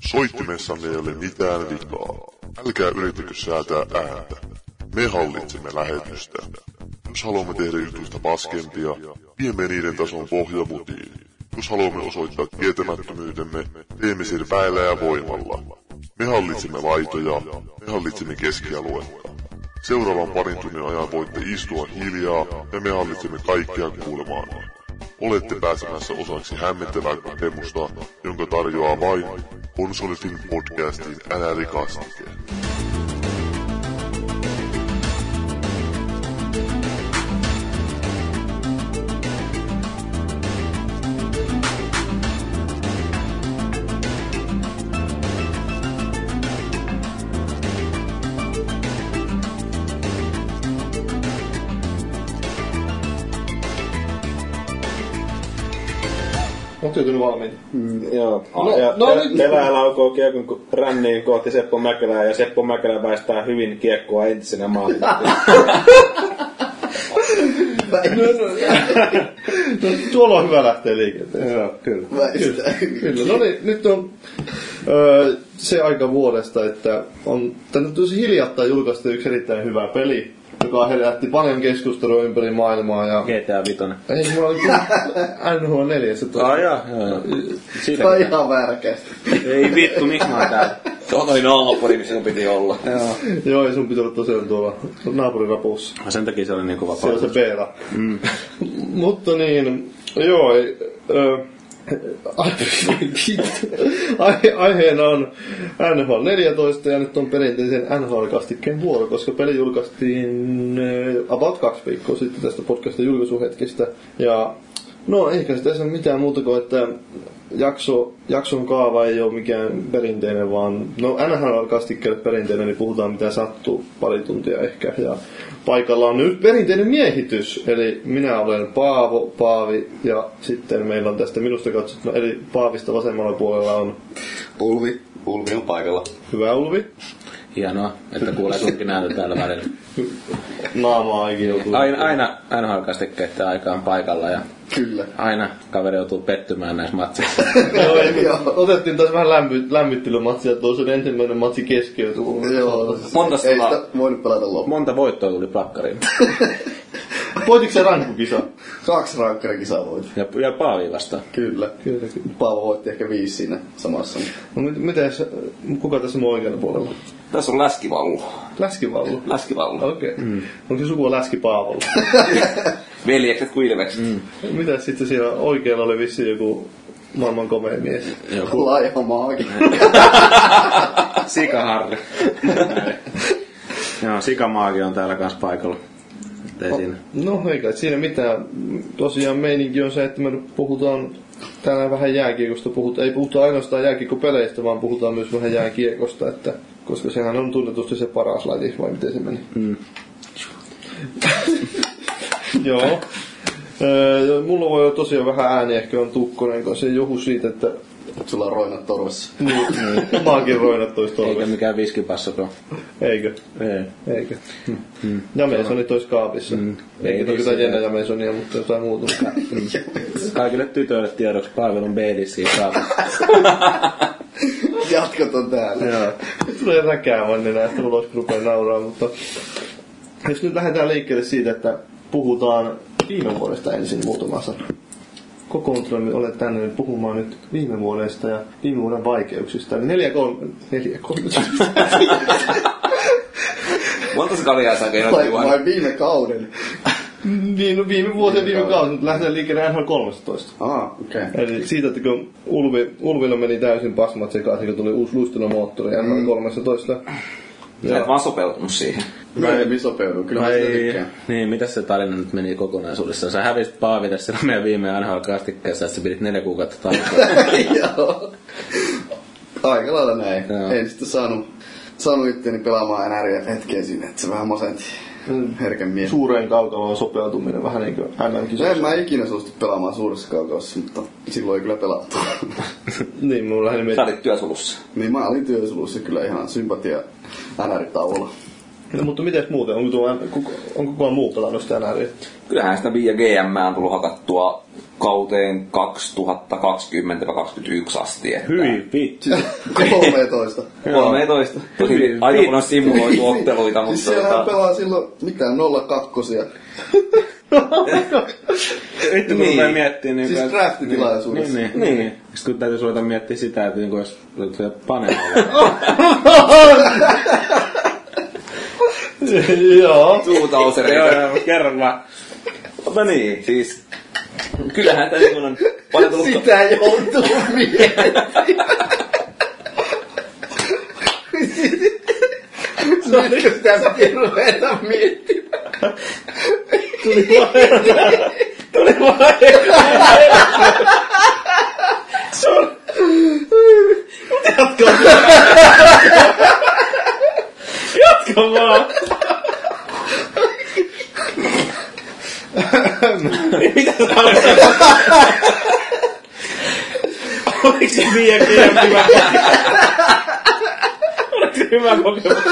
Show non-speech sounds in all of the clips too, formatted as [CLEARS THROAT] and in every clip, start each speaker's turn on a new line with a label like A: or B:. A: Soittimessanne ei ole mitään vikaa. Älkää yrittäkö säätää ääntä. Me hallitsemme lähetystä. Jos haluamme tehdä jutuista paskempia, viemme niiden tason pohjamutiin. Jos haluamme osoittaa tietämättömyytemme, teemme sen väellä ja voimalla. Me hallitsemme laitoja, me hallitsemme keskialuetta. Seuraavan parin tunnin ajan voitte istua hiljaa ja me hallitsemme kaikkia kuulemaan. Olette pääsemässä osaksi hämmentävää kokemusta, jonka tarjoaa vain Konsolifin podcastin älä rikastike.
B: Onko tyytynyt valmiita?
C: Mm, Joo.
B: No,
C: ja
B: no
C: no,
B: nyt-
C: nyt. Eläjä laukoo kiekon ku- ränniin kohti Seppo Mäkelää ja Seppo Mäkelä väistää hyvin kiekkoa entisenä [LAUGHS] maalina.
D: [LAUGHS] No, tuolla on hyvä lähteä liikenteeseen. Joo, kyllä.
E: Väistää.
D: Kyllä, kyllä. No niin, nyt on öö, se aika vuodesta, että on, tai nyt tosi hiljattain julkaistu yksi erittäin hyvä peli, joka herätti paljon keskustelua ympäri maailmaa. Ja,
C: GTA Vitoinen.
D: ei, mulla oli [LAUGHS] NHL 4.
C: Ai joo, joo, joo. Siitä
E: Tämä on ihan vääräkästä.
C: Ei vittu, miksi mä oon täällä? Tuolla oli naapuri, missä sinun piti olla.
D: Joo, ei sun pitää olla tosiaan tuolla naapurirapussa.
C: Sen takia se oli niin kova
D: Se on se Beela. [LAUGHS] Mutta niin, joo, ei, ö, aihe- aiheena on NHL 14 ja nyt on perinteisen NHL-kastikkeen vuoro, koska peli julkaistiin ö, about kaksi viikkoa sitten tästä podcastin julkaisuhetkestä. Ja no ehkä se tässä on mitään muuta kuin, että jakso, jakson kaava ei ole mikään perinteinen, vaan no NHL-kastikkeelle perinteinen, niin puhutaan mitä sattuu pari tuntia ehkä. Ja paikalla on nyt perinteinen miehitys, eli minä olen Paavo, Paavi ja sitten meillä on tästä minusta katsottuna, eli Paavista vasemmalla puolella on
E: Ulvi. Ulvi on paikalla.
D: hyvä Ulvi.
C: Hienoa, että kuulee sunkin ääntä täällä välillä.
D: Naamaa aikin joutuu.
C: Aina, aina, aina halkaistikkeiden aikaan paikalla ja
E: Kyllä.
C: aina kaveri joutuu pettymään näissä [LAUGHS] matseissa.
D: Joo, ei, mutta otettiin taas vähän lämmy, lämmittelymatsia, tuossa ensimmäinen matsi keskeytyi.
E: Joo.
C: Montas
E: Ei
C: sulla-
E: sitä voinut pelata loppuun.
C: Monta voittoa tuli plakkariin.
D: Voititko se rankkukisa?
E: Kaksi rankkarikisaa voit.
C: Ja, ja Paavi vastaan.
E: Kyllä.
D: Kyllä, kyllä.
E: Paavo voitti ehkä viisi siinä samassa.
D: No mit, mites, kuka tässä on oikealla puolella?
F: Tässä on läskivallu.
D: Läskivallu.
F: Läskivallu.
D: Okei. Okay. Mm. Onko se sukua Läski Paavolla?
F: [LAUGHS] Veljekset kuin ilvekset. Mm.
D: Mitäs sitten siellä oikealla oli vissiin joku maailman komea mies?
E: Laiha maakin.
C: Sikaharri. Joo, sikamaakin on täällä kans paikalla. Et Ei siinä.
D: No ei kai siinä mitään. Tosiaan meininki on se, että me nyt puhutaan tänään vähän jääkiekosta. Puhuta, ei puhuta ainoastaan jääkiekkopeleistä, vaan puhutaan myös vähän jääkiekosta, että, koska sehän on tunnetusti se paras laji, vai miten se meni? Mm. [LAUGHS] Joo. Öö, mulla voi olla tosiaan vähän ääni, ehkä on tukkonen, kun se johu siitä, että
E: Sulla on roinat torvessa. [LAUGHS]
D: [LAUGHS] maakin roinat tois
C: Eikä
D: tolvessa.
C: mikään viskipassokaan.
D: Eikö?
C: Ei.
D: Eikö? Mm. Jamesoni tois kaapissa. Mm. Eikä
C: Ei
D: toki
C: vissi-
D: jotain Jenna Jamesonia, mutta jotain muuta.
C: Kaikille tytöille tiedoksi palvelun beilissä saa.
E: Jatkot on täällä.
D: Joo. Tulee räkää vaan nenästä ulos, kun rupeaa nauraa, mutta jos nyt lähdetään liikkeelle siitä, että puhutaan viime vuodesta ensin muutama sana. Kokoontuneemme olen tänne nyt puhumaan nyt viime vuodesta ja viime vuoden vaikeuksista. Eli neljä kolme... Neljä kolme... [LAUGHS]
F: Monta se kaljaa saa
E: Vai,
F: keinottiin vaan?
E: vai viime kauden?
D: viime, Niin, no viime vuoden viime kausi, mutta lähdetään liikkeelle NHL 13.
E: Aa, okei. Okay.
D: Eli siitä, että kun Ulvi, Ulvilla meni täysin pasmat sekaisin, kun tuli uusi luistelumoottori NHL 13.
F: Sä et vaan sopeutunut siihen.
E: Myöhemmin sopeudun.
C: No,
E: Kyllä mä sitä
C: Ai,
E: tykkään.
C: niin, mitä se tarina nyt meni kokonaisuudessaan? Sä [LAUGHS] hävisit Paavi tässä meidän viime anhoilla kastikkeessa, että sä pidit neljä kuukautta taukoa.
E: [LAUGHS] Joo. Aika lailla näin.
C: Joo.
E: En sitten saanut, saanut itteeni pelaamaan NRiä hetkeä siinä, että se vähän masenti. Herken mies.
D: Suureen kaukaloon sopeutuminen vähän niin kuin
E: No
D: MM-kisoissa.
E: en mä ikinä suostu pelaamaan suuressa kaukalossa, mutta silloin ei kyllä pelattu. [LAUGHS]
D: Niin, mulla lähdin
F: Sä
D: miettimään.
F: olit työsulussa.
E: niin mä olin työsulussa kyllä ihan sympatia NR-taululla.
D: No, mutta miten muuten? [LAUGHS] Onko, tuo, onko kukaan muu pelannut sitä NRiä?
F: Kyllähän sitä Bia GM on tullut hakattua kauteen 2020-2021 asti. Että
C: Hyi vittu.
E: 13.
F: 13. Tosi
C: Hyvin
F: aika
C: vittu.
F: paljon simuloitu otteluita,
E: Siis
F: mutta
E: siellä
F: tota,
E: pelaa silloin mitään 02.
C: Vittu kun
F: Niin.
C: niin. miettiä niin
E: Siis
C: kuin-
E: draftitilaisuudessa.
C: Niin, niin. niin. niin. Sitten kun täytyisi ruveta miettiä sitä, että niin kuin jos tulee paneella.
D: Joo.
C: joo,
F: tuutausereita.
C: joo, mut kerran vaan.
F: Mutta niin, siis kyllähän tämä niin on [LAUGHS] paljon tullut...
E: Sitä joutuu miettimään. Nytkö sitä piti ruveta miettimään?
C: Jatka vaan. Niin, Mitä sä olet? Oliko se liian kiinni hyvä kokemus? Oliko se hyvä kokemus?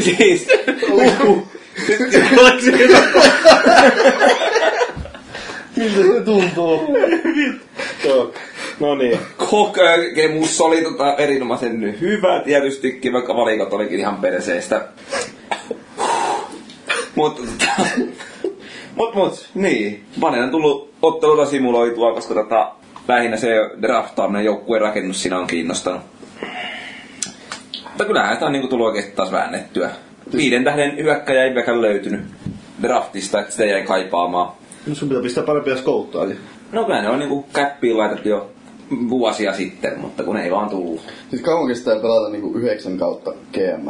F: Siis,
C: Oliko se hyvä kokemus?
D: Miltä se tuntuu?
C: Joo. No niin.
F: äh, kokemus oli tota erinomaisen hyvä tietystikin, vaikka valikot olikin ihan perseestä. Mutta tota, mut, mut, niin, paljon on tullut otteluta simuloitua, koska tota, lähinnä se draftaaminen joukkueen rakennus siinä on kiinnostanut. Mutta kyllähän sitä on niinku tullut oikeesti taas väännettyä. Viiden tähden hyökkäjä ei vieläkään löytynyt draftista, että sitä jäi kaipaamaan.
D: No sun pitää pistää parempia skouttaa. Eli.
F: No kyllä ne on niinku käppiin laitettu jo vuosia sitten, mutta kun ei vaan tullut.
E: Siis kauankin sitä pelata niinku yhdeksän kautta GM.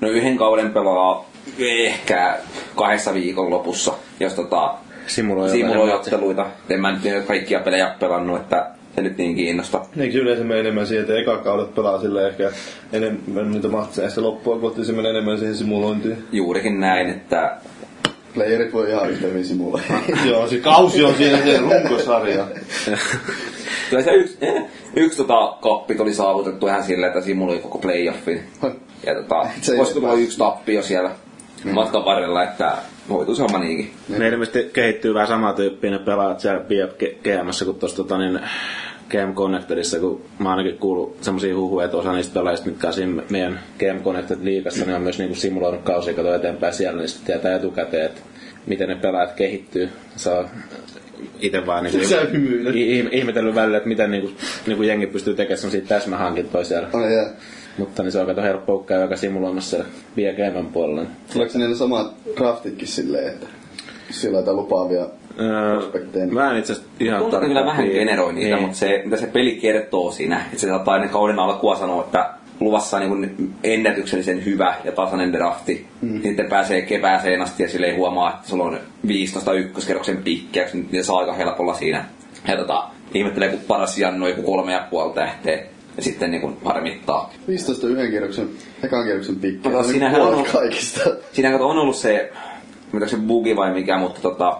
F: No yhden kauden pelaa ehkä kahdessa viikon lopussa, jos tota,
C: Simuloi jotain.
F: simuloi otteluita. En mä nyt niitä kaikkia pelejä pelannut, että se nyt niin kiinnosta.
D: Eikö se yleensä mene enemmän siihen, että eka kaudet pelaa sille ehkä enemmän niitä matseja, ja sitten loppua kohti se menee enemmän siihen simulointiin.
F: Juurikin näin, että
E: Playerit voi ihan yhtä hyvin simuloida.
D: Joo, se kausi on siinä se runkosarja.
F: kyllä se yksi, [LAUGHS] yksi tota, kappi tuli saavutettu ihan sillä, että simuloi koko playoffin. Ja tota,
E: Se ei
F: voisi
E: ole Niin.
F: tulla yksi tappio siellä matkan varrella, että hoituu se homma niinkin.
C: Ne ilmeisesti kehittyy vähän samaa tyyppiä ne pelaajat siellä GMssä kuin tuossa tota, niin, GM Connectorissa, kun mä ainakin kuullut semmosia huhuja, että osa niistä pelaajista, mitkä on siinä meidän GM Connected liigassa, niin on myös niinku simuloinut kausia, kato eteenpäin siellä, niin sitten tietää etukäteen, että miten ne pelaajat kehittyy. Se on itse vaan niinku,
D: Sä hymyilet.
C: i- i- ihmetellyt välillä, että miten niinku, niinku jengi pystyy tekemään semmosia täsmähankintoja siellä.
E: Oh, yeah.
C: Mutta niin se on kato helppo, kun käy aika simuloimassa siellä BGM puolella. niin
E: Tuleeko niillä samat draftitkin silleen, että sillä on jotain lupaavia
C: Öö,
E: Prospekteina.
C: mä en itse asiassa ihan
F: Tuntuu että kyllä
C: tarkkaan
F: vähän
C: tiedä.
F: generoi niitä,
C: Niin.
F: mutta se, mitä se peli kertoo siinä, että se saattaa ennen kauden alkua sanoa, että luvassa on niin ennätyksellisen hyvä ja tasainen drafti. Mm. Sitten pääsee kevääseen asti ja sille ei huomaa, että sulla on 15 ykköskerroksen pikkiä, kun niitä saa aika helpolla siinä. Ja tota, ihmettelee, kun paras jannoi joku kolme ja puoli tähteä. Ja sitten niin kuin harmittaa.
E: 15 yhden kierroksen, ekan kierroksen pikkiä.
F: Mutta
E: Se on
F: siinähän
E: puolet
F: on-
E: kaikista.
F: Siinä kato on ollut se, mitä se bugi vai mikä, mutta tota,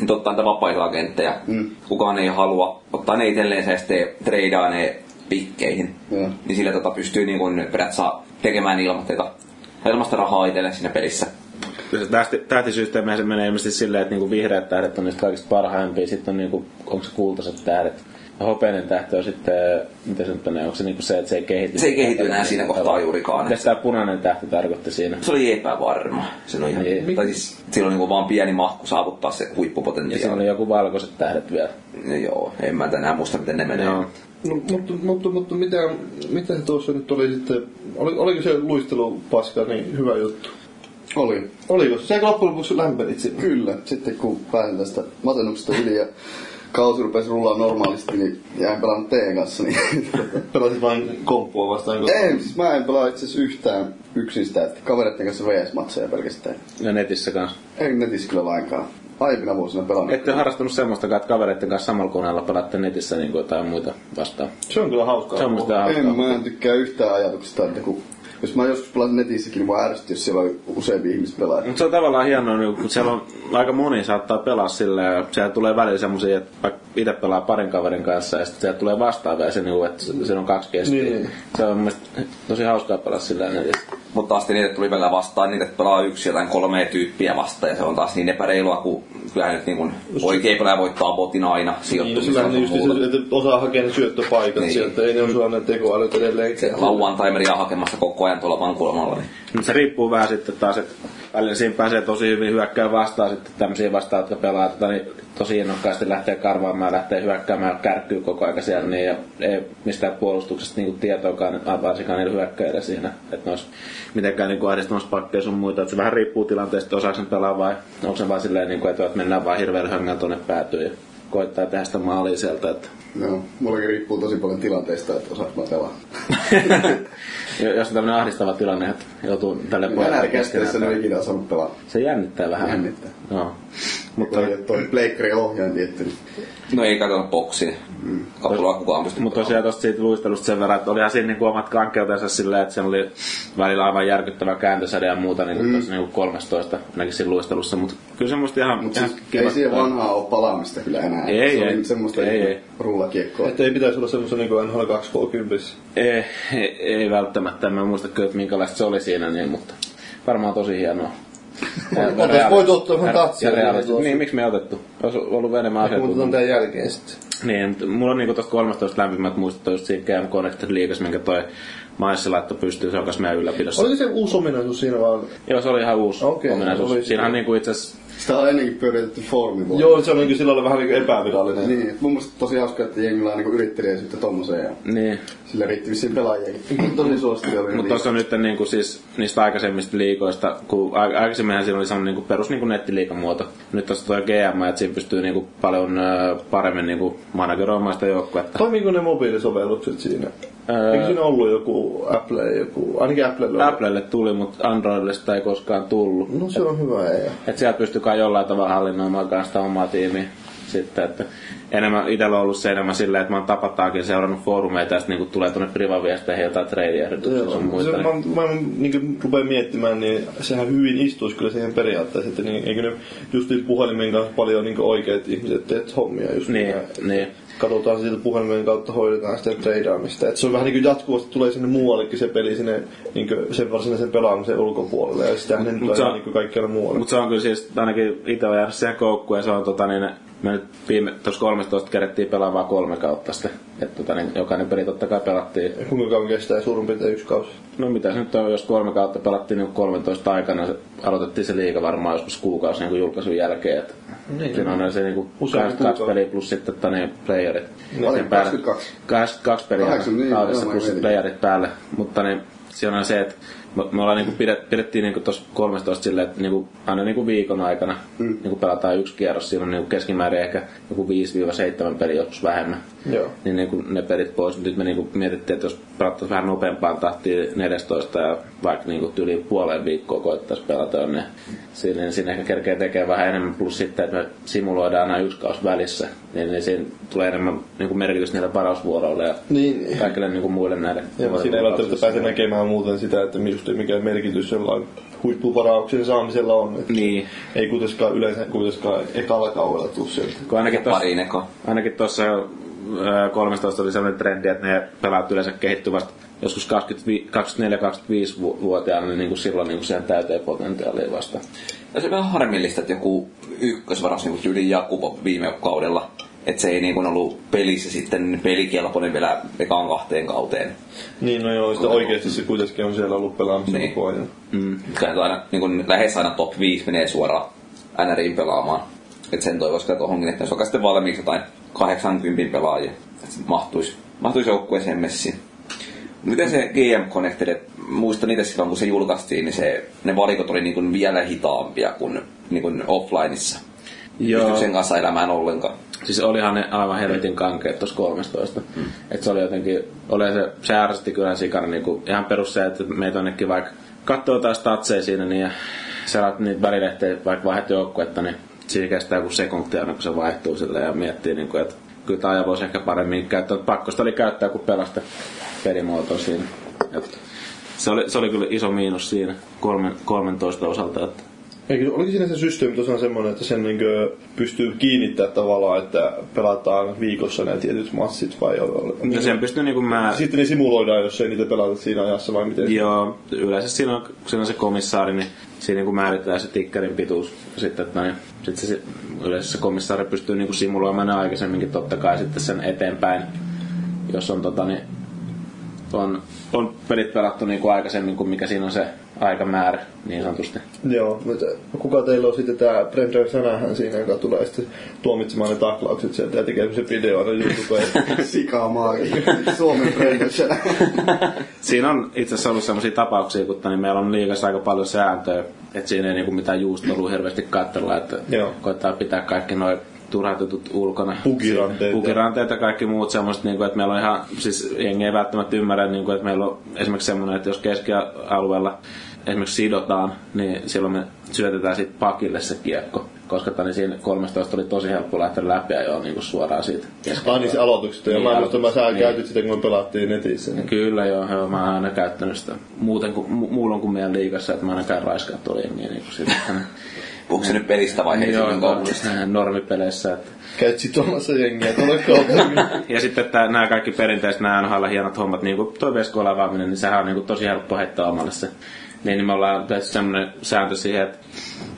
F: nyt ottaa niitä vapaita agentteja. Mm. Kukaan ei halua ottaa ne itselleen ja sitten treidaa ne pikkeihin.
E: Joo.
F: Niin sillä tota, pystyy niin kun, periaatteessa tekemään ilmoitteita. Ilmasta rahaa itselle siinä pelissä.
C: Kyllä se tähti, tähtisysteemihän se menee ilmeisesti silleen, että niinku vihreät tähdet on niistä kaikista parhaimpia, sitten on niinku, onko se kultaiset tähdet. Ja hopeinen tähti on sitten, miten se nyt menee, onko se niinku se, että se ei kehity?
F: Se ei kehity enää siinä kohtaa juurikaan.
C: Mitä tämä punainen tähti tarkoitti siinä?
F: Se oli epävarma. Se on ihan,
C: Niin.
F: tai siis, sillä on niin vaan pieni mahku saavuttaa se
C: Ja siinä
F: huippupotentiaali.
C: oli joku valkoiset tähdet vielä.
F: No Joo, en mä tänään muista miten ne menee.
C: Joo.
D: No, mutta, mutta, mutta mitä, mitä se tuossa nyt oli sitten, oli, oliko se luistelupaska niin hyvä juttu?
E: Oli.
D: Oliko se? Se loppujen lopuksi lämpenit sinne.
E: Kyllä. Sitten kun pääsin tästä masennuksesta yli ja kausi rupesi rullaa normaalisti, niin jäin pelannut teidän kanssa. [LAUGHS] Niin
D: Pelasit vain komppua vastaan. kun-
E: ei, siis mä en pelaa itse asiassa yhtään yksin sitä, että kavereiden kanssa VS-matseja pelkästään.
C: Ja netissä kanssa.
E: En netissä kyllä lainkaan. Aiempina vuosina pelannut.
C: Ette ole harrastanut semmoistakaan, että kavereiden kanssa samalla koneella pelaatte netissä niin jotain muita vastaan.
D: Se on kyllä hauskaa. Niin,
C: Se on musta ihan
E: En,
C: hauskaa.
E: mä en tykkää yhtään ajatuksesta, että kun jos mä joskus pelaan netissäkin, niin mä ärsytin, jos siellä on useampi ihmistä pelaa.
C: Mutta se on tavallaan hienoa, niin kun siellä on aika moni saattaa pelaa sillä ja siellä tulee välillä semmoisia, että vaikka itse pelaa parin kaverin kanssa ja sitten siellä tulee vastaavia ja se, niin että se se on kaksi kestiä.
D: Niin, niin.
C: Se on mun mielestä tosi hauskaa pelaa sillä tavalla.
G: Mutta taas niitä tuli vielä vastaan, niitä pelaa yksi jotain kolmea tyyppiä vastaan ja se on taas niin epäreilua, kun kyllähän nyt niin kuin oikea pelaaja voittaa botin aina
D: Niin, no sillä
G: sijoittumisen
D: on
G: niin,
D: just se, että osaa hakea ne syöttöpaikat
G: Niin.
D: sieltä, ei ne osaa ne tekoälyt edelleen.
G: se lauantaimeria hakemassa koko ajan tuolla vankulmalla. Niin.
C: Mutta se riippuu vähän sitten taas, että välillä siinä pääsee tosi hyvin hyökkää vastaan sitten tämmöisiä vastaan, jotka pelaa tota, niin tosi innokkaasti lähtee karvaamaan, lähtee hyökkäämään, kärkkyy koko aika siellä niin, ja ei mistään puolustuksesta niin tietoakaan, varsinkaan niillä hyökkäillä siinä, että ne olisi mitenkään niin ahdistamassa pakkeja sun muita, että se vähän riippuu tilanteesta, että osaako sen pelaa vai onko se vaan silleen, niin kuin, että mennään vaan hirveän höngän tuonne päätyyn ja koittaa tehdä sitä maalia sieltä, että [LAUGHS]
E: Joo, mullakin riippuu tosi paljon tilanteesta, että osaanko mä pelaa.
C: jos on tämmöinen ahdistava tilanne, että joutuu tälle
E: Närkästeessä en
C: keskenään-
E: ole ikinä osannut pelaa.
C: Se jännittää vähän.
E: Jännittää.
C: Joo.
E: Mutta toi, toi pleikkari ohjaan tietty.
G: No ei katsota boksiin. Mm. Kapulaa kukaan pysty.
C: Mutta tosiaan tuosta siitä luistelusta sen verran, että olihan siinä niinku omat kankeutensa silleen, että siellä oli välillä aivan järkyttävä kääntösäde ja muuta, niin mm. tuossa niinku 13 ainakin siinä luistelussa. Mutta kyllä semmoista ihan,
E: Mutta
C: ihan
E: siis ei siihen vanhaa ole palaamista kyllä enää.
C: Ei,
E: se
C: ei.
E: oli semmoista
C: Ei,
E: ei,
C: ei.
E: ei. rullakiekkoa.
D: Että ei pitäisi olla semmoisen niin kuin NHL 2K10.
C: ei, ei, ei, välttämättä, En mä muista kyllä, että minkälaista se oli siinä, niin, mutta varmaan tosi hienoa.
D: Otas- voit ottaa vähän tatsia.
C: Ja realisti- Niin, miksi me ei otettu? Olisi ollut enemmän
D: Ehkä
C: asiantuntijoita.
D: muutetaan tämän jälkeen sitten.
C: Niin, mutta mulla on niinku tosta 13 lämpimät muistot just siinä Game Connected liikas, minkä toi Maissi laittoi pystyyn, se on kas meidän ylläpidossa.
D: Oliko se uusi ominaisuus siinä vaan?
C: Joo, se oli ihan uusi
D: Okei, no
C: okay,
D: oli
C: ominaisuus.
D: se.
C: Siinähän niinku itse asiassa
E: Sitä on ennenkin pyöritetty formivuoto.
D: Joo, se on niin kuin sillä lailla vähän niin kuin epävirallinen.
E: Niin, et mun mielestä tosi hauska, että jengillä on niinku yrittelijäisyyttä tommoseen ja
C: niin.
E: sillä riitti vissiin pelaajiakin. Tosi suosittu oli.
D: Niin.
C: Mutta tuossa on nyt niinku siis niistä aikaisemmista liikoista, kun ai- aikaisemminhan siinä oli sellainen niinku perus niinku nettiliikamuoto. Nyt tuossa toi GM, että siinä pystyy niinku paljon ö, paremmin niinku manageroimaan sitä joukkuetta.
D: Toimiiko ne mobiilisovellukset siinä?
C: Öö.
D: Eikö siinä ollut joku Apple, joku, ainakin Applella oli.
C: Applelle tuli, mutta Androidille sitä ei koskaan tullut.
D: No se on hyvä, ei.
C: Et siellä pystyy kai jollain tavalla hallinnoimaan kanssa sitä omaa tiimiä. Sitten, että enemmän, itellä on ollut se enemmän silleen, että mä oon tapattaakin seurannut foorumeita ja sitten niinku tulee tuonne privaviesteihin jotain trade-ehdotuksia sun
D: Joo,
C: muita.
D: se,
C: niin-
D: mä, mä niin rupean miettimään, niin sehän hyvin istuisi kyllä siihen periaatteeseen, että niin, eikö ne justiin puhelimen kanssa paljon niin oikeat ihmiset teet hommia just
C: Niin,
D: näin, että
C: niin.
D: Katsotaan siitä puhelimen kautta, hoidetaan sitä treidaamista. Et se on vähän niin kuin jatkuvasti tulee sinne muuallekin se peli sinne niin sen varsinaisen pelaamisen ulkopuolelle ja sitähän ne nyt
C: Mut
D: on
C: se on-
D: ihan niin kaikkialla muualla.
C: Mutta se on kyllä siis, ainakin itse on jäänyt siihen koukkuun ja se on tota niin, me nyt viime, tuossa 13 kerettiin pelaa vaan kolme kautta sitten. Että tota niin, jokainen peli totta kai pelattiin.
D: Kuinka kauan kestää suurin piirtein yksi kausi?
C: No mitä se nyt on, jos kolme kautta pelattiin niin 13 aikana, se, aloitettiin se liiga varmaan joskus kuukausi niin kuin julkaisun jälkeen. Että niin, siinä on aina se niin kuin
D: Useampi
C: 22
D: kuukausi.
C: peliä plus sitten tota niin, playerit.
E: No,
C: Sen
E: 22.
C: 22 peliä
E: 8, niin,
C: kaudessa
E: joo,
C: plus
E: mä mietin.
C: playerit päälle. Mutta niin, siinä on se, että me, me ollaan niinku pidet, pidettiin niinku tuossa 13 silleen, että niinku, aina niinku viikon aikana mm. niinku pelataan yksi kierros. Siinä on niinku keskimäärin ehkä joku 5-7 peliä joskus vähemmän.
D: Joo.
C: Niin niinku ne pelit pois. Nyt me niinku mietittiin, että jos pelattaisiin vähän nopeampaan tahtiin 14 ja vaikka niinku yli puoleen viikkoa koettaisiin pelata, niin siinä, niin siinä ehkä kerkee tekemään vähän enemmän. Plus sitten, että me simuloidaan aina yksi kausi välissä, niin, niin siinä tulee enemmän niinku merkitys niille varausvuoroille ja
D: Niin,
C: kaikille niinku muille näille.
D: Ja siinä ei välttämättä pääse näkemään muuten sitä, että mistä, mikä merkitys sellainen huippuvarauksen saamisella on. Että
C: Niin,
D: Ei kuitenkaan yleensä kuitenkaan ekalla kaudella tuu sieltä.
C: kun ainakin tuossa
G: Pari eka.
C: ainakin tuossa 13 oli sellainen trendi, että ne pelaat yleensä kehittyvästi joskus 24-25-vuotiaana, niin, niin kuin silloin niin kuin sen täyteen potentiaaliin vasta.
G: Ja se on vähän harmillista, että joku ykkösvaras niin tyyli Jakubo viime kaudella, että se ei niin kuin ollut pelissä sitten pelikelpoinen vielä ekaan kahteen kauteen.
D: Niin, no joo, sitä oikeasti se kuitenkin on siellä ollut pelaamassa
G: Niin.
D: koko ajan.
C: Mm.
G: Kyllä nyt aina, niin kuin lähes aina top 5 menee suoraan NRIin pelaamaan. Et sen toivoisi kyllä tuohonkin, että jos on sitten valmiiksi jotain 80 pelaajia, että se mahtuisi, mahtuisi joukkueeseen messiin. Miten se GM Connected, et muistan itse silloin kun se julkaistiin, niin se, ne valikot oli niin kuin vielä hitaampia kuin, niin kuin offlineissa. Pystyykö sen kanssa elämään ollenkaan?
C: Siis olihan ne aivan helvetin kankeet tuossa 13. Mm. Et se oli jotenkin, oli se, se ärsytti kyllä sikana niinku, ihan perus se, että meitä jonnekin vaikka katsoo taas statseja siinä niin ja sä alat niitä välilehtejä, vaikka vaihdat joukkuetta, niin siinä kestää joku sekunti aina, kun se vaihtuu sille ja miettii niinku, että kyllä tämä ajan voisi ehkä paremmin käyttää, mutta pakko sitä oli käyttää, kun pelasta pelimuotoa siinä. Et se oli, se oli kyllä iso miinus siinä kolmen, 13 osalta, että
D: Eikö, oliko siinä se systeemi tosiaan semmoinen, että sen niin pystyy kiinnittää tavallaan, että pelataan viikossa nämä tietyt matsit vai...
C: Ja sen pystyy niinku mä...
D: Sitten ne simuloidaan, jos ei niitä pelata siinä ajassa vai miten?
C: Joo, yleensä siinä on, kun siinä on se komissaari, niin siinä kun määritellään se tikkerin pituus. Sitten, että niin, sit se, yleensä se komissaari pystyy niin kuin simuloimaan ne aikaisemminkin totta kai sitten sen eteenpäin, jos on, tota, niin, on, on pelit pelattu niin kuin aikaisemmin kuin mikä siinä on se aikamäärä niin sanotusti.
D: Joo, mutta kuka teillä on sitten tämä Brendan Sanahan siinä, joka tulee sitten tuomitsemaan ne taklaukset sieltä ja tekee semmoisen videon aina YouTubeen.
E: [LAUGHS]
C: [LAUGHS]
E: Sikaa maaginen. Suomen brändössä.
C: Siinä on itse asiassa ollut sellaisia tapauksia, kun niin meillä on liikassa aika paljon sääntöä, että siinä ei niinku mitään juustolua hirveästi katsella, että
D: Joo.
C: koittaa pitää kaikki noin turhat jutut ulkona.
D: Pukiranteet.
C: Pukiranteet ja kaikki muut semmoiset, niinku, että meillä on ihan, siis jengi ei välttämättä ymmärrä, niinku, että meillä on esimerkiksi semmoinen, että jos keskialueella esimerkiksi sidotaan, niin silloin me syötetään siitä pakille se kiekko. Koska tani siinä 13 oli tosi helppo lähteä läpi ja joo, niinku suoraan siitä.
D: Ai niin se aloituksesta. Ja
C: Niin,
D: mä muistan, mä sä
C: aloituksesta,
D: käytit sitä, kun me pelattiin netissä. Niin.
C: Kyllä joo, joo mä oon aina käyttänyt sitä muuten kuin, mu- muulloin kuin meidän liigassa, että mä aina käyn raiskaa tuolla jengiä niin kuin sitten.
G: Onko se niin nyt pelistä vai Helsingin kaupungista?
C: [LAUGHS] normipeleissä. Että.
D: Käyt sitomassa jengiä tuolla kaupungilla.
C: [LAUGHS] Ja sitten että nämä kaikki perinteiset, nämä NHL hienot hommat, niin kuin toi veskoilavaaminen, niin sehän on niin kuin tosi helppo heittää omalle se. Niin, niin me ollaan tehty semmoinen sääntö siihen, että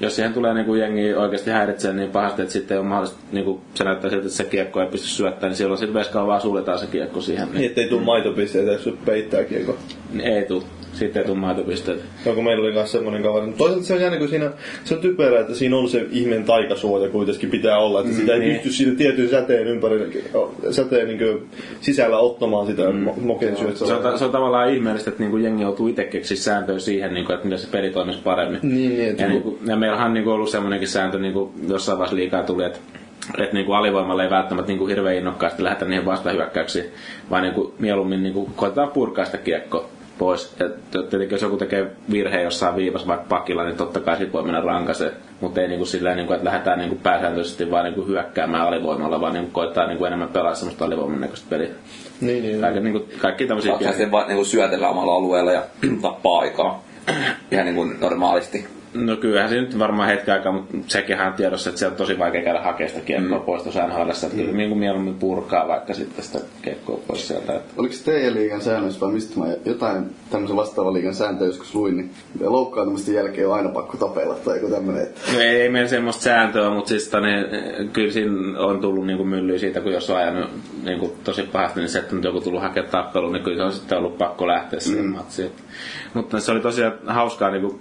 C: jos siihen tulee niin kuin jengi oikeasti häiritsee niin pahasti, että sitten on mahdollista, niin kuin se näyttää siltä, että se kiekko ei pysty syöttämään, niin silloin sitten veskaa vaan suljetaan se kiekko siihen.
D: niin,
C: Niin,
D: ettei tuu maitopisteitä, jos sut peittää kiekko.
C: niin ei tule. Sitten ei tule maitopisteitä.
D: No kun meillä oli myös semmoinen kaveri. Mutta toisaalta se on jännä, kun siinä se on typerää, että siinä on se ihmeen taikasuoja kuitenkin pitää olla. Että sitä ei
C: niin.
D: pysty siinä tietyn säteen ympäri, säteen niin kuin sisällä ottamaan sitä mm. moken
C: Se
D: syöttöä.
C: on, ta- se on tavallaan ihmeellistä, että niinku jengi joutuu itse keksiä sääntöä siihen, niinku, että miten se peli toimisi paremmin.
D: [LAUGHS] Niin, niin, että
C: ja,
D: kun-
C: niinku, ja meillähän on niinku ollut semmoinenkin sääntö, niinku, jossain vaiheessa liikaa tuli, että että niinku alivoimalle ei välttämättä niinku hirveän innokkaasti lähdetä niihin vastahyökkäyksiin, vaan niinku mieluummin niinku koetetaan purkaa sitä kiekkoa pois. Ja t- tietenkin jos joku tekee virheen jossain viivassa vaikka pakilla, niin totta kai sit voi mennä rankaseen. Mutta ei niinku silleen, niinku, että lähdetään niinku pääsääntöisesti vaan niinku hyökkäämään alivoimalla, vaan niinku koetaan niinku enemmän pelaa semmoista alivoiman näköistä peliä.
D: Niin, niin.
C: Kaikki, niinku, kaikki tämmöisiä
G: Saksa sitten vaan niinku syötellä omalla alueella ja tappaa aikaa. Ihan niinku normaalisti.
C: No kyllähän se nyt varmaan hetken aikaa, mutta sekinhän on tiedossa, että se on tosi vaikea käydä hakemaan sitä kiekkoa mm. pois tuossa NHL. Että kyllä niin kuin mieluummin purkaa vaikka sitten sitä kiekkoa pois sieltä. Että.
E: Oliko se teidän liigan säännöissä vai mistä mä jotain tämmöisen vastaavan liigan sääntöä joskus luin, niin loukkaantumisten jälkeen on aina pakko tapella tai joku tämmöinen, että
C: No ei, ei meillä semmoista sääntöä, mutta siis tänne, eh, kyllä siinä on tullut niinku myllyä siitä, kun jos on ajanut niinku tosi pahasti, niin se, että nyt joku tullut hakemaan tappelun, niin kyllä se on sitten ollut pakko lähteä siihen mm. matsiin. Mutta se oli tosiaan hauskaa niinku,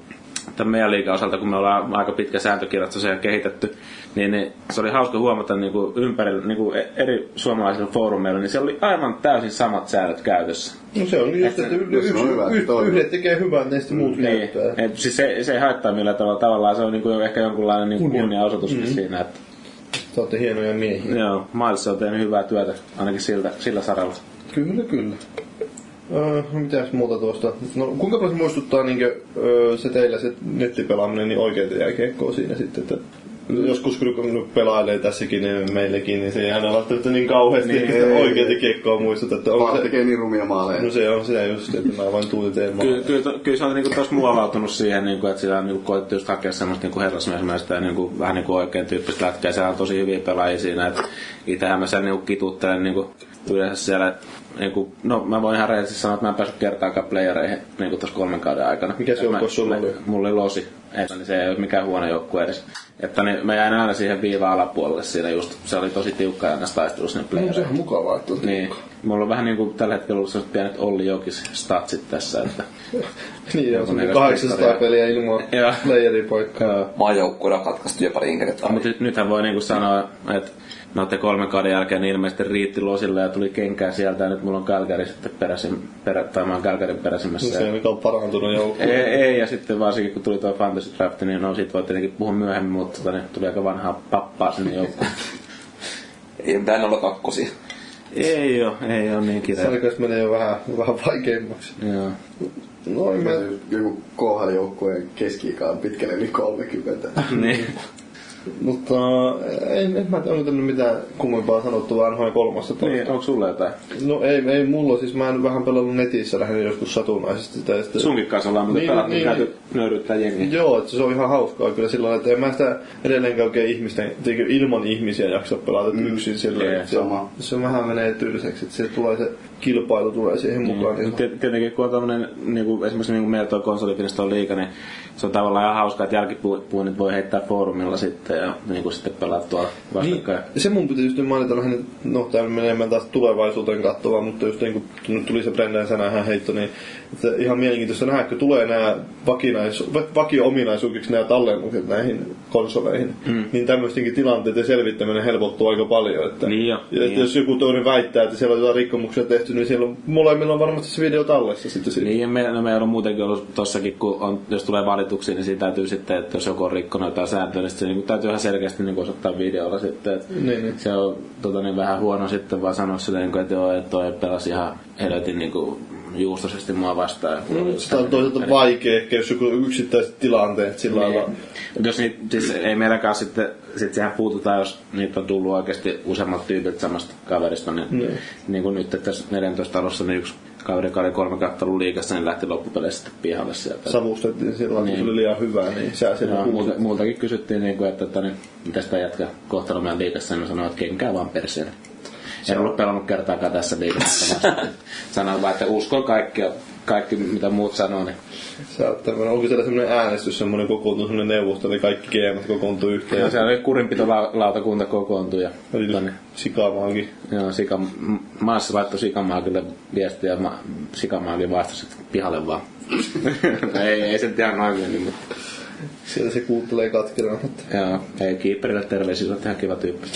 C: tämän meidän liikan osalta, kun me ollaan aika pitkä sääntökirjat tosiaan kehitetty, niin, niin se oli hauska huomata niinku ympärillä, niinku e- eri suomalaisilla foorumeilla, niin siellä oli aivan täysin samat säännöt käytössä.
D: No se on just, että yksi,
E: se on hyvä,
D: yksi,
E: toinen.
D: yhdet tekee hyvää, ne sitten muut
C: Niin.
D: käyttää.
C: Et, siis se, se ei haittaa millään tavalla. Tavallaan se on niinku ehkä jonkunlainen niinku
D: Kunnia.
C: kunniaosoituskin mm-hmm. siinä, että
D: Te olette hienoja miehiä.
C: Joo, Miles on tehnyt hyvää työtä, ainakin siltä, sillä saralla.
D: Kyllä, kyllä. Öö, mitäs muuta tuosta? No, kuinka paljon se muistuttaa niinkö, öö, se teillä se nettipelaaminen niin oikeita jääkiekkoa siinä sitten, että joskus kun nyt pelailee tässäkin niin meillekin, niin se ei aina välttämättä niin kauheasti niin,
E: ei,
D: sitä
E: ei.
D: oikeita kiekkoa muistuta, että
E: vaan
D: on se,
E: tekee niin rumia maaleja.
D: no se on sitä just, että mä vain tuuliteen
C: Kyllä,
D: maalle.
C: kyllä, to- kyllä se on niinku taas muovautunut siihen, niinku, että sillä on niinku koettu just hakea semmoista niinku herrasmiesmäistä ja niinku, vähän niinku oikein tyyppistä lätkää. Sehän on tosi hyviä pelaajia siinä, että itsehän mä sen niinku kituttelen niinku, yleensä siellä, että niinku, no mä voin ihan rehellisesti sanoa, että mä en päässyt kertaakaan playereihin niinku tuossa kolmen kauden aikana.
D: Mikä se
C: Et mä-
D: joukkue sulla
C: mä-
D: oli?
C: Mulla oli losi, että niin se ei ole mikään huono joukkue edes. Että niin, mä jäin aina siihen viivaan alapuolelle siinä just, se oli tosi tiukka ja näissä taistelussa niin playereihin.
E: on mukavaa, että on
C: Niin. Mulla on vähän niinku tällä hetkellä ollut sellaiset pienet Olli Jokis statsit tässä, että...
D: Niin, ja
C: Joku
D: se on
C: neljäs
D: 800
C: mestari.
D: peliä ilman
C: Joo.
D: playeripaikkaa.
G: Maajoukkueella katkaistu jo pari kertaa.
C: Mutta nythän voi niinku sanoa, että noitte kolmen kauden jälkeen niin ilmeisesti riitti losilla ja tuli kenkää sieltä ja nyt mulla on Calgary sitten peräsin, perä, tai mä oon Calgaryn peräsimmässä.
D: Se ei ainakaan parantunut joukko.
C: Ei, ei, ja sitten varsinkin kun tuli tuo Fantasy Draft, niin no siitä voi tietenkin puhua myöhemmin, mutta tota, niin tuli aika vanhaa pappaa [LAUGHS] sinne joukkoon.
G: Ei mitään olla kakkosia.
C: ei oo, ei oo niin kireä.
D: Sarkas menee jo vähän, vähän vaikeimmaksi.
C: Joo.
D: No, en mä...
E: Joku KHL-joukkueen keskiikaan pitkälle yli 30.
C: niin.
D: Mutta eh, en, en mä tiedä, onko tämmönen mitään kummempaa sanottua NHL kolmassa
C: niin, onko sulla jotain?
D: No ei, ei mulla, siis mä en vähän pelannut netissä lähinnä joskus satunnaisesti. Tai sitten...
C: Sunkin kanssa ollaan muuten
D: Niin,
C: pelattu,
D: niin,
C: käyty
D: niin.
C: nöyryttää jengiä.
D: Joo, että se on ihan hauskaa kyllä silloin, että en mä sitä edelleenkään oikein ihmisten, tiedätkö, ilman ihmisiä jaksa pelata mm. yksin silloin.
E: Jee,
D: että se,
E: sama.
D: se vähän menee tylsäksi, että se, tulee, se kilpailu tulee siihen mukaan.
C: Mut
D: Niin,
C: tiet- Tietenkin kun on tämmönen, niinku, esimerkiksi niinku meillä tuo konsolifilistä on liika, niin se on tavallaan ihan hauskaa, että jälkipuinnit voi heittää foorumilla sitten ja niinku sitten pelaa tuolla vastakkain.
D: Niin, se mun piti just nyt mainita vähän, nyt- no tämä menee enemmän taas tulevaisuuteen kattovaa, mutta just niin kun nyt tuli se Brendan sana ihan heitto, niin että ihan mielenkiintoista nähdä, kun tulee nämä vakinaisu- va- vakio-ominaisuuksiksi nämä tallennukset näihin konsoleihin, mm. niin tämmöistenkin tilanteiden selvittäminen helpottuu aika paljon. Että,
C: Niin jo,
D: ja,
C: niin
D: että
C: jo.
D: jos joku toinen väittää, että siellä on jotain rikkomuksia tehty, niin siellä on, molemmilla on varmasti se video tallessa sitten siinä.
C: Niin, ja me, no meillä on muutenkin ollut tossakin, kun on, jos tulee valituksi, niin siitä täytyy sitten, että jos joku on rikkonut jotain sääntöä, niin sitten se niin täytyy ihan selkeästi niin osoittaa videolla sitten. Että
D: Niin, niin.
C: Se on tota, niin vähän huono sitten vaan sanoa sille, niin kuin, että joo, että toi pelasi ihan helvetin niin kuin, juustoisesti mua vastaan.
D: Niin. Sitä on toisaalta vaikea ehkä, jos joku yksittäiset tilanteet sillä
C: Niin.
D: lailla
C: Mut Jos niitä, siis ei meilläkään sitten, sit sehän puututaan, jos niitä on tullut oikeasti useammat tyypit samasta kaverista, niin, niin. niin kuin nyt että tässä 14 alussa, niin yksi kaveri, joka oli kolme kattelun liikassa, niin lähti loppupeleissä sitten pihalle sieltä.
D: savustettiin silloin, niin.
C: Niin.
D: kun se oli liian hyvää, niin sä siellä
C: Joo,
D: kuulit.
C: multa, multakin kysyttiin, niin kuin, että, että niin, mitä sitä jätkä kohtalo meidän liikassa, niin mä sanoin, että kenkää vaan perseelle. En ollut pelannut kertaakaan tässä liikassa. sanoin vaan, [LAUGHS] että uskon kaikkea, kaikki mitä muut sanoo, niin
D: Sä oot tämmönen, onko siellä semmonen äänestys, semmonen kokoontunut semmonen neuvosto, eli kaikki GMt kokoontuu yhteen.
C: ja
D: Ja
C: siellä oli kurinpitolautakunta kokoontui ja tota niin,
D: Eli
C: tonne.
D: sikamaankin.
C: Joo, sika, m- maassa laittoi Sikamaakille viestiä ja ma, Sikamaakin vastasi että pihalle vaan. [LAUGHS] ei, ei se nyt ihan noin mennyt, mutta
D: Siellä se kuuntelee katkeraan, mutta
C: joo, ei kiipperille terveisiä, se on ihan kiva tyyppi.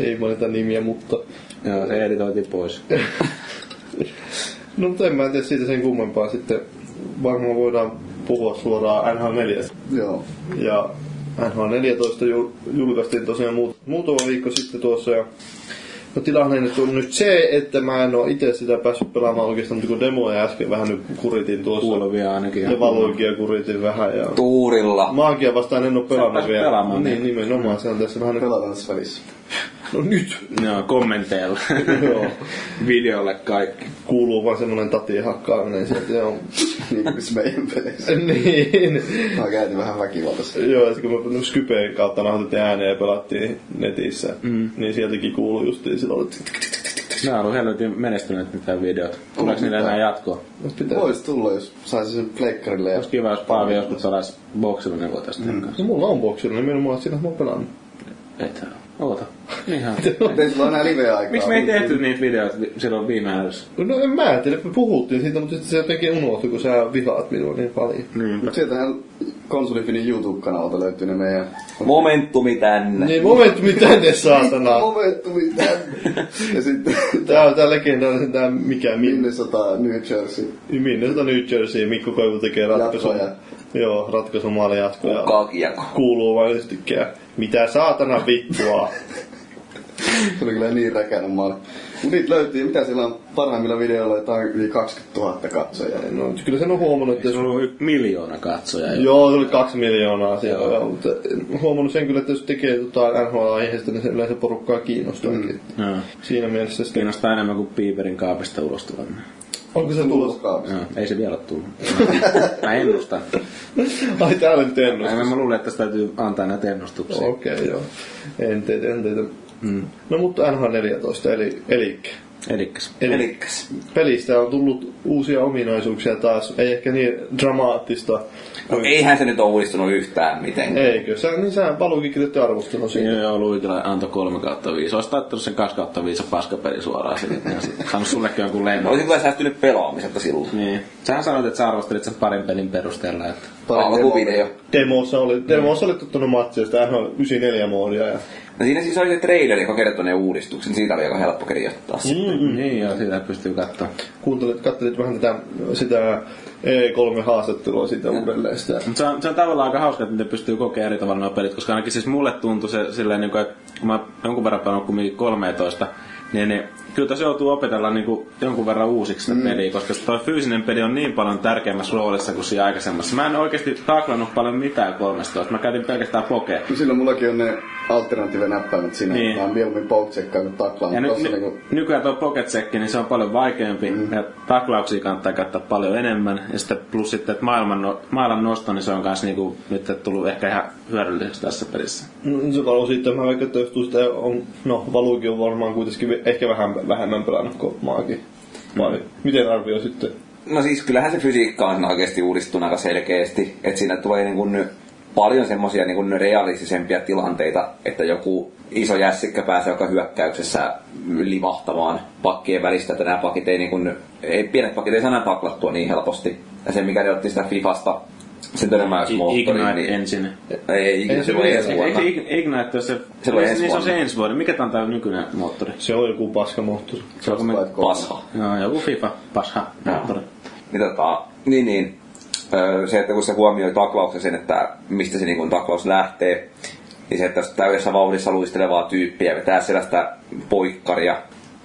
D: ei mainita nimiä, mutta...
C: joo, se editoitiin pois.
D: No mutta en mä tiedä siitä sen kummempaa sitten. Varmaan voidaan puhua suoraan NHL 4.
E: Joo.
D: Ja NHL 14 jul- julkaistiin tosiaan muut, muutama viikko sitten tuossa ja No tilanne nyt on nyt se, että mä en ole itse sitä päässyt pelaamaan oikeastaan, mutta kun demoja äsken vähän nyt kuritin tuossa.
C: Kuuluvia ainakin.
D: Ja valoikia kuritin vähän ja...
G: Tuurilla.
D: Maagia vastaan en ole pelannut
C: päässyt
D: vielä.
C: pelaamaan,
D: niin, nimenomaan. Se on tässä vähän...
E: Pelataan tässä välissä. [LAUGHS]
D: No nyt!
C: Joo, [LAUGHS] kommenteilla.
D: Joo.
C: Videolle kaikki.
D: Kuuluu vaan semmonen tatien hakkaaminen sieltä. Joo.
E: niin kuin missä meidän peleissä.
D: niin.
E: Mä käytin vähän väkivaltaisesti.
D: Joo, ja sitten kun me Skypeen kautta nauhoitettiin ääneen ja pelattiin netissä, mm. niin sieltäkin kuuluu justiin silloin, että
C: Nämä on ollut helvetin menestyneet mitä videot. Tuleeko niillä enää jatkoa?
D: pitää.
E: Voisi tulla, jos saisi sen pleikkarille ja
C: Olisi kiva, jos Paavi joskus salaisi boksilla, niin voitaisiin tehdä kanssa.
D: No mulla on boksilla, niin minun siinä mä oon pelannut.
C: Ei tää Oota. [LAUGHS] Ihan.
E: Ei sulla enää live-aikaa.
C: Miksi me ei tehty niitä videoita vi- silloin viime älyssä?
D: No en mä tiedä, me puhuttiin siitä, mutta sitten se jotenkin unohtui, kun sä vihaat minua niin paljon.
E: Mut sieltähän konsolifinin YouTube-kanavalta löytyy ne meidän...
G: Momentumi tänne.
D: Niin momentumi tänne saatana!
E: Momentumi tänne. ja sitten
D: Tää on tää legendaarinen tää mikä minne.
E: Minnesota, New Jersey.
D: Minnesota New Jersey, Mikko Koivu tekee ratkaisun.
E: Jatkoja.
D: Joo, ratkaisu maali jatkoja.
G: Kaakiako.
D: Kuuluu vain yhtäkkiä. Mitä saatana vittua?
E: Se oli kyllä niin räkäinen maali. Mut niitä löytyy, mitä siellä on parhaimmilla videoilla, jotain yli 20 000 katsojaa.
D: no kyllä sen on huomannut, että
C: Jos
D: jos...
C: on ollut y- miljoona katsojaa. jo.
D: Joo, se oli kaksi miljoonaa siellä.
C: Joo.
D: Joo. Mutta huomannut sen kyllä, että jos tekee jotain NHL-aiheesta, niin se yleensä porukkaa kiinnostaa. Mm.
C: Joo.
D: Siinä mielessä sitten...
C: Kiinnostaa enemmän kuin Piiperin kaapista ulos tuleminen.
D: Onko se tulos?
E: Tuloskaapista.
C: Joo, ei se vielä ole tullut. mä ennustan.
D: [LAUGHS] Ai täällä nyt
C: Mä,
D: ennustus.
C: mä luulen, että tästä täytyy antaa näitä ennustuksia. Oh.
D: Okei, okay, joo. En teitä, en teitä. Mm. No mutta NHL 14, eli, elikkä.
C: Elikkäs.
G: Elikkäs.
D: pelistä on tullut uusia ominaisuuksia taas. Ei ehkä niin dramaattista.
G: No eihän se nyt ole uudistunut yhtään mitenkään.
D: Eikö? Sä, niin sä paluukin kirjoitti arvostelun siitä.
C: Joo, joo, Luikila antoi 3 kautta 5. Olisi taittanut sen 2 kautta 5 paskapeli suoraan sinne. Ja sitten saanut sullekin jonkun lemon.
G: Olisin No, kyllä säästynyt pelaamiselta silloin.
C: Niin. Sähän sanoit, että sä arvostelit sen parin pelin perusteella. Että...
G: Alkuvideo.
D: Demossa oli, demossa oli tottunut matsia, sitä NHL 94 moodia. Ja...
G: No siinä siis oli se traileri, joka kertoi ne uudistukset. Siitä oli aika helppo kirjoittaa. se.
C: Mm-hmm. Niin joo, sitä pystyy katsomaan.
D: Kuuntelit, kattelit vähän tätä, sitä E3-haastattelua siitä uudelleen sitä.
C: Mutta se, on, se on tavallaan aika hauska, että ne pystyy kokea eri tavalla nuo pelit, koska ainakin siis mulle tuntui se silleen, niin kuin, että kun mä jonkun verran pelannut kumminkin 13, niin, niin kyllä tässä joutuu opetella niin kuin, jonkun verran uusiksi sitä mm. peliä, koska se toi fyysinen peli on niin paljon tärkeämmässä roolissa kuin siinä aikaisemmassa. Mä en oikeasti taklannut paljon mitään 13, mä käytin pelkästään pokea.
E: No Niin silloin mullakin on ne alternatiivinäppäimet sinne.
C: Niin.
E: Niin. Vaan mieluummin poutsekkaan kuin taklaan.
C: Ja
E: Ja
C: ny,
E: Tossa
C: ny,
E: niinku,
C: nykyään tuo pocket check, niin se on paljon vaikeampi. Mm. Ja taklauksia kannattaa käyttää paljon enemmän. Ja sitten plus sitten, että maailman, no- maailman nosto, niin se on kanssa niinku, nyt tullut ehkä ihan hyödylliseksi tässä pelissä.
D: No, se valuu sitten, mä vaikka että johtuu sitä, on, no valuukin on varmaan kuitenkin vi- ehkä vähän vähemmän pelannut kuin maakin. Vai miten arvioi sitten?
F: No siis kyllähän se fysiikka on siinä oikeasti uudistunut aika selkeästi. Että siinä tulee niin kuin paljon semmoisia niin kuin realistisempia tilanteita, että joku iso jässikkä pääsee joka hyökkäyksessä livahtamaan pakkien välistä, että nämä pakit ei, niin kuin, ei pienet pakit ei saa enää taklattua niin helposti. Ja se mikä ne otti sitä Fifasta, sen törmäysmoottorin,
C: Ignite
F: niin...
C: ensin.
F: Ei, ikinä
D: Ei
F: se
D: se
F: voi
D: vielä-
F: ensi vuonna.
C: Eikö Ig- Ignite ole se...
F: Se oli ensi
C: niin, se on se
F: vuonna.
C: ensi vuoden. Mikä tää on tää nykyinen moottori?
D: Se on joku paskamoottori.
C: Se on
E: Light Golf.
F: Pasha.
C: Joo, No, joku FIFA, pasha, moottori.
F: Niin tota, niin niin. Öö, se, että kun se huomioi taklauksen sen, että mistä se niin kuin, taklaus lähtee, niin se, että jos täydessä vauhdissa luistelevaa tyyppiä vetää sellaista poikkaria,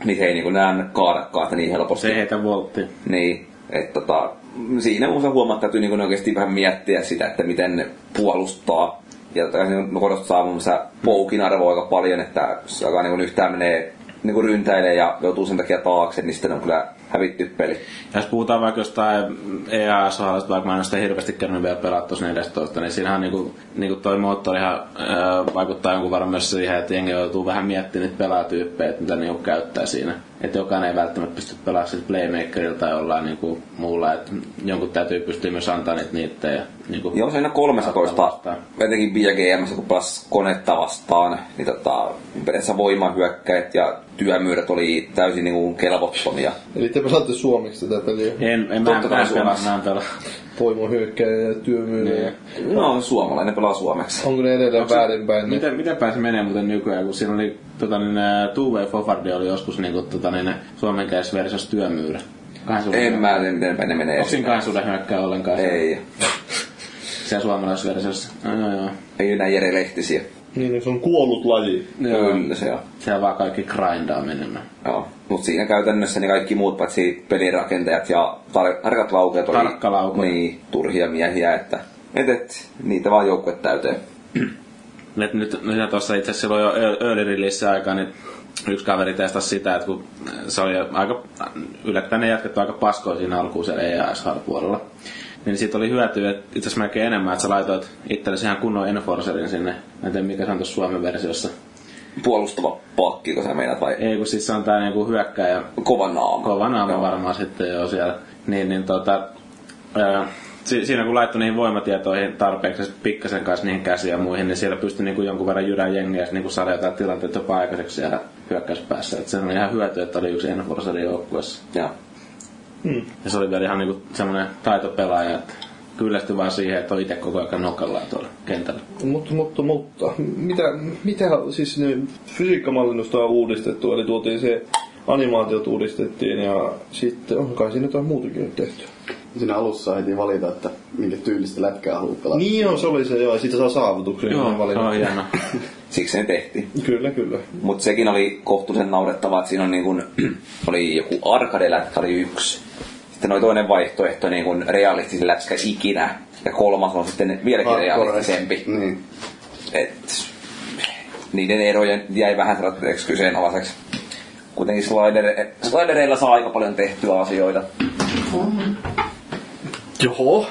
F: niin se ei niin kuin, näe kaadakaan sitä niin helposti.
C: Se ei heitä volttiin.
F: Niin, että tota, siinä muussa huomaa, että täytyy niin oikeasti vähän miettiä sitä, että miten ne puolustaa. Ja niin korostaa muun muassa poukin arvoa aika paljon, että jos alkaa niin yhtään menee niin ryntäilee ja joutuu sen takia taakse, niin sitten on kyllä hävitty peli.
C: Ja Jos puhutaan vaikka jostain EAS-ohjelmasta, vaikka mä en ole sitä hirveästi käynyt vielä pelaa tuossa 14, niin siinähän niinku, niinku toi moottorihan ää, vaikuttaa jonkun verran myös siihen, että jengi joutuu vähän miettimään niitä pelaatyyppejä, että mitä niinku käyttää siinä. Että jokainen ei välttämättä pysty pelaamaan sillä playmakerilla tai jollain niinku muulla, että jonkun täytyy pystyä myös antaa niitä niitä ja niinku...
F: Joo, se on aina 13, etenkin BGM, kun pelas konetta vastaan, niin tota, periaatteessa voimahyökkäät ja työmyyrät oli täysin niinku kelvottomia.
D: Eli te pelaatte suomeksi tätä peliä.
C: En, en mä en
F: Totta
C: pelaa,
F: kai
C: pelaa,
F: Suomessa.
C: mä en pelaa.
D: Poimohyökkäjä ja työmyyjä.
C: Niin.
F: No, suomalainen pelaa suomeksi.
D: Onko ne edelleen väärinpäin? ne?
C: Miten, miten pääsi menee muuten nykyään, kun siinä oli tota, niin, ää, Two Way Forward oli joskus niin, kuin, tota, niin, suomenkäisessä versiossa työmyyrä. Kahden suhde-
F: En mä tiedä, miten päin ne menee.
C: Onko siinä kahden suhde hyökkää ollenkaan?
F: Ei,
C: Se suomalaisessa versiossa. No, joo, joo.
F: ei enää Jere Lehtisiä.
D: Niin, se on kuollut laji.
F: Kyllä se on.
C: Siellä vaan kaikki grindaa menemään.
F: Joo. Mut siinä käytännössä ne kaikki muut paitsi pelirakentajat ja tar- tarkat laukeet oli
C: Tarkkalaukoja.
F: niin, turhia miehiä, että et, et, niitä vaan joukkue täyteen.
C: Et nyt, nyt tuossa itse asiassa silloin jo ear- early release aikaa, niin yksi kaveri testasi sitä, että kun se oli aika, yllättäen ne jatkettu aika paskoa siinä alkuun siellä E EASH-puolella. Niin siitä oli hyötyä, että itse asiassa melkein enemmän, että sä laitoit itsellesi ihan kunnon enforcerin sinne. Mä en tiedä, mikä se on tuossa Suomen versiossa.
F: Puolustava pakki, kun sä meinaat vai
C: Ei, kun siis se on tää niinku hyökkäjä
F: kova naama.
C: kova naama varmaan sitten jo siellä. Niin, niin tota, ää, si- siinä kun laittoi niihin voimatietoihin tarpeeksi pikkasen kanssa niihin käsiin ja muihin, niin siellä pystyi niinku jonkun verran jyrää jengiä ja niinku saada jotain tilanteita jopa aikaiseksi siellä hyökkäyspäässä. Et se on ihan hyöty, että oli yksi enforcerin joukkueessa.
F: Joo.
C: Ja se oli vielä ihan niinku semmoinen taitopelaaja, että kyllästyi vaan siihen, että on itse koko ajan nokallaan tuolla kentällä.
D: Mutta, mutta, mutta, mitä, mitä siis ne fysiikkamallinnusta on uudistettu, eli tuotiin se animaatiot uudistettiin ja sitten on kai siinä jotain muutakin nyt tehty.
E: siinä alussa heti valita, että minkä tyylistä lätkää haluaa pelata.
D: Niin on, se oli se joo, ja siitä saa saavutuksia. niin
C: Joo,
D: ne
C: se on
D: valinnat.
C: hieno.
F: Siksi ne tehtiin.
D: Kyllä, kyllä.
F: Mutta sekin oli kohtuullisen naurettavaa, että siinä on niin kun, [CLEARS THROAT] oli joku arkadelätkä oli yksi. Sitten oli toinen vaihtoehto, niin kun realistisin lätkä ikinä. Ja kolmas on sitten vieläkin realistisempi.
E: Niin.
F: Et, niiden eroja jäi vähän sellaiseksi kyseenalaiseksi. Kuitenkin slidere- slidereilla saa aika paljon tehtyä asioita.
D: Joo.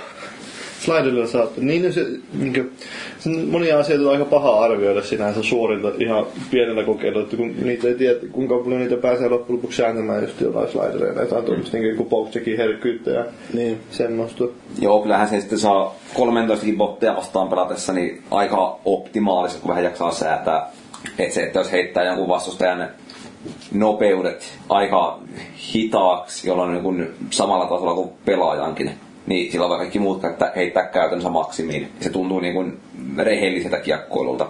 D: Slidella saatte. Niin se, niin kuin, sen monia asioita on aika paha arvioida sinänsä suorilta ihan pienellä kokeilulla, että kun niitä ei tiedä, kuinka paljon niitä pääsee loppujen lopuksi sääntämään just jollain slidereilla. Jotain tuommoista niin kuin poutsekin herkkyyttä ja
E: Niin.
D: semmoista.
F: Joo, kyllähän se sitten saa 13 botteja vastaan pelatessa niin aika optimaaliset, kun vähän jaksaa säätää. Et se, että jos heittää jonkun vastustajan nopeudet aika hitaaksi, jolloin niin kuin samalla tasolla kuin pelaajankin, niin silloin voi kaikki muut käyttää, heittää käytännössä maksimiin. Se tuntuu niin kuin rehelliseltä kiekkoilulta.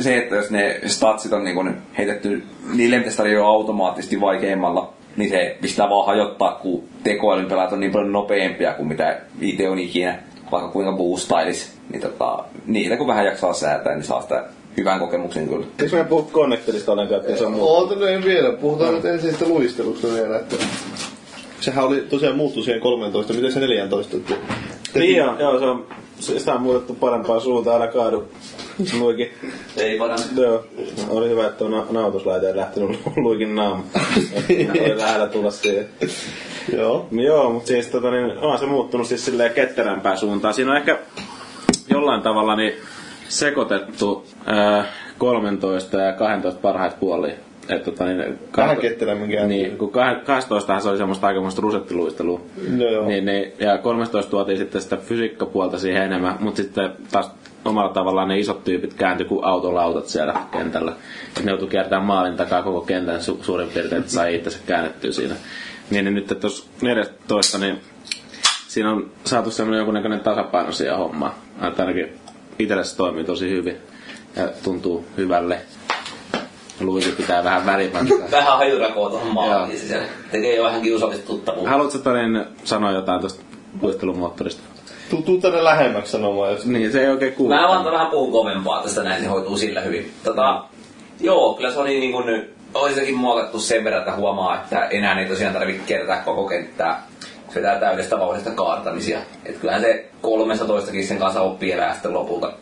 F: Se, että jos ne statsit on niin kuin heitetty niille, mitä sitä jo automaattisesti vaikeimmalla, niin se pistää vaan hajottaa, kun tekoälyn pelaat on niin paljon nopeampia kuin mitä itse on ikinä, vaikka kuinka boostailis. Niin tota, niillä kun vähän jaksaa säätää, niin saa sitä hyvän kokemuksen kyllä.
H: Eikö meidän puhu Connectorista ollenkaan, että se on muuta?
D: Oota nyt vielä, puhutaan nyt ensin sitä luistelusta vielä, että... Sehän oli tosiaan muuttu siihen 13, miten se 14? Että...
H: Niin joo, joo, se on, se- sitä on muutettu parempaa suuntaan, älä kaadu.
I: Luikin.
G: Ei paran.
I: [LAUGHS] Joo. Oli hyvä, että tuo na- nauhoituslaite ei lähtenyt [LAUGHS] luikin
C: [LAUGHS]
I: naama. oli lähellä tulla siihen.
D: Joo.
I: Joo, mutta siis tota, niin, on se muuttunut siis silleen ketterämpään suuntaan. Siinä on ehkä jollain tavalla niin sekoitettu ää, 13 ja 12 parhaat puoli. Et, tota, niin,
D: Vähän ketterämmin käy.
C: Niin, kun kah- 12 se oli semmoista aikamoista rusettiluistelua.
D: No joo.
C: Niin, niin, ja 13 tuotiin sitten sitä fysiikkapuolta siihen enemmän, mutta sitten taas omalla tavallaan ne isot tyypit kääntyi kuin autolautat siellä kentällä. Et ne joutui kiertämään maalin takaa koko kentän su- suurin piirtein, että sai itsensä käännettyä siinä. Niin, niin nyt tuossa 14, niin siinä on saatu semmoinen jonkunnäköinen tasapaino siihen hommaan. Että ainakin itselle se toimii tosi hyvin ja tuntuu hyvälle. Luisi pitää vähän välipantaa.
F: Vähän hajurakoa tuohon
C: Joo.
F: maahan. Niin se tekee jo vähän kiusallista tuttavuutta.
C: Haluatko Torin sanoa jotain tuosta luistelumoottorista?
D: Tuu, tuu tänne lähemmäksi sanomaan, jos... [LAUGHS]
C: Niin, se ei oikein kuulu.
F: Mä antan vähän puhun kovempaa tästä näin, se hoituu sillä hyvin. Tota, joo, kyllä se oli niin kuin, oli sitäkin muokattu sen verran, että huomaa, että enää ei tosiaan tarvitse kertaa koko kenttää. Se vetää täydestä vauhdista kaartamisia. Et kyllähän se 13 sen kanssa oppii elää sitten lopulta.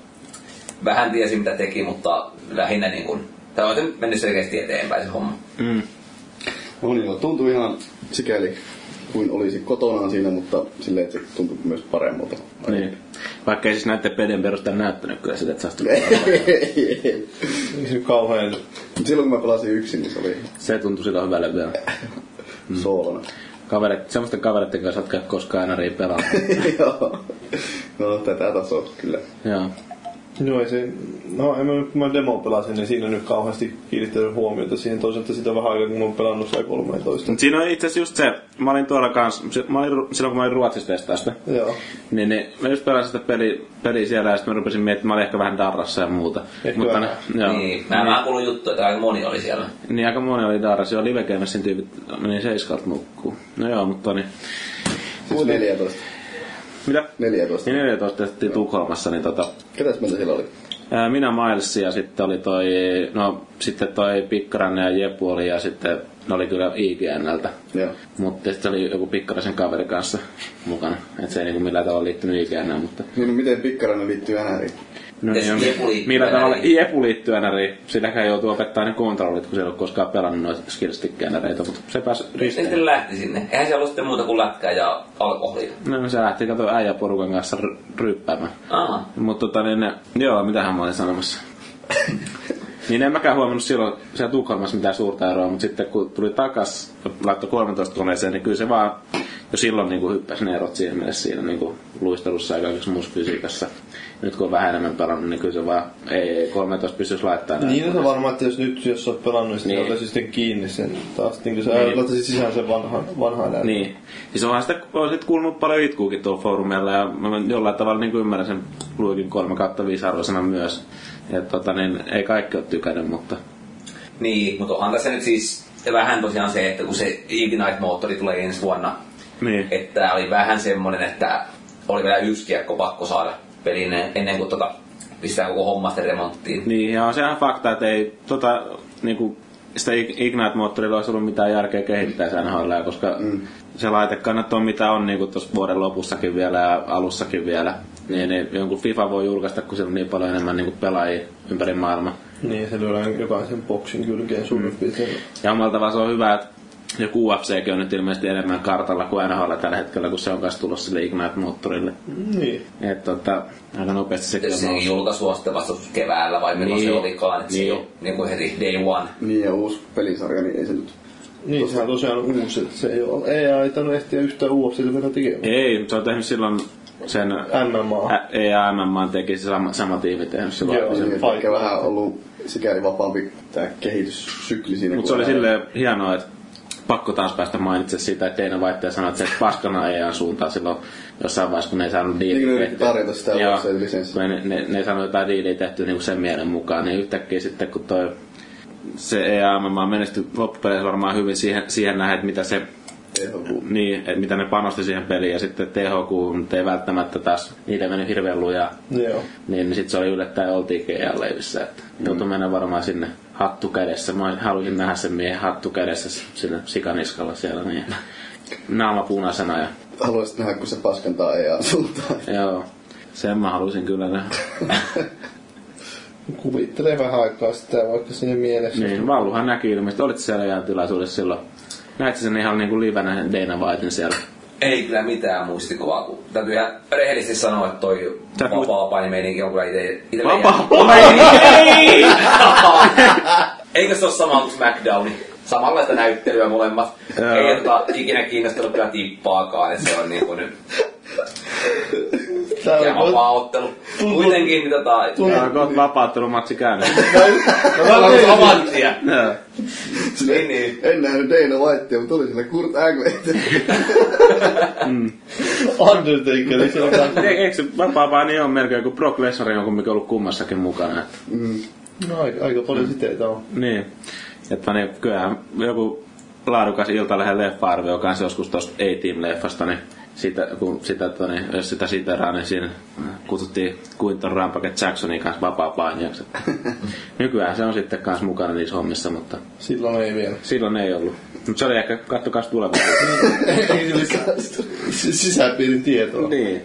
F: Vähän tiesi mitä teki, mutta lähinnä niin kuin, tai on se mennyt selkeästi eteenpäin se homma.
E: No niin, joo, tuntui ihan sikäli kuin olisi kotonaan siinä, mutta silleen, että se tuntui myös paremmalta. [LAUGHS]
C: Niin. Vaikka ei siis näiden pelien perusteella näyttänyt kyllä sitä, että se olisi tullut.
E: Silloin
D: Se kauhean...
E: kun mä pelasin yksin, niin se oli
C: Se tuntui silloin hyvälle vielä. Mm.
E: soolona. [LAUGHS]
C: Kaverit, semmoisten kavereiden kanssa, jotka ei ole koskaan aina pelaamaan. [LAUGHS]
E: Joo. No tätä tasoa kyllä. Siis
C: Joo.
D: No ei se... No en mä, nyt- kun mä demo pelasin, niin siinä nyt kauheasti kiinnittänyt huomiota siihen. Toisaalta sitä vähän aikaa, kun mä oon pelannut sitä 13.
C: Mut Siinä on itse asiassa just se, mä olin tuolla kanssa, si- mä olin, Ru- silloin kun mä olin Ruotsissa testaa sitä,
D: Joo.
C: niin, niin mä just pelasin sitä peliä, peliä siellä ja sitten mä rupesin miettimään, mä olin ehkä vähän darrassa ja muuta.
D: Ehkä
C: Mutta ne,
D: vähän.
C: joo.
F: Niin, mä, mä kuulin juttu, että aika moni oli siellä.
C: Niin aika moni oli darrassa, joo, live gamesin tyypit meni seiskalta nukkuu. No joo, mutta niin.
E: Siis 14.
C: Mitä?
E: 14.
C: Niin 14 tehtiin Tukholmassa, niin tota,
E: Ketäs meitä siellä oli?
C: ää, minä Miles ja sitten oli toi, no sitten toi Pikkaranne ja Jepu oli ja sitten ne oli kyllä IGNltä.
E: Joo.
C: Mutta sitten oli joku Pikkarasen kaveri kanssa mukana. Et se ei niinku millään tavalla liittynyt IGNään, mutta...
E: Niin, no miten pikkarainen liittyy NRiin?
C: No
F: Ja
C: niin, on-
F: sitten Jepu liittyy
C: millä tavalla
F: NRiin.
C: Jepu liittyy NRiin. Silläkään joutuu opettaa ne kontrollit, kun se ei ole koskaan pelannut noita skillstick NRiitä, mutta se pääsi
F: Sitten
C: ristiin.
F: se lähti sinne. Eihän siellä ollut sitten muuta kuin lätkää ja alkoholia.
C: No se lähti kato äijäporukan kanssa ry- ryppäämään.
F: Aha.
C: Mutta tota niin, joo, mitähän mä olin sanomassa. niin en mäkään huomannut silloin siellä Tukholmassa mitään suurta eroa, mutta sitten kun tuli takas, laittoi 13 koneeseen, niin kyllä se vaan jo silloin niin hyppäsi ne erot siinä mielessä siinä niin luistelussa ja kaikessa muussa fysiikassa. Nyt kun on vähän enemmän pelannut, niin kyllä se vaan ei, ei 13 pystyisi laittamaan.
D: Niin se varmaan, että jos nyt jos olet pelannut, niin,
C: Niin.
D: niin. ottaisit sitten kiinni sen taas, niin kuin sä
C: Niin.
D: niin. laittaisit sisään sen vanhan, vanhan äänen.
C: Niin. Siis onhan sitä, on sit kuulunut paljon itkuukin tuolla foorumilla ja mä jollain tavalla niin ymmärrän sen luikin 3 kautta 5 arvosana myös. Ja tota, niin ei kaikki ole tykännyt, mutta
F: Niin, mutta onhan tässä nyt siis vähän tosiaan se, että kun se Ignite-moottori tulee ensi vuonna,
C: niin.
F: että tää oli vähän semmonen, että oli vielä yksi kiekko pakko saada peliin ennen kuin tota, pistää koko homma sitten remonttiin.
C: Niin, ja on se ihan fakta, että ei tota, niinku, sitä Ig- Ignite-moottorilla olisi ollut mitään järkeä kehittää sen NHL, koska mm. se laite kannattaa mitä on niinku tuossa vuoden lopussakin vielä ja alussakin vielä. Niin, niin jonkun FIFA voi julkaista, kun siellä on niin paljon enemmän niinku pelaajia ympäri maailmaa.
D: Niin, Mm. se lyödään jokaisen boksin kylkeen suurin piirtein.
C: Ja omalla tavalla se on hyvä, että joku UFCkin on nyt ilmeisesti enemmän kartalla kuin NHL tällä hetkellä, kun se on kanssa tulossa sille Ignite-moottorille.
D: Niin.
C: Et tota, aika nopeasti sekin on
F: Sen
C: noussut.
F: julkaisu on sitten vasta keväällä vai milloin
C: Niin.
F: se olikaan, että
C: Niin.
F: se on niin kuin heti day one.
E: Niin, ja uusi pelisarja, niin ei se nyt...
D: Niin, sehän tosiaan on uusi, että se ei ole, ei aitanut ehtiä yhtään UFCtä vielä tekemään.
C: Ei, mutta se on tehnyt silloin sen
D: MMA.
C: Ä- E EAMM teki se sama, sama tiimi tehnyt silloin.
D: Joo.
E: Se
D: Se
E: on
D: paikka.
E: ehkä vähän ollut sikäli vapaampi tää kehityssykli siinä.
C: Mutta
E: kun
C: se oli
E: hän-
C: silleen hienoa, että pakko taas päästä mainitsemaan siitä, että Teino Vaitteja sanoi, että se paskana EAN suuntaan silloin jossain vaiheessa, kun ne ei saanut
E: Niin
C: diiliä
E: kuin ne yritti tarjota sitä
C: Joo,
E: ulos lisenssiä.
C: kun ne, ne, ne sanoi jotain diiliä tehty niin sen mielen mukaan, niin yhtäkkiä sitten kun toi se E EAMM menestyi loppupeleissä varmaan hyvin siihen, siihen nähden, että mitä se
E: THQ.
C: niin, että mitä ne panosti siihen peliin ja sitten THQ nyt ei välttämättä taas, niitä ei mennyt hirveän lujaa
D: Joo.
C: Niin, niin sitten se oli yllättäen oltiinkin ja leivissä. Että joutui mennä varmaan sinne hattu kädessä. Mä halusin nähdä sen miehen hattu kädessä s- sillä sikaniskalla siellä. Niin. [LAUGHS] Naama punaisena ja
E: Haluaisit nähdä, kun se paskantaa EA suuntaan.
C: joo. Sen mä halusin kyllä nähdä.
D: [LAUGHS] kuvittelee vähän aikaa sitä vaikka siinä mielessä.
C: Niin, Valluhan näki ilmeisesti. Olit siellä jään tilaisuudessa silloin. Näit sen ihan niinku livenä Dana Whitein siellä.
F: Ei kyllä mitään muistikuvaa, kun täytyy ihan rehellisesti sanoa, että toi
C: Sä et muist-
F: vapaa-painimeininki on kyllä ite, itselle
C: Vapaa
F: paini! [LAUGHS] Eikö se ole sama kuin Smackdowni? Samanlaista näyttelyä molemmat.
C: Joo.
F: Ei tota, ikinä kiinnostanut kyllä tippaakaan, että se on niin kuin nyt
D: Tää
F: ja
D: on
F: vapaa ottelu. Kuitenkin niin tota,
C: Onko oot vapaattelumatsi käynyt?
F: se on avanttia.
C: Joo.
F: Niin, niin.
E: En nähnyt Dana Whitea, mutta oli sillä Kurt Angle.
D: Undertaker. niin se on tää-
C: E- Eikö se vapaa niin on melkein kuin Brock Lesnar on kumminkin ollut kummassakin mukana? että-
D: No, aika, aika paljon siteitä on.
C: Niin. Että niin, kyllähän joku laadukas iltalehen leffa-arvio kanssa joskus tuosta A-Team-leffasta, niin sitä, kun sitä, tota, niin, jos sitä siteraa, niin siinä kutsuttiin Quinton Rampage Jacksonin kanssa [LAUGHS] vapaa-painijaksi. Nykyään se on sitten kanssa mukana niissä hommissa, mutta
D: Silloin ei vielä. [LAUGHS]
C: silloin ei ollut. Mutta se oli ehkä, kattokaa [LAUGHS] tulevaisuutta.
D: ei se oli s- sisäpiirin tietoa.
C: Niin.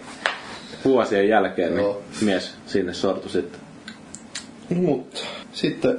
C: Vuosien jälkeen niin
D: Joo.
C: mies sinne sortu sitten.
D: Mutta sitten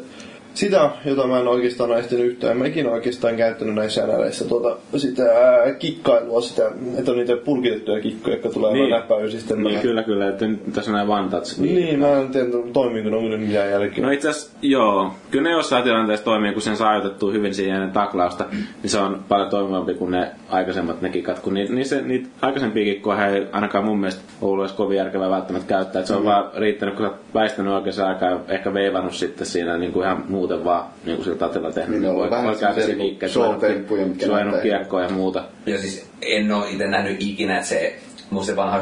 D: sitä, jota mä en oikeastaan ole ehtinyt yhtään, en mä ikinä oikeastaan käyttänyt näissä NRissä tuota, sitä ää, kikkailua, sitä, että on niitä pulkitettuja kikkoja, jotka tulee niin. läpäysistä.
C: niin, kyllä, kyllä. Että nyt tässä on näin one touch.
D: Niin, mä en tiedä, toimiiko ne onko ne mitään jälkeen.
C: No itse asiassa, joo. Kyllä ne jossain tilanteessa toimii, kun sen saa ajoitettua hyvin siihen ennen taklausta, niin se on paljon toimivampi kuin ne aikaisemmat ne kikat. Kun ni, ni se, niitä aikaisempia kikkoja ei ainakaan mun mielestä ollut edes kovin järkevää välttämättä käyttää. Et se
E: Mm.
C: on vaan riittänyt, kun sä oot väistänyt oikeassa aikaa ja ehkä veivannut sitten siinä niin kuin ihan muuten vaan niin kuin sillä tatilla tehnyt.
E: Niin, ne on
C: Voi-
E: vähän
C: voi käydä
E: semmosia
C: se
E: niinku
C: kikka,
E: show-temppuja, mitkä
C: suojannut
E: näyttää-
C: kiekkoa ja muuta.
F: Ja siis en ole itse nähnyt ikinä, että se mun se vanha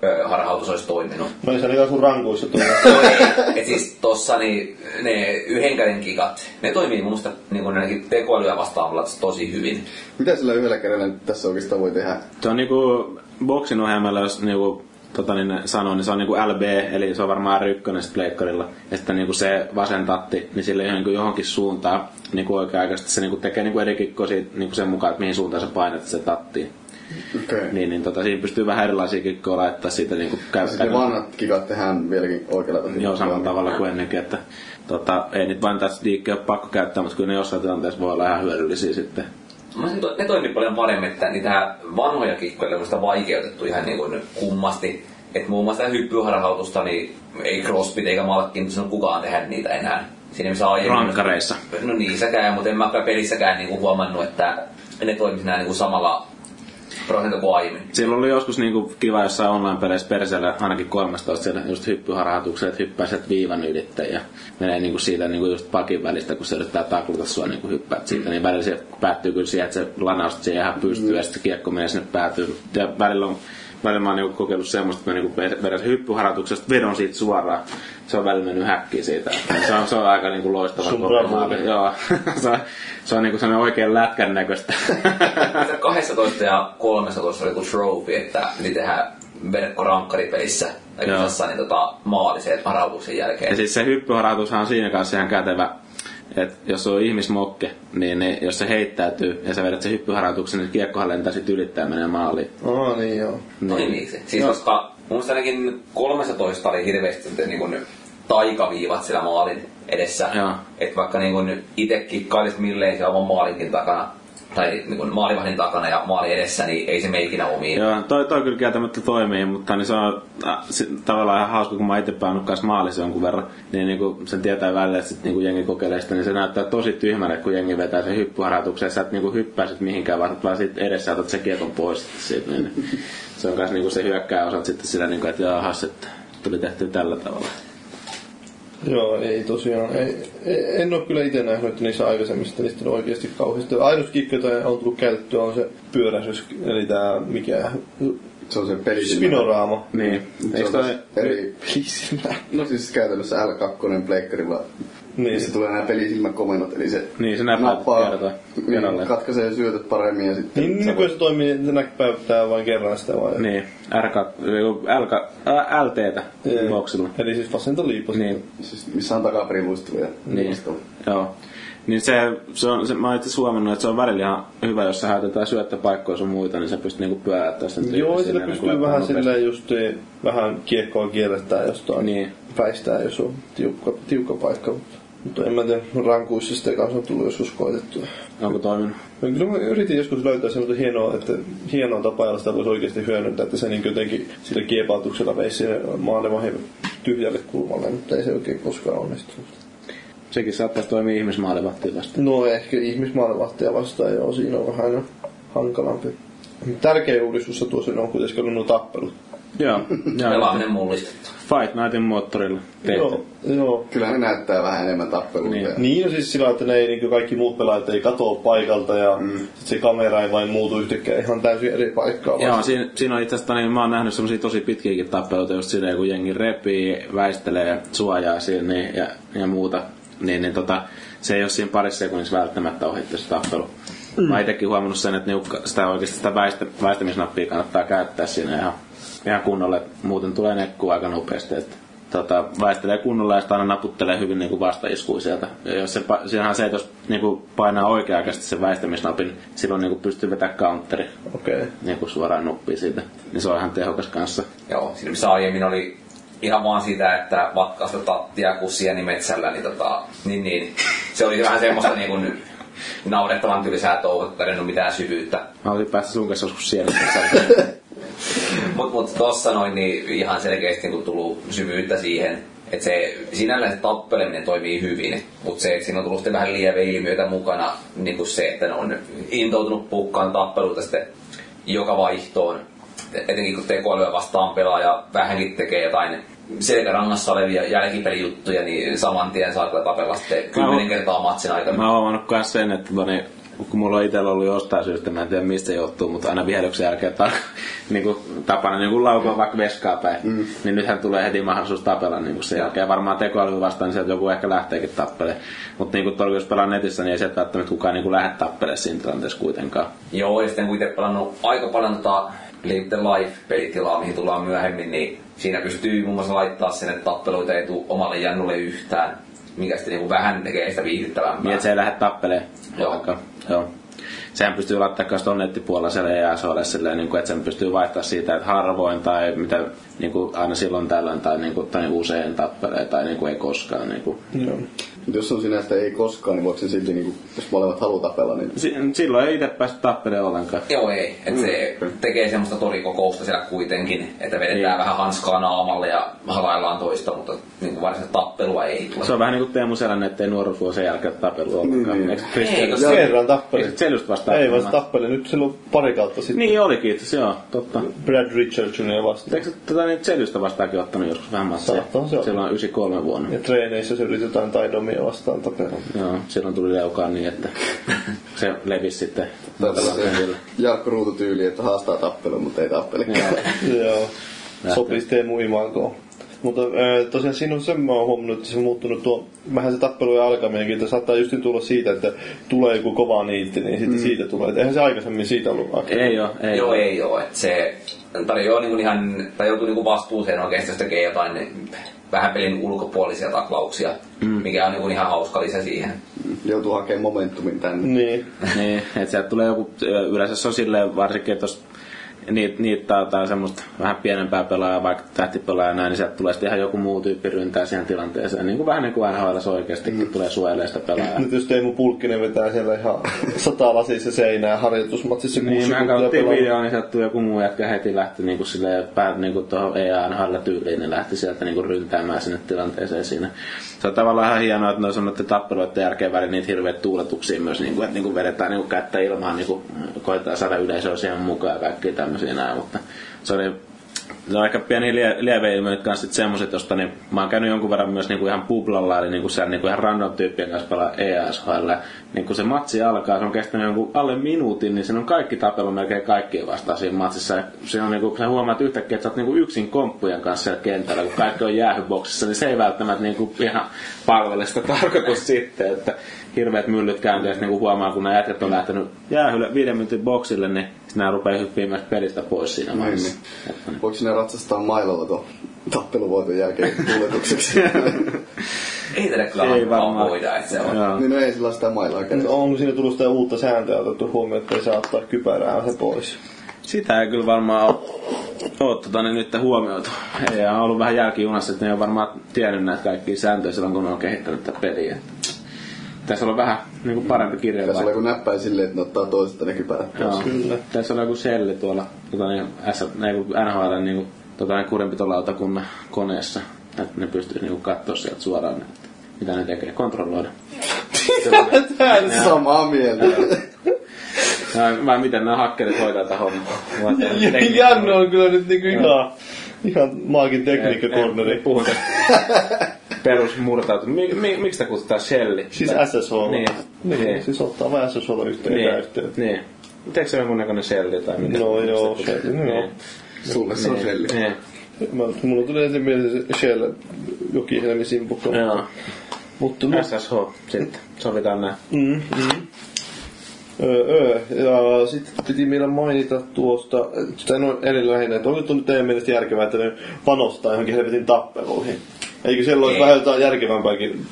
F: hyppyharhautus olisi toiminut.
D: Mä olisin ainakaan sun rankuissa tuolla.
F: Et siis tossa niin ne yhden käden kikat, ne toimii mun mielestä niin kuin ainakin tekoälyä vastaavalla tosi hyvin.
E: [LAUGHS] Mitä sillä yhdellä kädellä nyt tässä oikeastaan voi tehdä?
C: Se on niinku boksin ohjelmalla, jos niinku tota niin sanoo, niin se on niinku LB, eli se on varmaan R1 sit pleikkarilla. Ja sitten niinku se vasen tatti, niin sille ihan niinku johonkin suuntaan niinku oikea-aikaisesti se niinku tekee niinku eri kikkoa siitä, niinku sen mukaan, että mihin suuntaan sä painat se tattiin.
E: Okei. Okay.
C: Niin, niin tota, siinä pystyy vähän erilaisia kikkoja laittaa siitä niinku käy,
E: Sitten ne vanhat kikat tehdään vieläkin oikealla tavalla.
C: Joo, samalla tavalla kuin ennenkin, että tota, ei nyt vain tässä liikkeen ole pakko käyttää, mutta kyllä ne jossain tilanteessa voi olla ihan hyödyllisiä sitten.
F: Mä sanoin, että ne toimii paljon paremmin, että niitä vanhoja kikkoja on vaikeutettu ihan niin kuin kummasti. Et muun muassa sitä hyppyharhautusta, niin ei CrossFit eikä Malkkin saanut kukaan tehdä niitä enää. Siinä missä aiemmin...
C: Rankkareissa.
F: No niissäkään, mutta en mä kyllä pelissäkään niin kuin huomannut, että ne toimisi näin niin kuin samalla prosentilla kuin aiemmin.
C: Siellä oli joskus niinku kiva jossain online-peleissä perseellä ainakin 13 siellä just hyppyharhautukset, että hyppää sieltä viivan ylittä ja menee niinku siitä niinku just pakin välistä, kun se yrittää taklata sua niinku hyppäät siitä, niin välillä se päättyy kyllä siihen, että se lanaus siihen ihan pystyy mm. ja sitten kiekko menee sinne päätyy. Ja välillä on Välillä mä oon niinku kokeillut semmoista, että mä niinku pe- vedän hyppyharhautuksesta vedon siitä suoraan. Se on välillä mennyt häkkiin siitä. Se on, se on aika niinku loistava
D: Sun
C: kokemus.
D: bravuuri.
C: Joo. [LAUGHS] se on, se on niinku sellainen oikein lätkän näköistä. [LAUGHS] Äh.
F: Sitä 12 ja 13 oli kuin trophy, että piti tehdä verkkorankkaripelissä tai
C: Joo.
F: kisassa niin tota, maaliseen varautuksen
C: Ja
F: jälkeen.
C: siis se hyppyharhautushan on siinä kanssa ihan kätevä, että jos on ihmismokke, niin ne, jos se heittäytyy ja sä vedät sen hyppyharhautuksen, niin kiekkohan lentää sit ylittää ja menee maaliin.
D: Aa, niin joo.
F: Toimiiko se? Siis koska mun mielestä ainakin 13 oli hirveästi sitten niin kuin taikaviivat siellä maalin edessä.
C: Joo.
F: Että vaikka niin kuin itse kikkailit milleen siellä oman maalinkin takana, tai niin kuin maalivahdin takana ja maali edessä, niin ei se mene ikinä omiin.
C: Joo, toi, toi kyllä kieltämättä toimii, mutta niin se on äh, se, tavallaan ihan hauska, kun mä itse päänyt kanssa maalissa jonkun verran, niin, niin kun sen tietää välillä, että sit, niin kun jengi kokeilee sitä, niin se näyttää tosi tyhmälle, kun jengi vetää sen hyppyharjoituksen, ja sä et niin kuin hyppää sit mihinkään, vaan, sä vaan sit edessä otat sen kiekon pois sit siitä, niin, niin se on kanssa niin kuin se hyökkää osat sitten sillä, niin kuin, että jaahas, että tuli tehty tällä tavalla.
D: Joo, ei tosiaan. Ei, ei, en ole kyllä itse nähnyt että niissä aikaisemmista niistä on oikeasti kauheasti. Ainut kikko, jota on tullut käytettyä, on se pyöräisys, eli tää mikä...
E: Se on se peli.
D: Spinoraama.
C: Niin.
E: Se
C: Eikö
E: on
C: toi,
E: taas eri...
D: Pisinä.
E: No siis käytännössä L2 pleikkarilla.
D: [LAUGHS] Niin.
E: Niissä tulee nämä pelisilmäkomennot, eli se
C: Niin, se näppäät kertaa- kerralleen.
E: niin, katkaisee syötöt paremmin ja sitten...
D: Niin nykyään se toimii, että näkpäyttää vain kerran sitä vai?
C: niin, R2, L, LT-tä boksilla.
D: Eli siis vasenta liipa.
C: Niin,
E: Siis missä on takaperin luisteluja.
C: niin. Joo. Niin se, se on, se, mä oon itse huomannut, että se on välillä ihan hyvä, jos sä haet jotain syöttöpaikkoja sun muita, niin sä pystyt niinku pyöräyttämään sitä
D: Joo,
C: tyyppiä
D: sillä
C: sinne,
D: pystyy
C: niinku
D: vähän
C: nopeasti.
D: silleen just eh, vähän kiekkoa kierrättää jostain.
C: Niin.
D: Väistää, jos on tiukka, tiukka paikka. Mutta, mutta en mä tiedä, rankuissa sitä kanssa on tullut joskus koetettua.
C: Onko toiminut?
D: No Kyllä mä yritin joskus löytää semmoista hienoa, että hienoa tapaa, jolla sitä voisi oikeasti hyödyntää, että se niin jotenkin sillä kiepautuksella veisi sinne maailman tyhjälle kulmalle, mutta ei se oikein koskaan onnistunut.
C: Sekin saattaisi toimia ihmismaalivahtia vastaan.
D: No ehkä ihmismaailmavahtia vastaan joo, siinä on vähän jo hankalampi. Tärkeä uudistus tuossa on kuitenkin ollut nuo tappelut.
C: Joo, joo.
F: Pelaaminen mullistettu.
C: Fight Nightin moottorilla tehty.
D: Joo, joo.
E: Kyllä ne näyttää vähän enemmän tappeluita.
C: Niin.
E: Niin.
D: Niin on siis sillä, että ne ei, niin kuin kaikki muut pelaajat ei katoa paikalta ja mm. sit se kamera ei vain muutu yhtäkkiä ihan täysin eri paikkaan. vaan
C: Joo, siinä, siinä on itse asiassa, niin mä oon nähnyt semmosia tosi pitkiäkin tappeluita, just silleen, kun jengi repii, väistelee, suojaa siinä niin, ja, ja muuta. Niin, niin tota, se ei ole siinä parissa sekunnissa välttämättä ohittu se tappelu. Mm. Mä itsekin huomannut sen, että niukka, sitä oikeasti sitä väistä, väistämisnappia kannattaa käyttää siinä ihan, ihan kunnolla, että muuten tulee nekku aika nopeasti. Että, tota, väistelee kunnolla ja sitten aina naputtelee hyvin niin vastaiskuun sieltä. Ja jos se, pa- siinähän on se, että jos niin kuin painaa oikea-aikaisesti sen väistämisnapin, silloin niin kuin pystyy vetämään counteri
D: Okei. Okay.
C: niinku suoraan nuppia siitä, niin se on ihan tehokas kanssa.
F: Joo, siinä missä aiemmin oli ihan vaan sitä, että vatkausta tattia kussia niin metsällä, niin, tota, niin, niin se oli vähän semmoista niin kuin naurettavan tylsää touhua, kun ei ole mitään syvyyttä.
C: Mä olisin päästä sun kanssa joskus siellä.
F: Mutta [LAUGHS] mut tossa noin niin ihan selkeästi niin tullut syvyyttä siihen, että se sinällään se tappeleminen toimii hyvin, mutta se, että siinä on tullut sitten vähän lieveilmiöitä mukana, niin kuin se, että ne on intoutunut pukkaan tappeluita sitten joka vaihtoon. Etenkin kun tekoälyä vastaan pelaaja vähänkin tekee jotain selkärangassa olevia jälkipelijuttuja, niin saman tien saa kyllä tapella sitten kymmenen kertaa matsin aikana.
C: mä oon huomannut myös sen, että tota niin, kun mulla on itsellä ollut jostain syystä, mä en tiedä mistä se johtuu, mutta aina vihelyksen jälkeen [LAUGHS] tar- niinku, tapana niinku laukua vaikka veskaa päin, mm. niin nythän tulee heti mahdollisuus tapella niinku sen jälkeen. Varmaan tekoäly vastaan, niin sieltä joku ehkä lähteekin tappele. Mutta niinku, tuolla, jos pelaa netissä, niin ei sieltä välttämättä kukaan niinku lähde tappele siinä tilanteessa kuitenkaan.
F: Joo, ja sitten kuitenkin pelannut aika paljon tota Live the Life-pelitilaa, mihin tullaan myöhemmin, niin siinä pystyy muun muassa laittaa sen, että tappeluita ei tule omalle jannulle yhtään, mikä sitten niinku vähän tekee sitä viihdyttävämpää.
C: Niin, että se ei lähde tappeleen.
F: Joo.
C: Ollenkaan. Joo. Sehän pystyy laittamaan myös tuon nettipuolella siellä EASOlle silleen, niin kuin, että sen pystyy vaihtaa siitä, että harvoin tai mitä niin kuin aina silloin tällöin tai, niin kuin, tai usein tappelee tai niin kuin ei koskaan. Niin kuin.
D: Joo.
E: Mut Jos on sinä, että ei koskaan, niin voiko se silti, niin kuin, jos molemmat haluaa tapella, niin
C: Si- silloin ei itse päästä tappeleen ollenkaan.
F: Joo, ei. Et se tekee semmoista torikokousta siellä kuitenkin, että vedetään
C: Mm. Niin.
F: vähän hanskaa naamalle ja halaillaan toista, mutta niinku varsinaista tappelua ei tule.
C: Se on vähän niin kuin Teemu Selänne, ettei nuoruus voi sen jälkeen tapelua ollenkaan.
E: Niin, niin.
C: Eikö Kristian-
F: Eikö
D: Joo.
F: se-
D: Kerran tappeli.
C: Eikö se just vasta
D: Ei vaan
C: tappeleen?
D: se tappeli, nyt silloin pari kautta sitten.
C: Niin olikin itse asiassa, joo, totta.
D: Brad Richardsonia vastaan.
C: Eikö se tätä niin Tselystä vastaakin ottanut joskus vähän massia?
D: Saattaa se olla.
C: Silloin 93 vuonna.
D: Ja treeneissä se yritetään taidomia vastaan tapella.
C: Joo, silloin tuli leukaan niin, että [LAUGHS] se levisi sitten muutamalla
E: tällaista
C: kentillä.
E: Jarkko Ruututyyli, että haastaa tappelun, mutta ei tappele.
C: Niin.
D: Joo. Sopisi Teemu Imankoon. Mutta ö, tosiaan siinä on sen mä oon huomannut, että se on muuttunut tuo, vähän se tappelujen alkaminenkin, että saattaa just tulla siitä, että tulee joku kova niitti, niin sitten mm. siitä tulee. Et eihän se aikaisemmin siitä ollut aktiivinen.
C: Ei oo, ei
F: Joo,
C: oo.
F: ei oo. Et se tarjoaa niinku ihan, tai joutuu niinku vastuuseen oikeasti, jos tekee jotain vähän pelin ulkopuolisia taklauksia, mm. mikä on niinku ihan hauska lisä siihen.
E: Joutuu hakemaan momentumin tänne.
D: Niin.
C: Niin, että sieltä tulee joku, yleensä se on silleen varsinkin, että jos niitä niit taataan semmoista vähän pienempää pelaajaa, vaikka tähtipelaajaa näin, niin sieltä tulee sitten ihan joku muu tyyppi ryntää siihen tilanteeseen. Niin kuin vähän niin kuin NHL oikeastikin tulee suojelemaan sitä
D: [LAUGHS]
C: pelaajaa.
D: Nyt jos Teemu Pulkkinen vetää siellä ihan sata lasissa seinää harjoitusmatsissa kuusi
C: Niin, mä
D: sekuntia
C: katsottiin
D: pelaa.
C: videoon, niin sieltä tuli joku muu jätkä heti lähti niinku silleen päät niinku tuohon EANHL tyyliin, niin lähti sieltä niinku ryntäämään sinne tilanteeseen siinä. Se on tavallaan ihan hienoa, että noin sanottiin tappeluiden jälkeen väliin niitä hirveät tuuletuksia myös, niinku, että niinku vedetään niinku kättä ilmaan, niinku koetaan saada yleisöä siihen mukaan ja kaikki tämmöisiä näin, mutta se oli se on aika pieni lie- lieveilmiöt kanssa sit semmoset, josta niin, mä oon käynyt jonkun verran myös niinku ihan publalla, eli niinku siellä niinku ihan random tyyppien kanssa pelaa EASHL. Niin kun se matsi alkaa, se on kestänyt jonkun alle minuutin, niin siinä on kaikki tapelu melkein kaikkien vastaan siinä matsissa. Ja siinä on niinku, sä huomaat yhtäkkiä, että sä oot niinku yksin komppujen kanssa siellä kentällä, kun kaikki on jäähyboksissa, niin se ei välttämättä niinku ihan palvele sitä tarkoitus sitten, että hirveät myllyt käyntiin, ja sit niinku huomaa, kun nämä jätkät on lähtenyt jäähylle viiden minuutin boksille, niin nämä rupeaa hyppiä myös pelistä pois siinä
E: Niin,
C: vaiheessa. [LAUGHS]
E: niin. Voiko sinä ratsastaa mailalla tuon tappeluvoiton jälkeen kuljetukseksi?
F: Ei tällä kyllä
C: Ei varmaan.
F: varmaan voida, että se on.
C: Joo. Niin.
E: Niin no ei sillä ole sitä mailaa
D: Mutta
E: kädessä.
D: Niin Onko siinä tullut sitä uutta sääntöä otettu huomioon, että ei saa ottaa kypärää se pois?
C: Sitä ei kyllä varmaan ole tota, niin nyt huomioitu. Ei on ollut vähän jälkijunassa, että ne on varmaan tiennyt näitä kaikkia sääntöjä silloin, kun ne on kehittänyt tätä peliä. Tässä on vähän niin kuin parempi kirja.
E: Tässä oli kun näppäin silleen, että ne ottaa toisesta ne kypärät pois.
C: Joo. Tässä on joku selli tuolla tota, niin, S, niin kuin NHL niin kuin, tota, niin kurinpitolautakunnan koneessa. Että ne pystyisi niin katsoa sieltä suoraan, että mitä ne tekee, kontrolloida.
D: [LAUGHS]
E: Joo. Samaa mieltä.
C: Vai- Vai miten nämä hakkerit hoitaa tätä
E: [LAUGHS]
C: hommaa? Vai tekniikka-
D: Janne on kyllä nyt niinku ihan, ihan maakin tekniikkakorneri. [LAUGHS]
C: Puhun tästä perusmurtautunut. Mi, mi, miksi tämä kutsutaan shelli?
D: Siis
C: Tai-
D: SSH.
C: Niin.
D: niin.
C: Niin.
D: Siis ottaa vain SSH yhteen
C: Niin.
D: niin. yhteen.
C: Niin. Teekö se jonkunnäköinen shelli tai mitä?
D: No joo,
C: Mistä
D: shelli,
C: kutsutaan?
D: no.
C: Niin.
E: Sulle se on selli.
C: Niin.
D: Mä, mulla tuli ensin mieleen se Shell jokihelmi simpukka.
C: Joo. No.
D: Mutta
C: SSH sitten. Sovitaan näin.
D: Mm, mm. Öö, öö. Ja sitten piti meillä mainita tuosta, sitä en ole eri lähinnä, että onko tuo nyt teidän mielestä järkevää, että ne panostaa johonkin helvetin tappeluihin? Eikö siellä olisi
F: Ei.
D: vähän jotain järkevämpääkin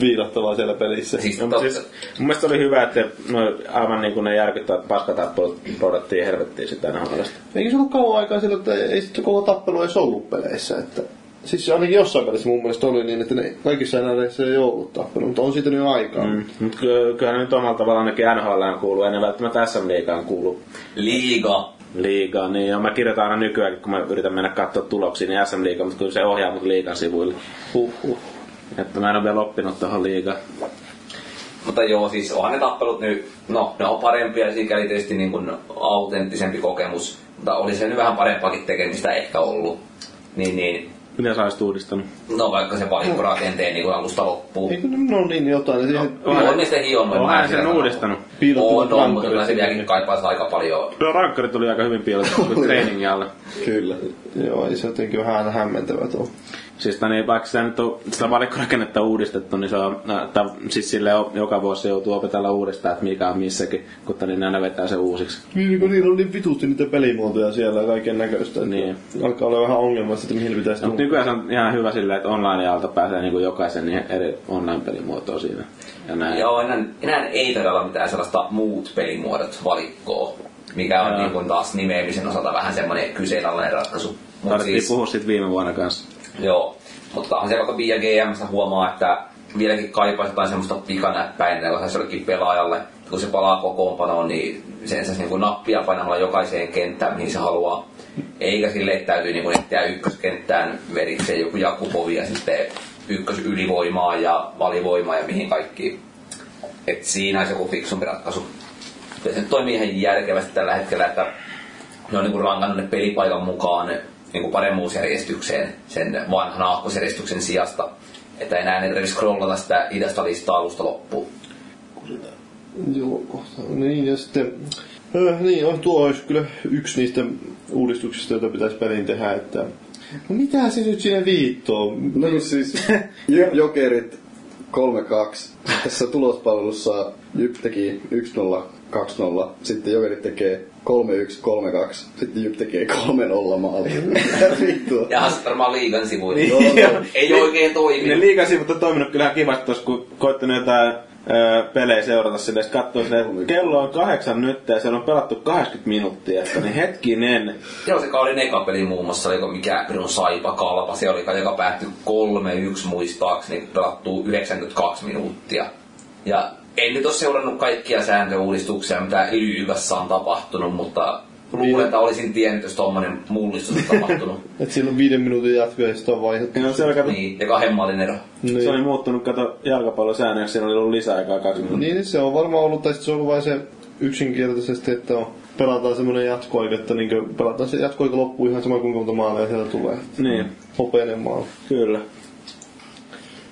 D: viilattavaa siellä pelissä?
F: Siis,
C: No,
F: totta,
C: mutta siis, mun mielestä oli hyvä, että no, aivan niin kuin ne järkyttävät paskatappelut proudattiin helvettiin sitä nahoista.
D: Eikö se ollut kauan aikaa silloin, että ei sitten koko tappelu edes ollut peleissä, että... Siis ainakin jossain pelissä mun mielestä oli niin, että ne kaikissa näissä ei ollut tappelu, mutta on siitä nyt aikaa. Mm.
C: Mutta kyllähän nyt omalla tavallaan ainakin NHL kuuluu, ei ne välttämättä SM Liigaan kuulu
F: liiga.
C: liigaa, niin ja mä kirjoitan aina nykyään, kun mä yritän mennä katsoa tuloksia, niin SM Liiga, mutta kyllä se ohjaa mut liigan sivuille. Huhhuh. Että mä en ole vielä oppinut tuohon liigaan.
F: Mutta joo, siis onhan ne tappelut nyt, no ne on parempia sikäli tietysti niin kuin autenttisempi kokemus, mutta oli se nyt vähän parempaakin tekemistä ehkä ollut. Niin, niin,
C: Mitä sä olisit uudistanut?
F: no vaikka se valikkorakenteen niin kuin alusta loppuun.
D: Eikö ne ole niin jotain, niin siihen
F: No, on niistä hionnut. en mä
C: Onhan sen
F: sitä sano.
C: uudistanut.
D: piilotuvat
F: On, on, mutta
D: rankkarit
F: no, kyllä se
D: sinne.
F: vieläkin kaipaisi aika paljon.
C: No rankkari tuli aika hyvin
F: [LAUGHS]
C: piilotettu treeningin alle.
E: Kyllä.
D: Joo, ei se jotenkin vähän hämmentävä tuo.
C: Siis tää niin, vaikka sitä nyt on sitä valikkorakennetta uudistettu, niin se on, no, tai siis sille on, joka vuosi joutuu opetella uudestaan, että mikä on missäkin, kun tää niin aina vetää se uusiksi.
D: Niin, kun niillä on niin vitusti niitä pelimuotoja siellä ja kaiken näköistä.
C: Niin.
D: Alkaa olla vähän ongelma sitten, mihin pitäisi
C: Mutta
D: tulla.
C: nykyään se on ihan hyvä silleen, että online alta pääsee niin kuin jokaisen niin eri online-pelimuotoon siinä. Ja näin.
F: Joo, enää, enää ei todella mitään sellaista muut pelimuodot valikkoa, mikä on
C: Joo.
F: niin kuin taas nimeämisen osalta vähän semmoinen kyseenalainen ratkaisu. Mut
C: Tarvittiin
F: siis,
C: puhua siitä viime vuonna kanssa.
F: joo, mutta onhan se vaikka Bia GMssä huomaa, että vieläkin kaipaisi jotain semmoista pikanäppäin, joka saisi jollekin pelaajalle. Kun se palaa kokoonpanoon, niin sen saisi niin nappia painamalla jokaiseen kenttään, mihin se haluaa. Eikä sille, että täytyy niin kuin etsiä ykköskenttään verikseen joku Jakubovi ja sitten ykkösylivoimaa ja valivoimaa ja mihin kaikkiin. Et siinä olisi joku fiksumpi ratkaisu. Ja se nyt toimii ihan järkevästi tällä hetkellä, että ne on niinku rankannut ne pelipaikan mukaan niinku paremmuusjärjestykseen sen vanhan aakkosjärjestyksen sijasta. Että enää ei tarvitse scrollata sitä idästä listaa alusta loppuun.
D: Joo, kohta. Niin, ja sitten... Öh, niin, on, tuo olisi kyllä yksi niistä uudistuksista, joita pitäisi pelin tehdä, että... No mitä se nyt siinä viittoo?
E: No kun siis J- Jokerit 3-2. Tässä tulospalvelussa Jyp teki 1-0, 2-0. Sitten Jokerit tekee 3-1, 3-2. Sitten Jyp tekee 3-0 maali. Mitä vittua?
F: Ja se varmaan liigan sivuilla.
C: Niin.
F: Joo,
E: Joo, Niin,
F: ei oikein toimi.
C: Ne liikasivut on toiminut kyllähän kivasti tuossa, kun koittanut jotain öö, pelejä seurata sinne, sitten katsoo sinne, että kello on kahdeksan nyt ja siellä on pelattu 80 minuuttia, että niin hetkinen.
F: Joo, se kauden eka peli muun muassa, oliko mikä pirun saipa kalpa, se oli kai, joka päättyi 3-1 muistaakseni, pelattu 92 minuuttia. Ja en nyt ole seurannut kaikkia sääntöuudistuksia, mitä Lyygassa on tapahtunut, mutta
E: Niin.
F: luulen, että olisin tiennyt, jos tommonen mullistus on tapahtunut.
D: Että siinä on viiden minuutin jatkoja ja sitten on vaihdettu.
C: Ja se, oli, kato,
F: niin, ja kahden maalin ero.
C: se
D: Niin.
C: oli muuttunut, kato jalkapallosäännöksi, siinä oli ollut lisäaikaa 20 minuuttia.
D: niin, se on varmaan ollut, tai sitten se on ollut vain se yksinkertaisesti, että on, pelataan semmoinen jatkoaika, että niin pelataan se jatkoaika loppuun ihan sama kuinka monta maalia sieltä tulee.
C: Niin,
D: Hopeinen maali.
C: kyllä.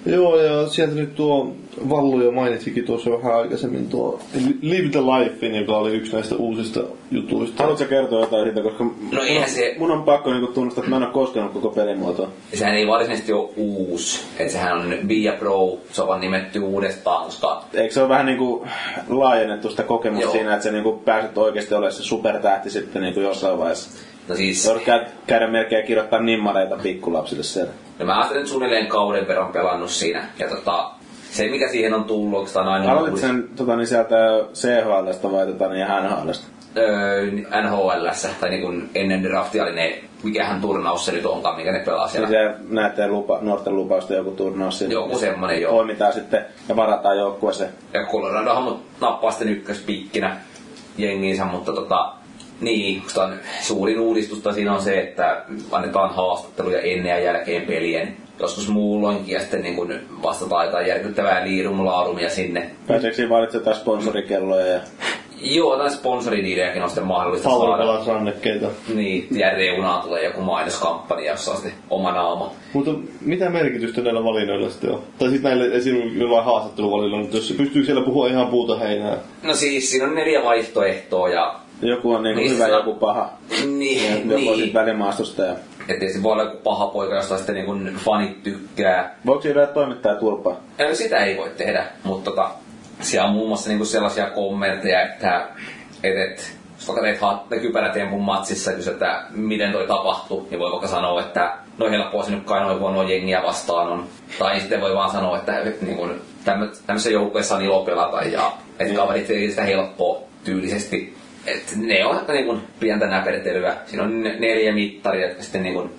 D: Joo, ja sieltä nyt tuo Vallu jo mainitsikin tuossa vähän aikaisemmin tuo Live the Life, joka oli yksi näistä uusista jutuista.
C: Haluatko sä kertoa jotain siitä, koska
F: No eihän se,
C: mun on pakko niinku tunnustaa, että mä en ole koskenut koko pelimuotoa.
F: sehän ei varsinaisesti ole uusi, että sehän on Via Pro, se on vaan nimetty uudestaan, koska
C: Eikö se ole vähän niinku laajennettu sitä kokemusta
F: Joo.
C: siinä, että sä niinku pääset oikeasti olemaan se supertähti sitten niinku jossain vaiheessa?
F: no siis...
C: Se on käydä melkein kirjoittaa nimmareita pikkulapsille siellä.
F: No mä ajattelin, että suunnilleen kauden verran pelannut siinä. Ja tota, se mikä siihen on tullut, oikeastaan aina...
C: Aloitit sen tota, niin sieltä CHLstä vai tota, niin NHLstä?
F: öö, NHLssä, tai niin kuin ennen draftia oli ne, mikähän turnaus se nyt onkaan, mikä ne pelaa
C: Niin
F: siellä.
C: se näiden lupa, nuorten lupausten joku turnaus. siinä.
F: Joku semmonen, joo. Mm.
C: Toimitaan sitten ja varataan joukkueeseen.
F: Ja Coloradohan mut nappaa sitten ykköspikkinä jengiinsä, mutta tota, niin, koska on suurin uudistusta siinä on se, että annetaan haastatteluja ennen ja jälkeen pelien. Joskus muulloinkin ja sitten niin kun vastataan jotain järkyttävää liirumlaarumia sinne.
C: Pääseekö siinä valitsemaan sponsorikelloja ja
F: Joo, tai sponsoridiidejakin on sitten mahdollista saada.
D: Faulikalan rannekkeita.
F: Niin, ja reunaan tulee joku mainoskampanja, jossa on sitten oma naama.
D: Mutta mitä merkitystä näillä valinnoilla sitten on? Tai sitten näille esim. jollain haastatteluvalinnoilla, mutta jos se pystyy siellä puhua ihan puuta heinää.
F: No siis, siinä on neljä vaihtoehtoa ja
C: joku on niinku
F: Missä?
C: hyvä, joku paha. Ja
F: Niin,
C: joku on sit
F: niin.
C: välimaastosta. Ja...
F: Ja tietysti voi olla joku paha poika, josta sitten niin kun fanit tykkää.
C: Voiko siinä vielä toimittaa tulpaa?
F: Ö, Sitä ei voi tehdä, mutta tota, siellä on muun muassa niin kun sellaisia kommentteja, että et, et, jos vaikka teet hat- kypärätempun matsissa ja kysyt, että miten toi tapahtui, niin voi vaikka sanoa, että no helppoa se nyt kai noin huonoa jengiä vastaan on. Tai sitten voi vaan sanoa, että et, niin kun, tämmö, tämmöisessä joukkueessa on ilo pelata ja että kaverit ei sitä helppoa tyylisesti. Et ne on että niin kun, pientä näpertelyä. Siinä on ne- neljä mittaria, jotka sitten niin kun,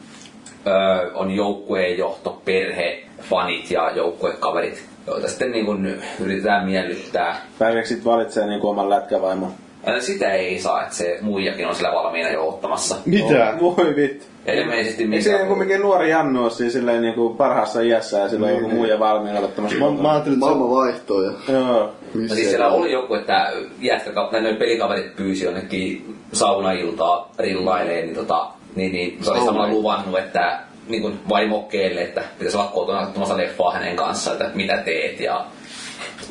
F: öö, on joukkueen johto, perhe, fanit ja joukkuekaverit, joita sitten niin kun yritetään miellyttää.
C: Pääseekö sit valitsee niinku oman lätkävaimon?
F: Ää, Sitä ei saa, että se muijakin on sillä valmiina jo ottamassa.
D: Mitä?
C: Oh, voi vittu.
F: Ja ilmeisesti
C: Eikö se joku
F: mikä...
C: mikä nuori Jannu ole siinä silleen niinku parhaassa iässä ja silloin
F: Niin.
C: joku muu ja valmiina ottamassa
D: No, Mä, mä ajattelin, että se on...
E: Maailma vaihtuu ja
C: Joo.
F: No siis siellä oli joku, että jätkä, tai noin pelikaverit pyysi jonnekin saunailtaa rillaileen, niin, tota, niin, niin se oli samalla luvannut, että niin kuin vaimokkeelle, että pitäisi olla kotona katsomassa leffaa hänen kanssaan, että mitä teet ja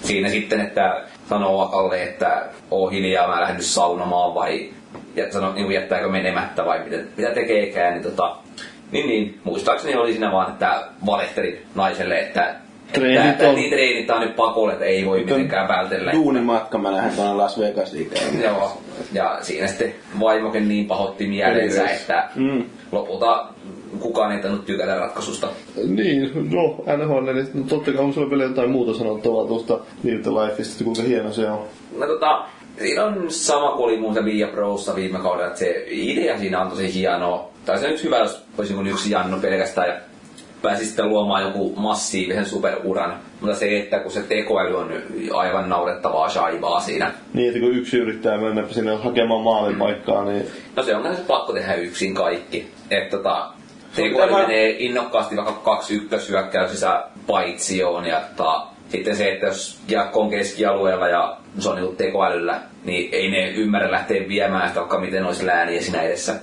F: siinä sitten, että sanoo Akalle, että oo hiljaa, mä lähden nyt saunomaan vai ja sano, niin jättääkö menemättä vai mitä, mitä tekeekään, niin tota, niin, niin, muistaakseni oli siinä vaan, että valehtelin naiselle, että
D: Treenit
F: että, että
D: on-
F: niin treenit on nyt pakolle, että ei voi mitenkään vältellä.
C: Duunimatka mä lähden tuonne Las Vegasiin käymään.
F: Joo, ja siinä sitten vaimokin niin pahoitti mielensä,
C: Kyllä.
F: että
C: Mm.
F: lopulta kukaan ei tainnut tykätä ratkaisusta.
D: Niin, no NHL, niin no, totta kai on sulla vielä jotain muuta sanottavaa tuosta Little Lifeista, että kuinka hieno se on.
F: No tota, siinä on sama kuin oli muuta Via Prossa viime kaudella, että se idea siinä on tosi hieno. Tai se on yksi hyvä, jos olisi joku yksi Jannu pelkästään ja pääsisi sitten luomaan joku massiivisen superuran. Mutta se, että kun se tekoäly on aivan naurettavaa shaivaa siinä,
D: Niin, että kun yksi yrittää mennä sinne hakemaan maalipaikkaa, niin
F: No se on myös pakko tehdä yksin kaikki. Että tota,
C: pitää
F: tekoäly
C: vaan-
F: menee innokkaasti vaikka kaksi ykköshyökkäysissä paitsioon ja tota, sitten se, että jos Jaakko on keskialueella ja se on niinku tekoälyllä, niin ei ne ymmärrä lähteä viemään sitä vaikka miten olisi lääniä siinä edessä.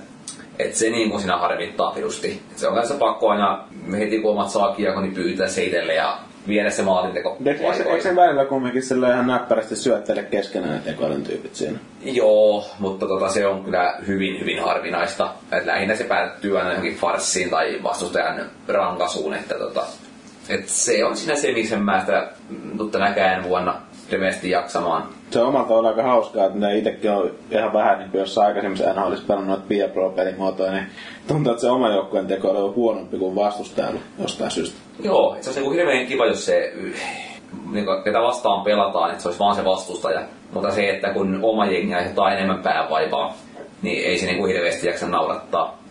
F: Et se niinku siinä harmittaa pirusti. Et se on kanssa pakko aina heti kun omat saa kiekon, niin pyytää se itselle ja viedä se maalinteko.
C: Eikö eikö- eikö se välillä kumminkin silleen ihan näppärästi syöttele keskenään ne tekoälyn tyypit siinä?
F: Joo, mutta tota, se on kyllä hyvin, hyvin harvinaista. Et lähinnä se päättyy aina johonkin farssiin tai vastustajan rankasuun. Että tota, et se on siinä se, miksi mä sitä mm, tuu tänäkään vuonna rivesti jaksamaan.
C: Se on omalta tavallaan aika hauskaa, että ne itsekin on ihan vähän niin kuin jossain aikaisemmissa NHL olisi pelannut noita Pia Pro-pelimuotoja, niin tuntuu, että se oma joukkueen teko on huonompi kuin vastustajalla jostain syystä.
F: Joo, et se olisi niinku hirveän kiva, jos se y- niinku, ketä vastaan pelataan, että se olisi vaan se vastustaja. Mutta se, että kun oma jengi aiheuttaa enemmän päänvaivaa, niin ei se niinku hirveästi jaksa naurattaa.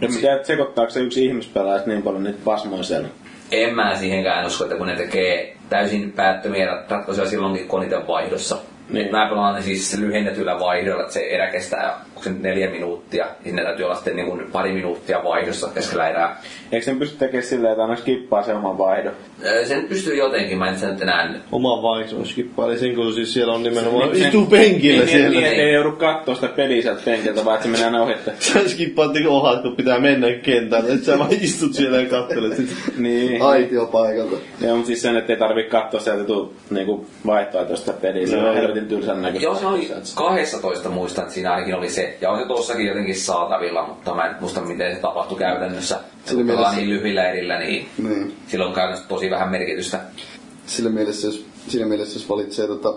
C: Nyt sitä, että sekoittaako se yksi ihmispelaaja niin paljon niitä pasmoja siellä.
F: En mä siihenkään usko, että kun ne tekee täysin päättömiä ratkaisuja silloinkin, kun on niitä vaihdossa.
C: Niin.
F: Niin. Mä pelaan ne siis sillä vaihdolla, että se erä kestää onko se nyt neljä minuuttia, ja sinne täytyy olla sitten niin kuin pari minuuttia vaihdossa keskellä erää.
C: Eikö sen pysty tekemään silleen, että aina skippaa se oman vaihdon?
F: Öö, Sen pystyy jotenkin, mä en sitä nyt enää...
D: oma vaihdon skippaa. Eli sen kun siis siellä on nimenomaan
C: Niin,
D: istuu penkillä
C: niin,
D: siellä.
C: Niin, niin, ei joudu kattoo sitä peliä sieltä penkiltä, vaan että se menee aina ohitte.
D: Sä skippaat niinku ohat, kun pitää mennä kentälle. Et sä vaan istut siellä ja kattelet sit.
C: Niin.
E: aitio paikalta.
C: Ja on siis sen, että ei tarvii katsoa sieltä tuu niinku vaihtoehtoista peliä. Se
D: Joo.
C: on helvetin tylsän näköistä.
F: Joo, se oli 12 muistan, että siinä ainakin oli se. Ja on se tossakin jotenkin saatavilla, mutta mä en muista miten se tapahtui käytännössä. Ja
E: Siinä
F: kun pelaa
E: mielessä-
F: niin lyhyillä erillä, niin
C: Mm.
E: Niin.
F: silloin on käytännössä tosi vähän merkitystä.
E: Sillä mielessä, jos, siinä mielessä, jos valitsee tota,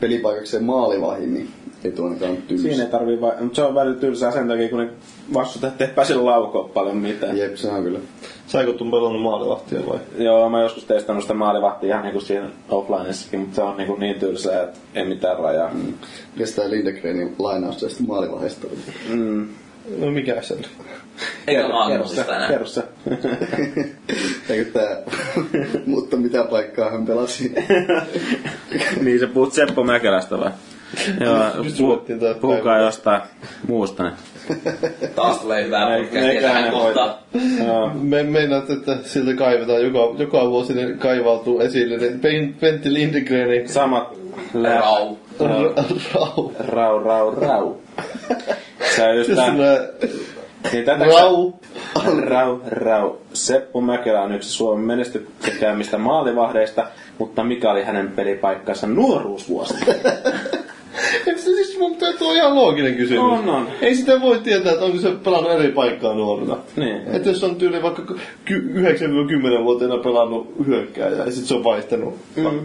E: pelipaikakseen maalivahin, niin Ei tuo ainakaan tylsä.
C: Siinä ei tarvii vai... Mutta se on välillä tylsää sen takia, kun ne vastustajat ei pääse laukoon paljon mitään.
E: Jep, se on kyllä.
D: Saiko tuon pelannut maalivahtia vai?
C: Joo, mä oon joskus testannut sitä maalivahtia ihan niinku siinä offlineissakin, mutta se on niinku niin tylsää, että ei mitään rajaa. Mm.
E: Kestää Lindegrenin lainaus tästä maalivahdesta.
D: No mikä se on?
F: Eikä
C: Kerro se,
F: maailmasta enää.
C: kerro se.
E: Eikö tää, [LAUGHS] mutta mitä paikkaa hän pelasi?
C: [LAUGHS] niin se puhut Seppo Mäkelästä [LAUGHS] vai? Joo,
D: Nyt ruvettiin tää
C: puh- puhukaa
D: päivä.
C: jostain muusta. Niin.
F: Taas tulee hyvää
C: Ei-
F: podcastia
C: eikä
F: tähän
C: aina
F: kohtaan.
C: Joo.
D: Me meinaat, että siltä kaivetaan joka, joka vuosi ne kaivautuu esille. Ne Pen- Pentti Lindgrenin
C: Samat lä-
F: Rau.
D: rau.
C: Rau, rau, [LAUGHS] rau. Se on just
D: Se
C: tää.
D: tulee
C: Niin tätä
D: rau.
C: Rau, rau. Seppo Mäkelä on yksi Suomen menestyksekkäämmistä maalivahdeista, mutta mikä oli hänen pelipaikkansa nuoruusvuosi?
D: Eikö se siis mun pitää tuo ihan looginen kysymys?
C: On, on.
D: Ei sitä voi tietää, että onko se pelannut eri paikkaa nuorena.
C: Niin.
D: Että jos on tyyli vaikka ky- 9-10-vuotiaana pelannut hyökkääjää ja sit se on vaihtanut.
C: Mm.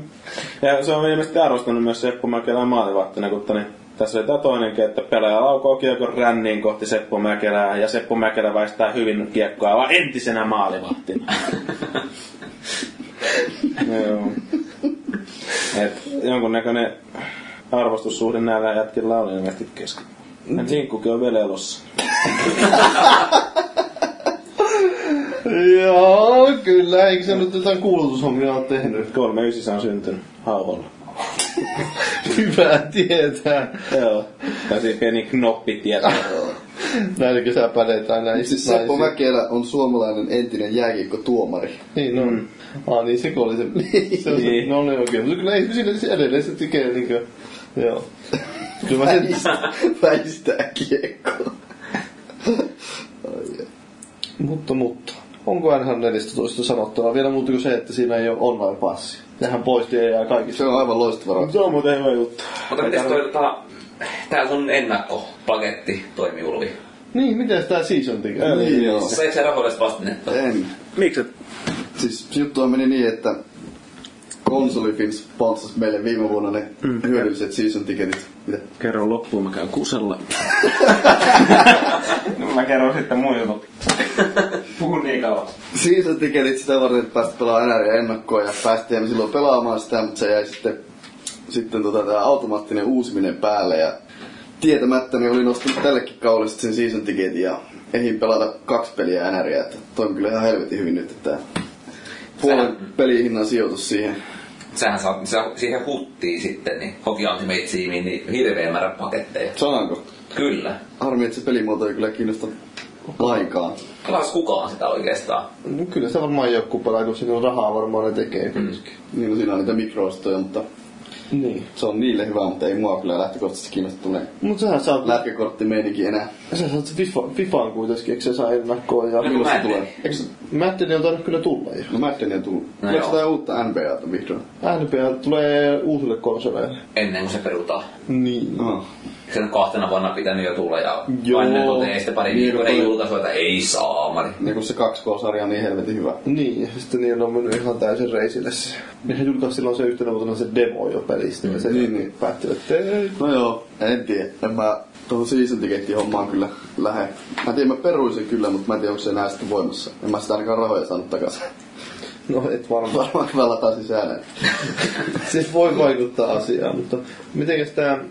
C: Ja se on ilmeisesti arvostanut myös Seppo Mäkelää maalivahtina, kun tani, tässä oli tämä toinenkin, että pelaaja laukoo kiekon ränniin kohti Seppo Mäkelää, ja Seppo Mäkelä väistää hyvin kiekkoa vaan entisenä maalivahtina. Joo. Et jonkunnäköinen arvostussuhde näillä jätkillä oli ilmeisesti kesken. Ja Jinkkukin on vielä elossa.
D: Joo, kyllä. Eikö se nyt jotain kuulutushommia ole tehnyt? [LAUGHS]
C: Kolme ysissä on syntynyt hauholla.
D: Hyvä tietää.
C: Joo. Tai siinä pieni knoppi tietää.
D: Näillä kesäpäleitä näin.
E: Siis Seppo Mäkelä on suomalainen entinen jääkiekko-tuomari.
D: Niin on. Mm. Ah, niin se kun oli se.
C: [LAUGHS]
D: se, on se
C: Niin.
D: no niin okei. Mutta kyllä ei siinä se edelleen se tekee niinkö. Joo. Kyllä mä sen...
E: Väistää,
C: er
E: väistää kiekkoa.
D: Mutta, mutta. Onko NHL-14 sanottavaa vielä muuta kuin se, että siinä ei ole online-passi? Nehän poisti ei jää kaikista.
E: Se on aivan loistava ratkaisu.
C: Se on muuten hyvä juttu.
F: Mutta miten toi tota... Tää sun ennakkopaketti toimii, Ulvi.
D: Niin, miten tää season tekee?
E: Niin joo.
F: Saiko sä rahoillesi vastinetta?
E: En.
C: Miksi?
E: Siis juttu meni niin, että konsolifin sponssasi meille viime vuonna ne hyödylliset season ticketit. Mitä?
C: Kerron loppuun, mä käyn [LAUGHS] kusella. No, mä kerron sitten muun jutun. Puhun niin kauan.
E: Season ticketit sitä varten, että päästä pelaamaan NRiä ennakkoa ja päästiin me silloin pelaamaan sitä, mutta se jäi sitten, sitten tota, tämä automaattinen uusiminen päälle ja tietämättä niin olin ostanut tällekin kaudelle sit sen season ticketin ja ehdin pelata kaksi peliä NRiä, että toimi kyllä ihan helvetin hyvin nyt, että tää puolen pelihinnan sijoitus siihen.
F: Sähän saa sä, siihen huttiin sitten, niin Hockey Ultimate Teamiin, niin hirveä määrä paketteja.
E: Sananko?
F: Kyllä.
E: Harmi, että se pelimuoto ei kyllä kiinnosta lainkaan.
F: Klaas kukaan sitä oikeastaan.
D: No, kyllä se varmaan joku pelaa, kun siinä on rahaa varmaan ne tekee. Mm.
E: Niin, no siinä on niitä mikroostoja, mutta
D: Niin.
E: se on niille hyvä, mutta ei mua kyllä lähtökohtaisesti kiinnosta tulee
D: Mutta sähän saat,
E: lätkäkortti meininki enää.
D: sä saat FIFA, FIFAan kuitenkin, eikö se saa ennakkoon? Ja...
F: No,
E: Milloin se
F: Madden.
E: tulee? Eikö se-
D: Mättinen on tainnut kyllä tulla jo.
E: No Madden on tullut.
F: No
E: No Oliko
F: joo.
E: jotain uutta NBAta vihdoin?
D: NBA tulee uusille konsoleille.
F: Ennen kuin se perutaan.
D: Niin.
E: No.
F: Sen on kahtena vuonna pitänyt jo tulla ja
D: Joo.
F: aina toteaa sitten pari
E: Niin,
F: viikkoinen
E: kun-
F: julkaisu, että ei saamari.
E: Niin kun se 2K-sarja on niin helvetin hyvä.
D: Niin, ja sitten niillä on mennyt ihan täysin reisille se. Nehän julkaisi silloin se yhtenä vuotena se demo jo pelistä, mm, ja sen
E: niin,
D: niin,
E: niin.
D: niin. päättivät, että ei.
E: No joo, en tiedä. En mä tuohon season ticketin hommaan kyllä lähe. Mä tiedän, mä peruin sen kyllä, mutta mä en tiedä, onko se enää sitten voimassa. En mä sitä ainakaan rahoja saanut takaisin.
D: No et varmaan.
E: Varmaan kun mä lataan sisään.
D: siis voi vaikuttaa asiaan, mutta mitenkäs tää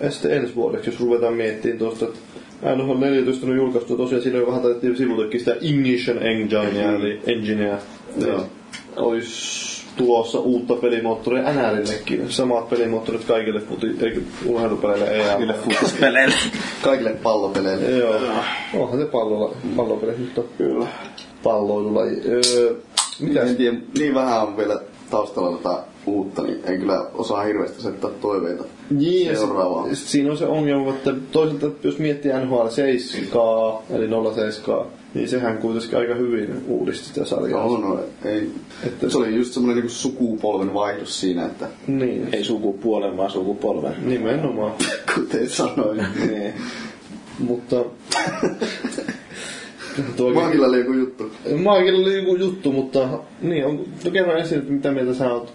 D: ja sitten ensi vuodeksi, jos ruvetaan miettimään tuosta, että NHL 14 on julkaistu tosiaan silloin vähän taidettiin sivutekin sitä English and Engineer, eli Engineer.
E: Joo.
D: Olisi tulossa uutta pelimoottoria NRillekin. Samat pelimoottorit kaikille futi, ei, urheilupeleille ei
C: Kyllä futispeleillä.
E: Kaikille pallopeleille.
D: Joo. Onhan se pallolla, pallopeli nyt on. Kyllä. Palloilulaji. Öö, mitä?
E: En tiedä, niin vähän on vielä taustalla tätä uutta, niin en kyllä osaa hirveästi asettaa toiveita.
D: Niin, ja
E: Seuraavaa.
D: sit- sit siinä on se ongelma, että toisaalta jos miettii NHL 7, eli 07, niin sehän kuitenkin aika hyvin uudisti sitä sarjaa.
E: Joo, no ei.
D: Että-
E: se oli just semmoinen niinku sukupolven vaihdos siinä, että [LAUGHS]
D: Niin,
C: Ei sukupuolen, vaan sukupolven.
D: nimenomaan.
E: kuten sanoin.
C: Niin.
D: Mutta... Tuo-
E: Maagilla oli joku juttu.
D: Maagilla oli joku juttu, mutta niin, on, no kerran esiin, että mitä mieltä sä oot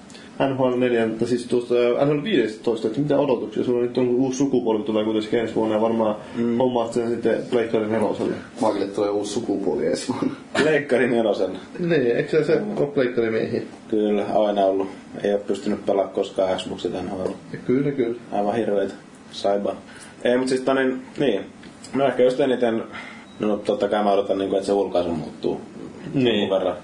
D: NHL 4, siis tuosta ää, NHL 15, että mitä odotuksia? Sulla nyt on uusi sukupolvi tulee kuitenkin ensi vuonna ja varmaan mm. hommaat sen sitten Pleikkarin neloselle.
E: Maakille tulee uusi sukupuoli ensi vuonna.
C: Leikkari nelosen.
D: Niin, eikö se se ole Pleikkarin miehiä?
C: Kyllä, aina ollut. Ei ole pystynyt pelaamaan koskaan Xboxit NHL.
D: Kyllä, kyllä.
C: Aivan hirveet. Saiba. Ei, mutta siis tää niin, niin. No ehkä just eniten, no totta kai mä odotan, niin kuin, että se ulkaisu muuttuu.
D: Niin.
C: Jonkun verran.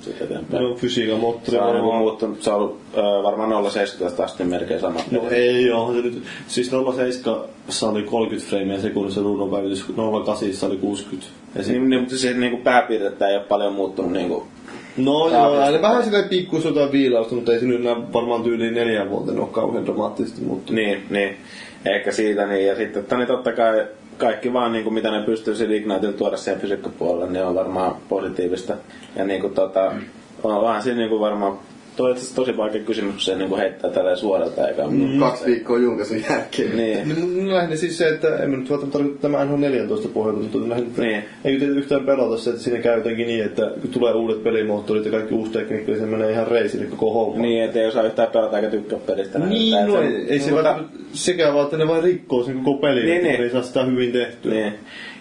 C: Sitten eteenpäin.
D: No, fysiikan moottori
C: Se on niinku
D: varmaan.
C: muuttunut, se on ollut ö, varmaan 0,17 asti melkein sama.
D: No ei oo, se nyt, siis 07 oli 30 freimiä sekunnissa ruudunpäivitys, 08 oli 60. Ja sit,
C: Niin, niin, mutta siis niinku pääpiirrettä ei ole paljon muuttunut niinku
D: no joo, aina vähän sitä pikkuista jotain viilausta, mutta ei se nyt enää varmaan tyyliin neljän vuoteen ole kauhean dramaattisesti muuttunut.
C: Niin, niin. Ehkä siitä niin. Ja sitten että niin totta kai kaikki vaan niin kuin mitä ne pystyy sillä Ignitella tuoda siihen fysiikkapuolelle, niin on varmaan positiivista. Ja niin kuin tota, on vähän siinä niin kuin varmaan Tuo on itse asiassa tosi vaikea kysymys, kun se niin kuin heittää tällä suoralta eikä mm.
E: Kaksi viikkoa julkaisun jälkeen.
C: Niin.
D: Niin. Lähinnä siis se, että en mä nyt välttämättä tarkoita tämä NHL 14 pohjalta, mutta lähinnä,
C: Niin.
D: ei teitä yhtään pelata se, että siinä käy jotenkin niin, että kun tulee uudet pelimoottorit ja kaikki uusi tekniikka, niin se menee ihan reisille koko homma.
C: Niin, ettei osaa yhtään pelata eikä tykkää pelistä.
D: Niin, no,
C: Tai-
D: ei, ei se
C: Mutta-
D: mutta... sekään vaan, että ne vaan rikkoo sen koko pelin,
C: Niin,
D: niin, että
C: niin.
D: ne ei saa sitä hyvin tehtyä.
C: Niin.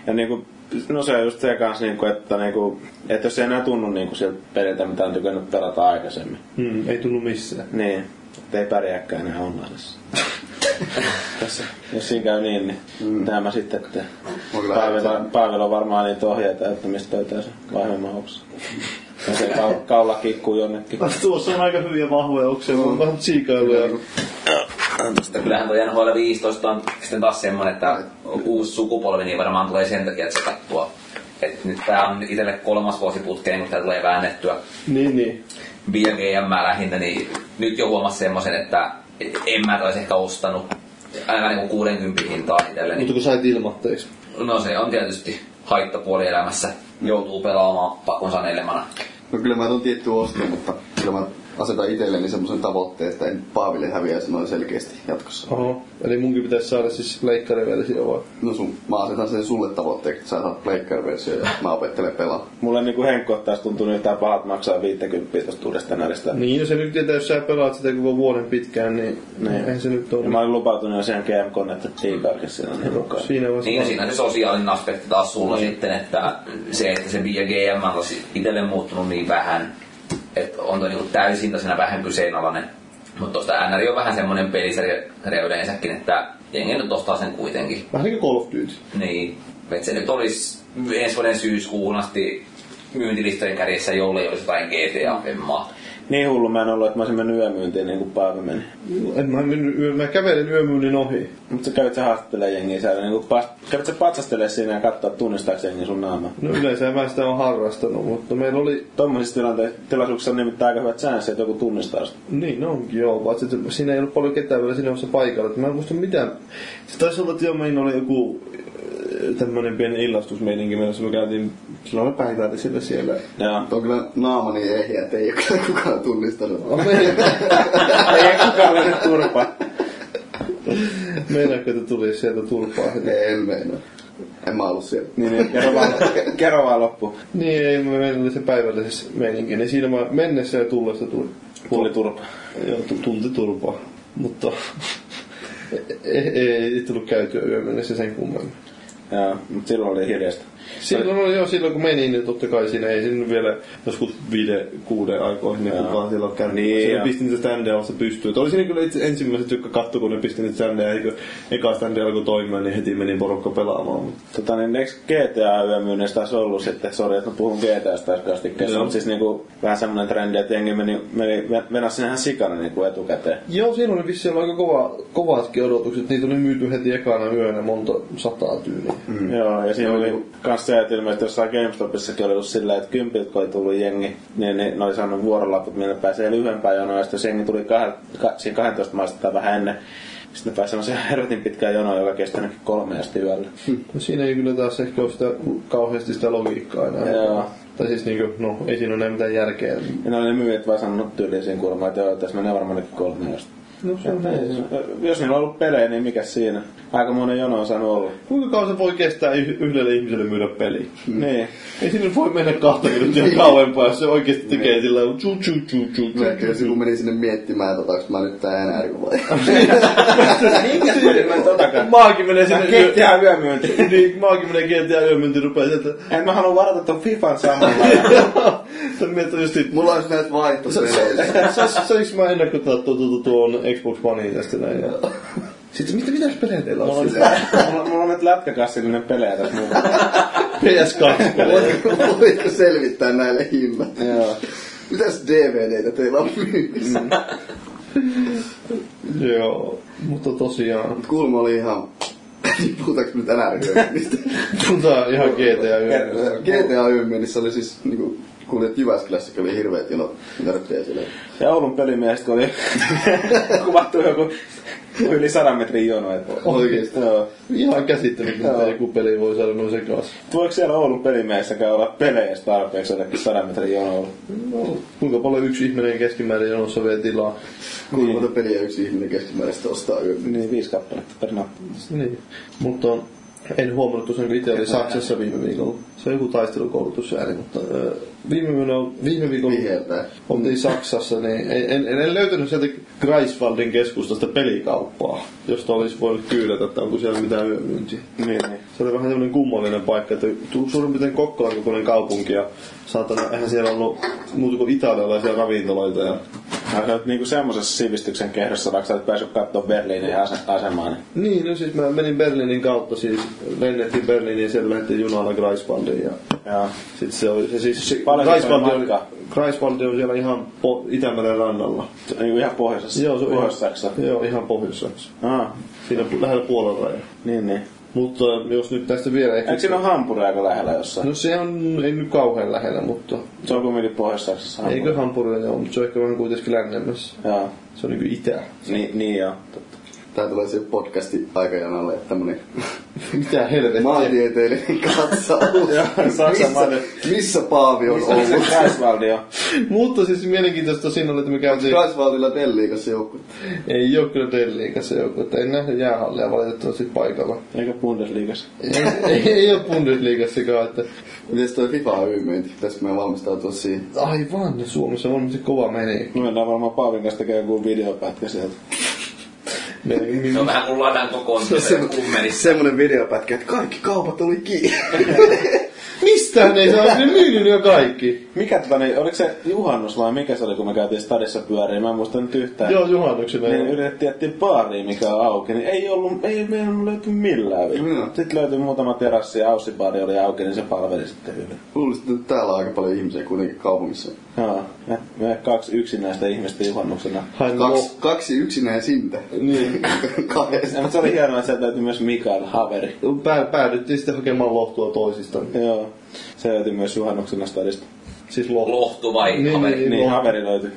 C: Ja niinku, no se on just se kans niinku, että niinku, että jos ei enää tunnu niinku sieltä peliltä, mitä on tykännyt pelata aikaisemmin.
D: Hmm, ei tullut missään.
C: Niin, että ei pärjääkään enää onlineissa. Tässä, jos siinä käy niin, niin mm. tämä sitten, että
E: Voi kyllä
C: Paavilla, Paavilla on varmaan niitä ohjeita, että mistä löytää se vahvemmauksa. Ja se kaula, kaula kikkuu jonnekin.
D: Tuossa on aika hyviä vahvoja oksia, on vähän siikailuja.
F: Mutta kyllähän toi NHL 15 on sitten taas semmoinen, että uusi sukupolvi niin varmaan tulee sen takia, että se kattua. Et nyt tää on itselle kolmas vuosi putkeen, kun tää tulee väännettyä
D: Niin, niin.
F: BGM lähinnä, niin nyt jo huomasi semmoisen, että en mä taisi ehkä ostanut ainakaan niinku 60 hintaa itselleni.
D: Mutta kun sait ilmatteeksi.
F: No se on tietysti haittapuoli elämässä. Joutuu pelaamaan pakon sanelemana.
E: No kyllä mä ton tietty ostin, mutta kyllä mä asetan itselleni semmoisen tavoitteen, että en Paaville häviäisi noin selkeästi jatkossa.
D: Oho. Eli munkin pitäisi saada siis leikkariversio vai?
E: No sun, mä asetan sen sulle tavoitteeksi, että sä saat pleikkariversio ja mä opettelen pelaa.
C: Mulle niinku Henkko taas tuntuu nyt tää pahat maksaa 50 tuosta uudesta näistä.
D: Niin, jos se nyt tietää, jos sä pelaat sitä koko vuoden pitkään, niin
C: Niin.
D: eihän se nyt ole.
C: Ja mä olin lupautunut jo siihen GM-kon, että liikaakin siinä on niin mukaan.
D: Siinä vasta.
F: Niin ja siinä on se sosiaalinen aspekti taas sulla niin. sitten, että se, että se BGM on itselle muuttunut niin vähän, että on toi niinku täysin tasena vähän kyseenalainen. Mutta tuosta NR on vähän semmoinen pelisarja yleensäkin, että jengi nyt ostaa sen kuitenkin.
D: Vähän niin kuin Call of Duty.
F: Niin, että se nyt olisi ensi vuoden syyskuun asti myyntilistojen kärjessä, jollei olisi jotain GTA-femmaa.
C: Niin hullu mä en ollut, että mä olisin mennyt yömyyntiin niin kuin Paavi meni.
D: En mä, mennyt yö, mä kävelin yömyynnin ohi.
C: Mut sä kävit sä haastattelee jengiä siellä, niin kuin pas, kävit sä patsastelee siinä ja katsoa tunnistaako se jengi sun naama.
D: No yleensä mä sitä on harrastanut, mutta meillä oli...
C: Tuommoisissa tilanteissa tilaisuuksissa on nimittäin aika hyvät säännöt, että joku tunnistaa sitä.
D: Niin onkin joo, paitsi että siinä ei ollut paljon ketään vielä siinä omassa paikalla. että Mä en muista mitään. Se taisi olla, että joo, meillä oli joku äh, tämmönen pieni niin illastusmeininki menossa. Me käytiin, silloin me päivällä siellä siellä.
C: Joo.
E: Mutta on kyllä naama niin ehjä, että ei ole kyllä kukaan tunnistanut. [LAUGHS]
C: Ei kukaan mennyt turpaan.
D: Meinaatko, että tuli sieltä tulpaa heti?
E: en meinaa. En mä ollut siellä.
C: Niin, niin, kerro vaan, kerro vaan loppu.
D: Niin, ei, me- meillä oli se päivällisessä meininki, niin siinä mä mennessä ja tullessa tuli.
C: Tuli turpa.
D: Joo, tu- tunti turpaa. Mutta [LAUGHS] ei, ei, ei tullut käytyä yömennessä sen kummemmin.
C: Joo, mut silloin oli hiljasta.
D: Silloin, oli, joo, silloin kun meni, niin totta kai siinä ei sinne vielä joskus viiden, kuuden aikoihin, niin kukaan siellä on käynyt.
C: Niin,
D: Niin,
C: joo.
D: ne pisti niitä standeja vasta pystyyn. Et Oli siinä kyllä itse ensimmäiset, jotka katsoi, kun ne pisti niitä standeja, eikö eka stande alkoi toimia, niin heti meni porukka pelaamaan. Mutta
C: Tota niin, eikö GTA yömyynnissä taas ollut sitten, sori, että mä puhun GTAsta taas kastikkeessa,
D: Joo.
C: mutta siis niinku vähän semmonen trendi, että jengi meni, meni venäsi sinne ihan sikana niinku etukäteen.
D: Joo, siinä oli vissiin ollut aika kova, kovatkin odotukset. Niitä oli myyty heti ekana yönä monta sataa tyyliä. Mm.
C: Joo, ja siinä oli kans se, että ilmeisesti jossain GameStopissakin oli ollut sillä, että kympit, kun oli tullut jengi, niin ne, ne oli saanut vuorolaput, millä pääsee lyhyempään jonoon, ja sitten jos jengi tuli kah, ka, siinä 12 maista tai vähän ennen, sitten ne pääsi [LAUGHS] semmoisen hervetin pitkään jonoon, joka kestänyt kolme asti yöllä.
D: No, siinä ei kyllä taas ehkä ole sitä, kauheasti sitä logiikkaa enää.
C: Joo.
D: Tai siis niinku, no ei siinä ole enää mitään järkeä.
C: Ja ne oli ne myyjät vaan sanonut tyyliin siinä kulmaa, että joo, tässä menee varmaan nyt kolme asti.
D: No se on näin.
C: Jos niillä on ollut pelejä, niin mikä siinä? Aika monen jono on saanut olla.
D: Kuinka kauan se voi kestää yh- yhdelle ihmiselle myydä peli? [LAUGHS]
C: Niin.
D: Ei sinne voi mennä 20 niin. kauempaa, jos se oikeasti tekee sillä lailla tsu tsu tsu tsu tsu.
E: Melkein jos joku meni sinne miettimään, että otaks mä nyt tää enää vai... [LAUGHS]
I: Minkä tyyli mä totakaan?
D: Tota, Maakin menee sinne yö-
I: Ketjää yömyynti.
D: [LAUGHS] niin, maakin menee GTA yömyynti rupeaa [LAUGHS] sieltä.
C: En mä halua varata ton
D: [LAUGHS]
C: Fifan samalla.
D: Sä mietit just sit,
E: Mulla olisi näitä vaihtopelejä.
D: Sainko mä ennakkotaa tuon tu, tu, tuon Xbox Oneen tästä näin? Ja... Sitten mitä, mitäs pelejä teillä
C: mulla,
D: on?
C: on,
D: siellä?
C: mulla, mulla on nyt lätkäkassillinen pelejä tässä muuta.
D: PS2 pelejä.
E: Voitko, voitko selvittää näille hinnat? Joo. Mitäs DVDtä teillä on myynnissä? Mm.
D: [LAUGHS] Joo, mutta tosiaan.
E: Mm. Kulma oli ihan... Puhutaanko nyt NR-hyömynnistä?
D: Mutta tuota, ihan GTA yö.
E: GTA Yömynnissä oli siis niinku... Kuulin, että Jyväskylässäkin oli hirveet jonot nörttejä sille.
C: Ja Oulun pelimiehistä oli [LAUGHS] kuvattu joku yli sadan metrin jono. et-
E: Oikeesti.
C: Joo.
D: Ihan käsittämätöntä,
C: Joo.
D: että joku peli voi saada noin sekaisin.
C: Voiko siellä Oulun pelimiehissäkään olla pelejä jos tarpeeksi jollekin sadan metrin jonolla?
D: No, kuinka paljon yksi ihminen keskimäärin jonossa vie tilaa?
E: Kuinka monta peliä yksi ihminen keskimäärin sitten ostaa yömyynnissä?
C: Niin, viisi kappaletta per nappi.
D: Niin. Mutta en huomannut tosiaan, kun itse oli Saksassa viime viikolla. Se on joku taistelukoulutus ääni, mutta ö, viime, viikolla, viime viikolla
E: Viheltää.
D: oltiin Saksassa, niin en, en, en löytänyt sieltä Greifswaldin keskustasta pelikauppaa, josta olisi voinut kyydätä, että onko siellä mitään yömyyntiä.
C: Niin, niin.
D: Se oli vähän tämmöinen kummallinen paikka, että tu- suurin piirtein Kokkolan kokoinen kaupunki ja saatana, eihän siellä ollut muuta kuin italialaisia ravintoloita ja
C: Mä oot niinku semmosessa sivistyksen kehdossa, vaikka sä oot päässyt kattoo Berliinin ase- asemaan. Niin.
D: Niin, no siis mä menin Berliinin kautta, siis lennettiin Berliiniin ja siellä lähdettiin junalla Greifswaldiin ja
C: Joo.
D: sit se oli se siis se
C: Paljon
D: Greifswald
C: siitä oli
D: on,
C: matkaa?
D: Greifswald on siellä ihan po- Itämeren rannalla.
C: Se on Niinku ihan pohjoisessa.
D: Joo, se on
C: pohjoisessa.
D: ihan, joo, ihan pohjois
C: Aa,
D: Siinä pu- lähellä Puolan rajaa.
C: niin, niin.
D: Mutta jos nyt tästä vielä ehkä...
C: Eikö siinä ole hampuri aika lähellä jossain?
D: No se on, ei nyt kauhean lähellä, mutta
C: Se on kumminkin pohjois-Saksassa hampuri.
D: eikö Hampurilla ole, mutta se on ehkä vähän kuitenkin lännemmässä.
C: Joo.
D: Se on niinku itä. [LAUGHS]
C: Ni, niin joo. Totta.
E: Tää tulee siihen podcasti aikajanalle tämmönen
D: Mitä helvettiä?
E: maantieteellinen [LAUGHS] katsaus.
C: Saksan maantieteellinen.
E: missä, missä Paavi on
C: Mistä Siis se
E: ollut?
C: Kreisvaldi on?
D: mutta siis mielenkiintoista siinä oli, että me käytiin...
E: Kreisvaldilla Delliikassa joukkue.
D: Ei ole kyllä Delliikassa joku, että en nähnyt jäähallia valitettavasti paikalla.
C: Eikö Bundesliigassa?
D: Ei, ei, ei ole Bundesliigassakaan, että
E: Mites toi FIFA myynti? Pitäisikö me valmistautua siihen?
D: aivan, Suomessa on varmasti kova meni.
C: Me mennään varmaan Paavin kanssa tekemään joku videopätkä sieltä.
F: Se on vähän kuin ladan kokoon
E: Semmo-
F: kummelissa.
E: Semmonen videopätkä, että kaikki kaupat oli kiinni.
D: Mistään ei saa ne myynyt jo kaikki.
C: Mikä tota niin, oliko se juhannus vai mikä se oli, kun me käytiin stadissa pyöriin? Mä en muista nyt yhtään.
D: Joo, juhannuksena.
C: Niin
D: Niin,
C: yritettiin jättiä baariin, mikä on auki, niin ei ollut, ei meillä löyty millään vielä.
E: Joo.
C: Sitten löytyi muutama terassi ja Aussibaari oli auki, niin se palveli sitten hyvin.
E: Luulisin, että täällä on aika paljon ihmisiä kuitenkin kaupungissa.
C: Joo, me, me kaksi yksinäistä ihmistä juhannuksena.
D: Hain
E: Kaksi,
D: lo-
E: kaksi yksinäisintä.
C: Niin. Ja,
E: Kahdesta.
C: mutta se oli hienoa, että sieltä löytyi myös Mikael Haveri.
D: Pää, päädyttiin sitten hakemaan lohtua toisista.
C: Joo, se löytyi myös juhannuksena stadista.
D: Siis lohtua.
F: Lohtu vai
D: Niin,
F: kaveri?
D: niin.
C: Niin,
D: Joo.
C: Haveri löytyi.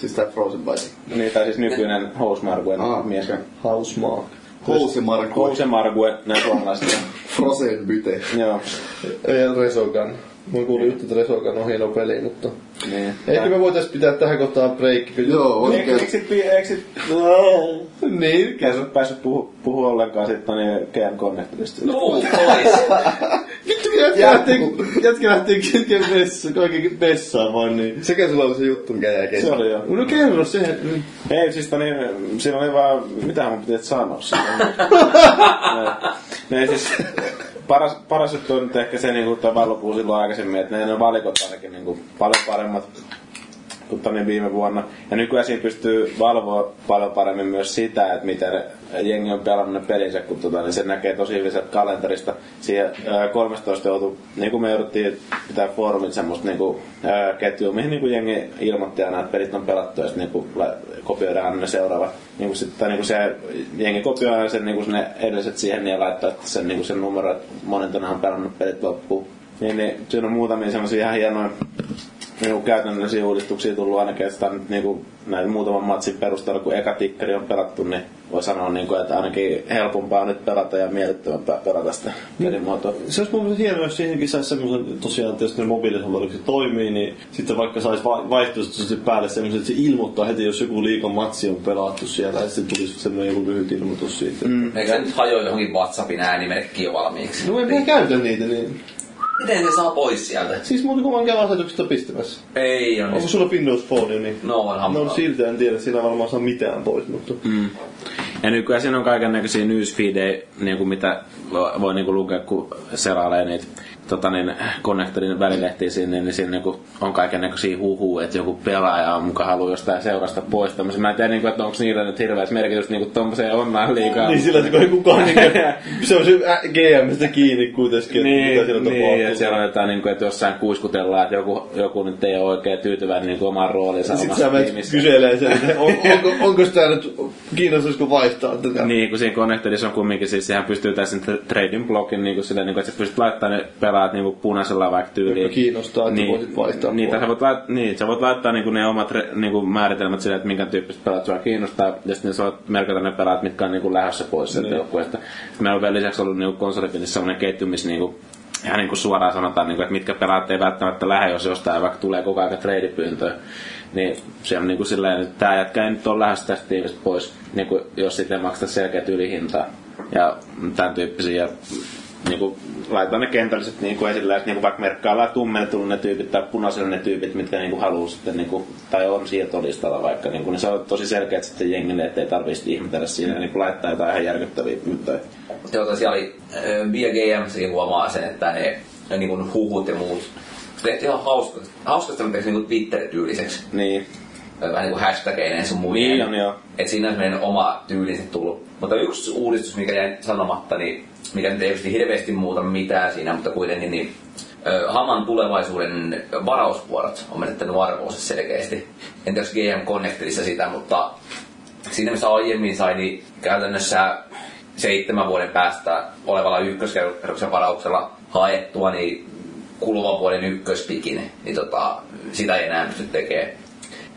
E: Siis tää Frozen Bite.
C: Niin, tai siis nykyinen Housmarguen
E: Aha,
C: mies.
E: okei.
D: Hausmaa.
E: Housemarkku.
C: Housemargue, nämä suomalaiset.
E: Frozen Byte.
C: Joo,
D: Ei, Resogun. Mä kuulin juttu, että Resogun on hieno peli, mutta...
C: niin.
D: Ehkä me voitais pitää tähän kohtaan breikki. kun-
E: Joo,
C: Eikö
E: oikein.
C: sit, eikö sit, no.
D: Niin,
C: Eikä sä päässyt puhu, puhua ollenkaan sit niin Game Connectorista.
F: No, pois.
D: Vittu, jätkä lähtee, jätkä lähtee kesken vessa, kaiken vessaan vaan niin.
E: Sekä sulla oli se juttu, mikä jäi
C: Se
E: kesken.
C: oli joo.
D: No kerro se,
C: Ei, siis tota niin, siinä oli vaan, mitä mun piti sanoa siinä. no, ei siis, paras, paras juttu on nyt ehkä se, niin kuin tämä lopuu silloin aikaisemmin, että ne, ne valikot ainakin niin kuin, paljon paremmat kuin tonne tota, niin viime vuonna. Ja nykyään siinä pystyy valvoa paljon paremmin myös sitä, että miten jengi on pelannut ne pelinsä, kun tota, niin se näkee tosi hyvin sieltä kalenterista. Siihen ää, 13 joutui, niin kuin me jouduttiin pitää foorumit semmoista niin kuin, ää, ketjua, mihin niin kuin jengi ilmoitti aina, että pelit on pelattu ja sitten niin kuin, la- kopioidaan aina ne seuraavat. Niin kuin sit, tai niin kuin se jengi kopioi aina sen, niin kuin ne edelliset siihen niin ja laittaa sitten sen, niin kuin sen numero, että monen tänään on pelannut pelit loppuun. Niin, niin, siinä on muutamia semmoisia ihan hienoja niinku käytännöllisiä uudistuksia tullut ainakin, että nyt niinku näin muutaman matsin perusteella, kun eka tikkeri on pelattu, niin voi sanoa, niinku, että ainakin helpompaa on nyt pelata ja miellyttävämpää pelata sitä pelimuotoa.
D: Se olisi mun mielestä hienoa, jos siihenkin saisi semmoisen, tosiaan, että jos ne mobiilisovellukset toimii, niin sitten vaikka saisi vai- vaihtoehtoisesti päälle semmoisen, että se ilmoittaa heti, jos joku liikan matsi on pelattu siellä, ja sitten tulisi semmoinen joku lyhyt ilmoitus siitä. Mm.
F: Eikö se nyt hajoa johonkin WhatsAppin äänimerkkiin jo valmiiksi?
D: No en minä käytä niitä, niin...
F: Miten se saa pois sieltä?
D: Siis muuta kuin vaan käy asetuksesta pistämässä.
F: Ei onnistu.
D: Onko sulla Windows Phone, niin...
F: Niin. No on
D: No
F: hampaa.
D: siltä en tiedä, siinä varmaan saa mitään pois, mutta...
C: Mm. Ja nykyään siinä on kaiken näköisiä newsfeedejä, niin kuin mitä voi, voi niin kuin lukea, kun selailee niitä tota niin, Connectorin välilehtiä sinne, niin siinä niin kuin on kaiken näköisiä huhuja, että joku pelaaja on muka haluaa jostain seurasta pois. Tämmöisen. Mä en tiedä, niin kuin, että onko niillä nyt hirveästi merkitystä niin tuommoiseen online liikaa.
D: Niin sillä, että kun ei kukaan, niin se on se ä- GMstä kiinni kuitenkin, että mitä siellä
C: niin, että
D: tapahtuu.
C: siellä on jotain, niin kuin, että jossain kuiskutellaan, että joku, joku nyt ei ole oikein tyytyväinen niin kuin omaan roolinsa
D: Sitten
C: omassa
D: sä menet
C: tiimissä.
D: kyselee sen, että [LAUGHS] on, onko, onko tää nyt, kiinnostaisiko vaihtaa tätä.
C: Niin, kun siinä Connectedissa on kumminkin, siis sehän pystyy täysin tr- trading blogin, niin kuin sillä, niin kuin, että sä pystyt laittamaan ne pelaat niin kuin punaisella vaikka tyyliin.
D: Jotka kiinnostaa, että voisit vaihtaa
C: Niin, tai
D: puolella.
C: sä voit, lait- niin, sä voit laittaa niin kuin ne omat re- niin kuin määritelmät sille, että minkä tyyppiset pelaat sua kiinnostaa, ja sitten sä voit merkata ne pelaat, mitkä on niin kuin lähdössä pois sieltä
D: Niin.
C: joukkueesta. Sitten meillä on vielä lisäksi ollut niin konsolipelissä sellainen ketju, missä niin kuin, ihan niin kuin suoraan sanotaan, niin kuin, että mitkä pelaat ei välttämättä lähde, jos jostain vaikka tulee koko ajan treidipyyntöä. Niin se on niin kuin sillä että tämä jätkä ei nyt ole lähdössä tästä tiimistä pois, niin kuin, jos sitten maksaa selkeät ylihintaa. Ja tämän tyyppisiä. Ja niin kuin, laitetaan ne kentälliset niin kuin esille, että niin kuin vaikka merkkaillaan tummelle tullut ne tyypit tai punaiselle ne tyypit, mitkä niin kuin haluaa sitten, niin kuin, tai on siirtolistalla vaikka, niin, kuin, niin se on tosi selkeä sitten jengille, ettei tarvitse ihmetellä siinä, niin kuin laittaa jotain ihan järkyttäviä pyyttöjä.
F: Joo, tosiaan oli BGM huomaa sen, että ne, ne niin kuin huhut ja muut. Se tehtiin ihan hauska, hauska tämmöiseksi niin Twitter-tyyliseksi.
C: Niin,
F: Vähän niin kuin hashtageineen sun muiden.
C: Niin on, joo.
F: Et siinä on meidän oma tyylinsä tullut. Mutta yksi uudistus, mikä jäi sanomatta, niin mikä nyt ei tietysti hirveästi muuta mitään siinä, mutta kuitenkin niin ö, Haman tulevaisuuden varausvuorot on menettänyt arvoonsa selkeästi. En tiedä, jos GM Connectissa sitä, mutta siinä missä aiemmin sai, niin käytännössä seitsemän vuoden päästä olevalla ykköskerroksen varauksella haettua, niin kuluvan vuoden ykköspikin, niin tota, sitä ei enää pysty tekemään.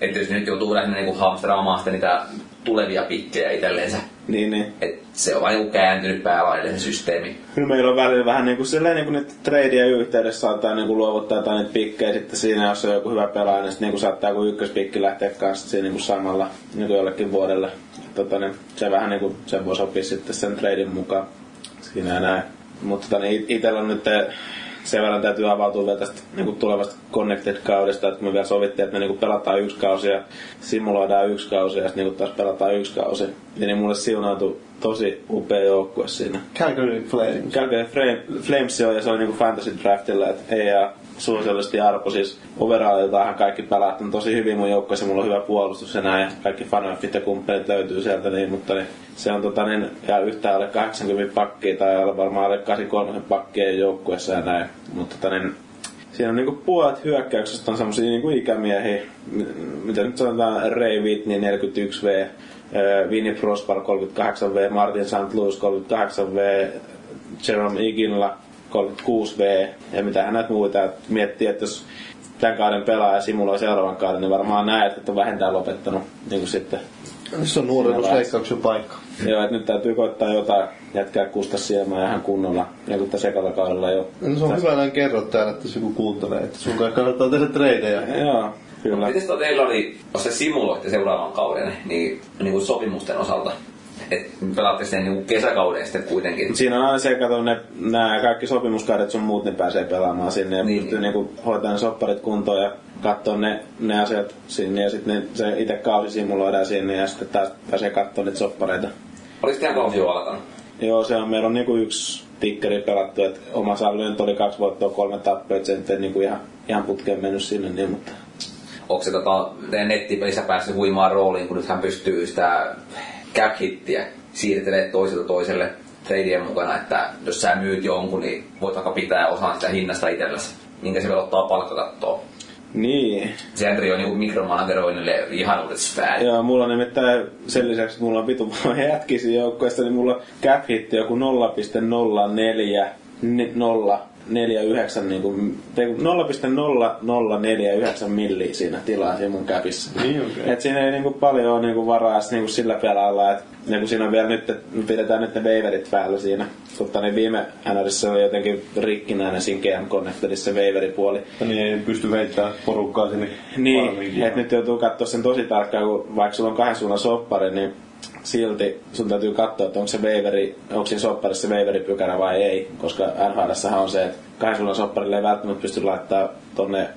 F: Että jos nyt joutuu lähinnä niinku hamstraamaan sitten niitä tulevia pikkejä itsellensä,
C: niin, niin.
F: et se on vaan niinku kääntynyt päälaille se systeemi.
C: Kyllä meillä on välillä vähän niin kuin silleen, niin kuin niitä tradeja yhteydessä saattaa niin kuin luovuttaa jotain niitä pikkejä sitten siinä, jos on joku hyvä pelaaja, niin sitten niin kuin saattaa joku ykköspikki lähteä kanssa siinä niin kuin samalla niin kuin jollekin vuodelle. Tota, niin se vähän niin kuin, se voi sopia sitten sen tradin mukaan siinä ja näin. Mutta tota, niin itsellä on nyt eh, sen verran täytyy avautua vielä tästä niin kuin tulevasta Connected-kaudesta, että kun me vielä sovittiin, että me niin kuin pelataan yksi kausi ja simuloidaan yksi kausi ja sitten niin taas pelataan yksi kausi, niin, niin mulle siunautui tosi upea joukkue siinä.
D: Calgary Flames.
C: Calgary Flam- Flames joo, ja se on niinku fantasy draftilla, että ei ja suositullisesti Arpo siis overalliltahan kaikki pelaat on tosi hyvin mun joukkueessa, mulla on hyvä puolustus ja näin, ja kaikki fanafit ja kumppanit löytyy sieltä, niin, mutta niin, se on tota niin, ja yhtään alle 80 pakkia tai alle varmaan alle 83 pakkia joukkueessa ja näin, mutta tota niin, Siinä on niinku puolet hyökkäyksestä on semmosia niinku ikämiehiä, m- mitä nyt sanotaan, Ray Whitney 41V, ö, Vinnie Prospar 38V, Martin St. Louis 38V, Jerome Iginla 36V ja mitä näitä muita. Et miettii, että jos tämän kauden pelaaja simuloi seuraavan kauden, niin varmaan näet, että on vähentään lopettanut niin kuin sitten.
D: Se on nuorenusleikkauksen paikka.
C: Joo, että nyt täytyy koittaa jotain jätkää kusta siemään ihan kunnolla, niin kuin tässä ekalla kaudella jo.
D: No se on hyvä näin kerro täällä, että jos joku kuuntelee, että sun kanssa kannattaa tehdä treidejä.
C: Joo, kyllä.
F: Miten sitä teillä oli, jos se simuloitte seuraavan kauden, niin, niin kuin sopimusten osalta? Et pelaatte sen niin kesäkauden sitten kuitenkin.
C: Siinä on aina se, kato, ne, nämä kaikki sopimuskaudet sun muut, ne pääsee pelaamaan sinne ja
F: Niin.
C: niin. pystyy niinku hoitamaan ne sopparit kuntoon ja katsoa ne, ne asiat sinne ja sitten ne- se itse kausi simuloidaan sinne ja sitten taas pääsee katsoa niitä soppareita.
F: Oliko teidän kausi jo alkanut?
C: Joo, se on, meillä on niinku yksi tikkeri pelattu, että oma salli nyt oli kaksi voittoa, kolme tappioa, että se nyt ei niinku ihan, ihan putkeen mennyt sinne, niin, mutta
F: onko se tota, teidän nettipelissä päässyt huimaan rooliin, kun nyt hän pystyy sitä cap-hittiä siirtelemään toiselta toiselle tradien mukana, että jos sä myyt jonkun, niin voit vaikka pitää osan sitä hinnasta itsellesi, minkä se vielä ottaa palkkakattoa.
C: niin.
F: Se Andri on niinku mikromanageroinnille ihan uudet sfäärit.
C: Joo, mulla on nimittäin sen lisäksi, että mulla on vitu paljon jätkisiä joukkueesta, niin mulla on cap hit joku 0,04 ni- nolla 0,49 niin kuin, 0,0049 milliä siinä tilaa siinä mun käpissä.
D: Niin onkin.
C: Et siinä ei niinku paljon ole niinku varaa s- niinku sillä pelalla, että niinku siinä on vielä nyt, että pidetään nyt ne waverit päällä siinä. Mutta niin viime NRissä oli jotenkin rikkinäinen siinä GM Connectedissa se waveripuoli.
D: Niin ei pysty veittämään porukkaa sinne
C: Niin,
D: farmiin.
C: että nyt joutuu katsoa sen tosi tarkkaan, kun vaikka sulla on kahden suunnan soppari, niin silti sun täytyy katsoa, että onko se veiveri, onko siinä sopparissa veiveri pykälä vai ei, koska nhl on se, että kahden suunnan sopparille ei välttämättä pysty laittaa tonne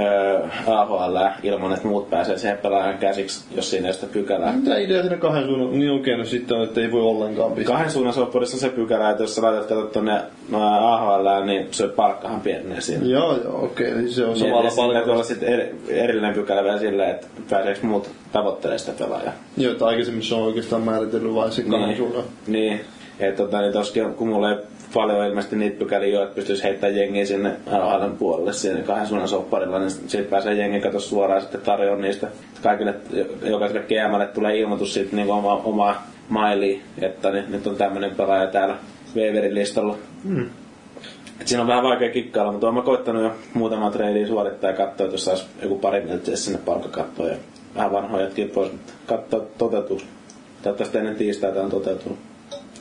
C: öö, AHL ilman, että muut pääsee siihen pelaajan käsiksi, jos siinä ei ole sitä pykälää.
D: Mitä idea siinä kahden suunnan? Niin okei, no sitten on, että ei voi ollenkaan pistää.
C: Kahden suunnan sopparissa on se pykälä, että jos sä laitat tätä tonne no, AHL, niin se palkkahan pienenee siinä.
D: Joo, joo, okei. Eli se on
C: Samalla
D: samalla
C: paljon.
D: palkalla.
C: Täytyy olla sit eri, erillinen pykälä vielä silleen, että pääseekö muut tavoittelemaan sitä pelaajaa.
D: Joo, että aikaisemmin se on oikeastaan määritellyt vain se kahden suunnan.
C: Niin. Et tota, niin toskin, kun mulla ei paljon ilmeisesti niitä pykäliä ole, että pystyisi heittämään jengiä sinne alhaalan puolelle siinä kahden suunnan sopparilla, niin siitä pääsee jengi kato suoraan sitten tarjoon niistä. Kaikille, jokaiselle GMlle tulee ilmoitus siitä niin oma, oma maili, että niin, nyt on tämmöinen pelaaja täällä Weaverin listalla. Et siinä on vähän vaikea kikkailla, mutta olen koittanut jo muutama treidiä suorittaa ja katsoa, että jos saisi joku pari miltsiä sinne palkkakattoon ja vähän vanhoja jätkiä pois, mutta katsoa toteutuu. Toivottavasti ennen tiistaita on toteutunut.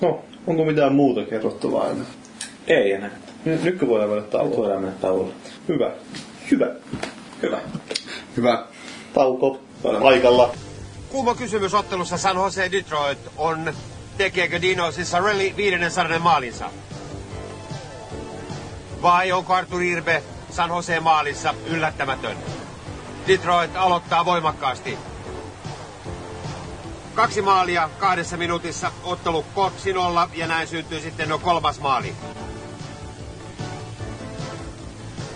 D: No, onko mitään muuta kerrottavaa enää?
C: Ei enää.
D: Nyt nytkö voidaan mennä
C: Nyt
D: tauolle?
C: voidaan mennä tauolle.
D: Hyvä. Hyvä.
C: Hyvä.
E: Hyvä.
D: Tauko paikalla.
J: Kuuma kysymys ottelussa San Jose Detroit on, tekeekö Dino Ciccarelli 500 maalinsa? Vai onko Artur Irbe San Jose maalissa yllättämätön? Detroit aloittaa voimakkaasti. Kaksi maalia kahdessa minuutissa, ottelu 2-0 ja näin syntyy sitten no kolmas maali.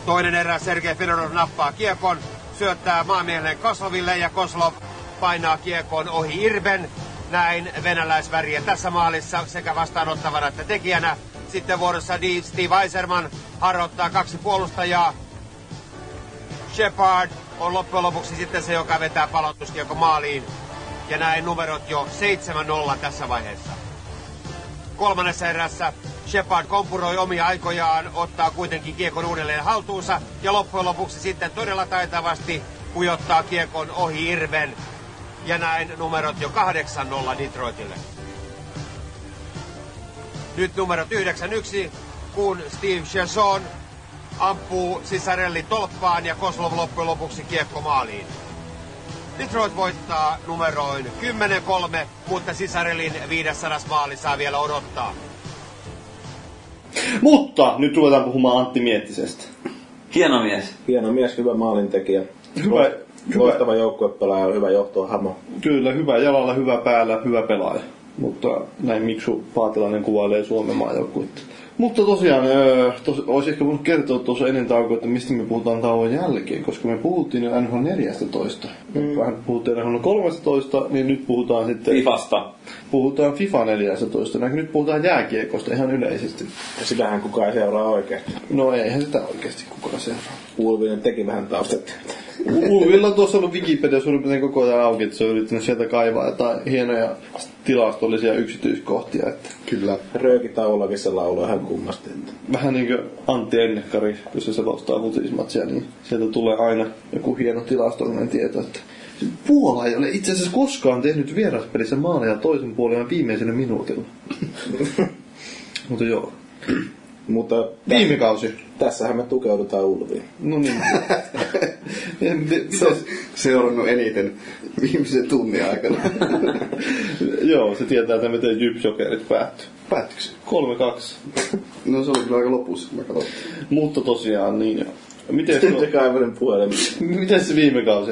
J: Toinen erä Sergei Fedorov nappaa kiekon, syöttää maamiehelle Kosloville ja Koslov painaa kiekon ohi Irben. Näin venäläisväriä tässä maalissa sekä vastaanottavana että tekijänä. Sitten vuorossa D- Steve Eiserman harjoittaa kaksi puolustajaa. Shepard on loppujen lopuksi sitten se, joka vetää palautuskiekon maaliin. Ja näin numerot jo 7-0 tässä vaiheessa. Kolmannessa erässä Shepard kompuroi omia aikojaan, ottaa kuitenkin kiekon uudelleen haltuunsa ja loppujen lopuksi sitten todella taitavasti pujottaa kiekon ohi Irven. Ja näin numerot jo 8-0 Detroitille. Nyt numerot 9-1, kun Steve Chesson ampuu sisarelli tolppaan ja Koslov loppujen lopuksi kiekko maaliin. Detroit voittaa numeroin 10-3, mutta sisarelin 500 maali saa vielä odottaa.
D: Mutta nyt ruvetaan puhumaan Antti Miettisestä.
G: Hieno mies.
C: Hieno mies, hyvä maalintekijä.
D: Hyvä, hyvä,
C: Loistava joukkuepelaaja, hyvä johtohamo.
D: kyllä, hyvä jalalla, hyvä päällä, hyvä pelaaja. Mutta näin Miksu Paatilainen kuvailee Suomen maajoukkuetta. Mutta tosiaan, öö, tos, olisi ehkä voinut kertoa tuossa ennen taukoa, että mistä me puhutaan tauon jälkeen, koska me puhuttiin jo NHL 14. Mm. Vähän puhuttiin NHL 13, niin nyt puhutaan sitten...
G: Fifasta.
D: Puhutaan FIFA 14, näin nyt puhutaan jääkiekosta ihan yleisesti.
C: Ja sitähän kukaan ei seuraa oikein.
D: No eihän sitä oikeasti kukaan seuraa.
C: Ulvinen teki vähän taustat.
D: Ulvilla on tuossa ollut Wikipedia suurin piirtein koko ajan auki, että se on yrittänyt sieltä kaivaa jotain hienoja tilastollisia yksityiskohtia. Että
E: Kyllä.
C: Röökitaulakin se laulu ihan kummasti. että
D: vähän niin kuin Antti Ennekkari, kun se selostaa futismatsia, niin sieltä tulee aina joku hieno tilastollinen tieto, että Puola ei ole itse asiassa koskaan tehnyt vieraspelissä maaleja toisen puolen viimeisellä minuutilla. [LAUGHS] Mutta joo.
C: Mutta
D: Viime kausi.
C: tässähän me tukeudutaan Ulviin.
D: No niin. Ja miten-
E: Se on seurannut eniten viimeisen tunnin aikana.
D: Joo, se tietää, että miten Jypjokerit päättyy. Päättyykö se? 3-2.
E: No se oli kyllä aika lopussa, kun mä katsoin.
D: Mutta tosiaan, niin joo. Miten
C: Sitten se
D: se,
C: kaivonen puhelin.
D: [LAUGHS] miten se viime kausi?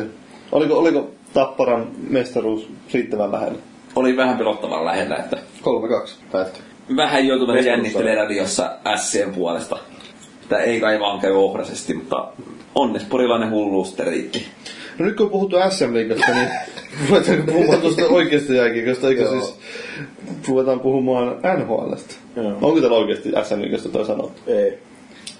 D: Oliko, oliko Tapparan mestaruus riittävän lähellä?
G: Oli vähän pelottavan lähellä, että
E: 3-2 päättyi.
G: vähän joutuu vähän
C: Mestaruus
G: jännittelemään radiossa SCn puolesta. Tää ei kai vaan käy ohrasesti, mutta onnes porilainen hulluus teriitti.
D: No nyt kun on puhuttu SM Liigasta, [LAUGHS] niin ruvetaan puhumaan tuosta oikeasta jääkiekosta, eikö
E: Joo.
D: siis ruvetaan puhumaan NHLstä.
C: Joo.
D: Onko täällä oikeasti SM Liigasta toi sanottu?
C: Ei.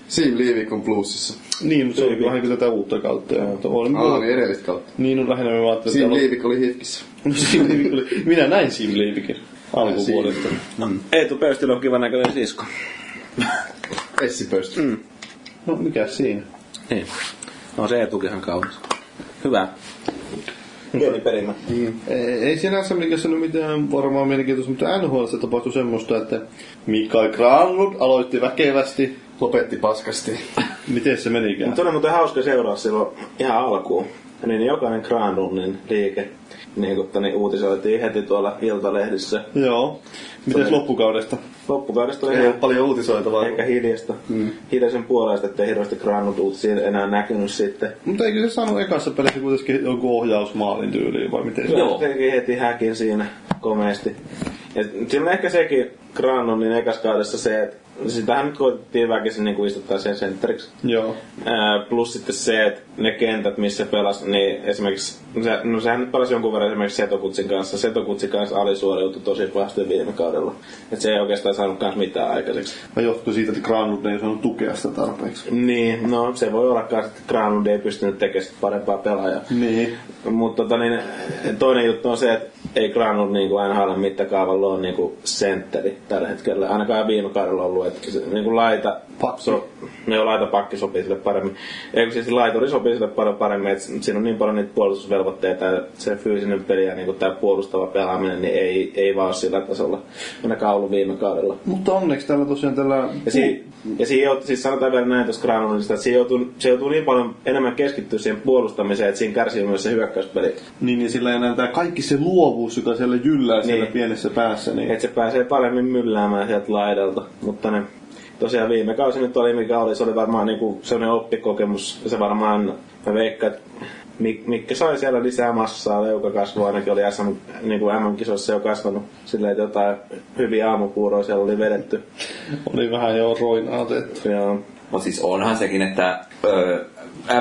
E: Siinä liivikon plussissa.
D: Niin, mutta se on vähän kuin tätä uutta kautta. Ja, mutta olemme,
E: Ah, niin edellistä kautta.
D: niin on lähinnä me ajattelin,
E: Siinä
D: että
E: liivik oli hitkissä.
D: No, [LAUGHS] Sim Liivik oli- Minä näin Sim Liivikin alkuvuodesta.
C: Eetu Pöystilö on kivan näköinen sisko.
E: Essipöst. Mm.
D: No mikä siinä?
K: Niin. No se etukihan kaunis. Hyvä.
C: Pieni perimä.
D: Ei, Eh, ei sinänsä mikässä ollut mitään varmaan mielenkiintoista, mutta NHL se tapahtui semmoista, että Mikael Granlund aloitti väkevästi.
E: Lopetti paskasti.
D: Miten se menikään?
C: Mutta oli muuten hauska seuraa silloin ihan alkuun. Niin jokainen Granlundin liike niin kuin, niin uutisoitiin heti tuolla iltalehdissä.
D: Joo. Mites loppukaudesta?
C: Loppukaudesta oli
E: Ei ole
C: ihan
E: paljon uutisoitavaa.
C: eikä hiljasta. Mm. Hiljaisen puolesta, ettei hirveästi Granlund uutisiin enää näkynyt sitten.
D: Mutta eikö se saanut ekassa pelissä kuitenkin jonkun ohjausmaalin tyyliin vai miten? se-
C: Joo. Teki heti häkin siinä komeasti. Ja silloin ehkä sekin Granlundin ekas kaudessa se, että sitähän nyt koitettiin väkisin niin istuttaa sen sentteriksi.
D: Joo.
C: Ää, Plus sitten se, että ne kentät, missä pelas, niin esimerkiksi, no se, no sehän nyt pelasi jonkun verran esimerkiksi Setokutsin kanssa. Setokutsin kanssa alisuoriutui tosi pahasti viime kaudella. Et se ei oikeastaan saanut kanssa mitään aikaiseksi.
D: Vai johtuiko siitä, että Granlund ei saanut tukea sitä tarpeeksi?
C: Niin, no se voi olla kanssa, että Granlund ei pystynyt tekemään sitä parempaa pelaajaa.
D: Niin.
C: Mutta tota, niin, toinen juttu on se, että ei Granlund niin kuin NHL mittakaavalla ole niin kuin sentteri tällä hetkellä. Ainakaan viime kaudella ollut, että se, niin kuin laita, so, no joo, laita pakki sopii sille paremmin. Eikö siis laituri sopii sille paljon paremmin, että siinä on niin paljon niitä puolustusvelvoitteita ja se fyysinen peli ja niin kuin tämä puolustava pelaaminen niin ei, ei vaan ole sillä tasolla, ainakaan ollut viime kaudella.
D: Mutta onneksi täällä tosiaan tällä...
C: Ja, si- ja siinä joutuu, siis sanotaan vielä näin tuossa Granlundista, että siinä joutuu, se joutuu niin paljon enemmän keskittyä siihen puolustamiseen, että siinä kärsii myös se hyökkäyspeli.
D: Niin, niin sillä ei enää tämä kaikki se luovuus, joka siellä jyllää niin. siellä
C: Niin.
D: pienessä päässä, niin...
C: Että se pääsee paremmin mylläämään sieltä laidalta. Mutta ne, tosiaan viime kausi nyt oli mikä oli, se oli varmaan niinku sellainen oppikokemus. Ja Se varmaan, mä veikkaan, että Mik, Mikke sai siellä lisää massaa, leukakasvua ainakin oli SM, niin kuin MM-kisossa jo kasvanut silleen, että jotain hyviä aamupuuroja siellä oli vedetty.
D: Oli vähän jo roinaa otettu.
C: Joo.
F: Mutta siis onhan sekin, että öö,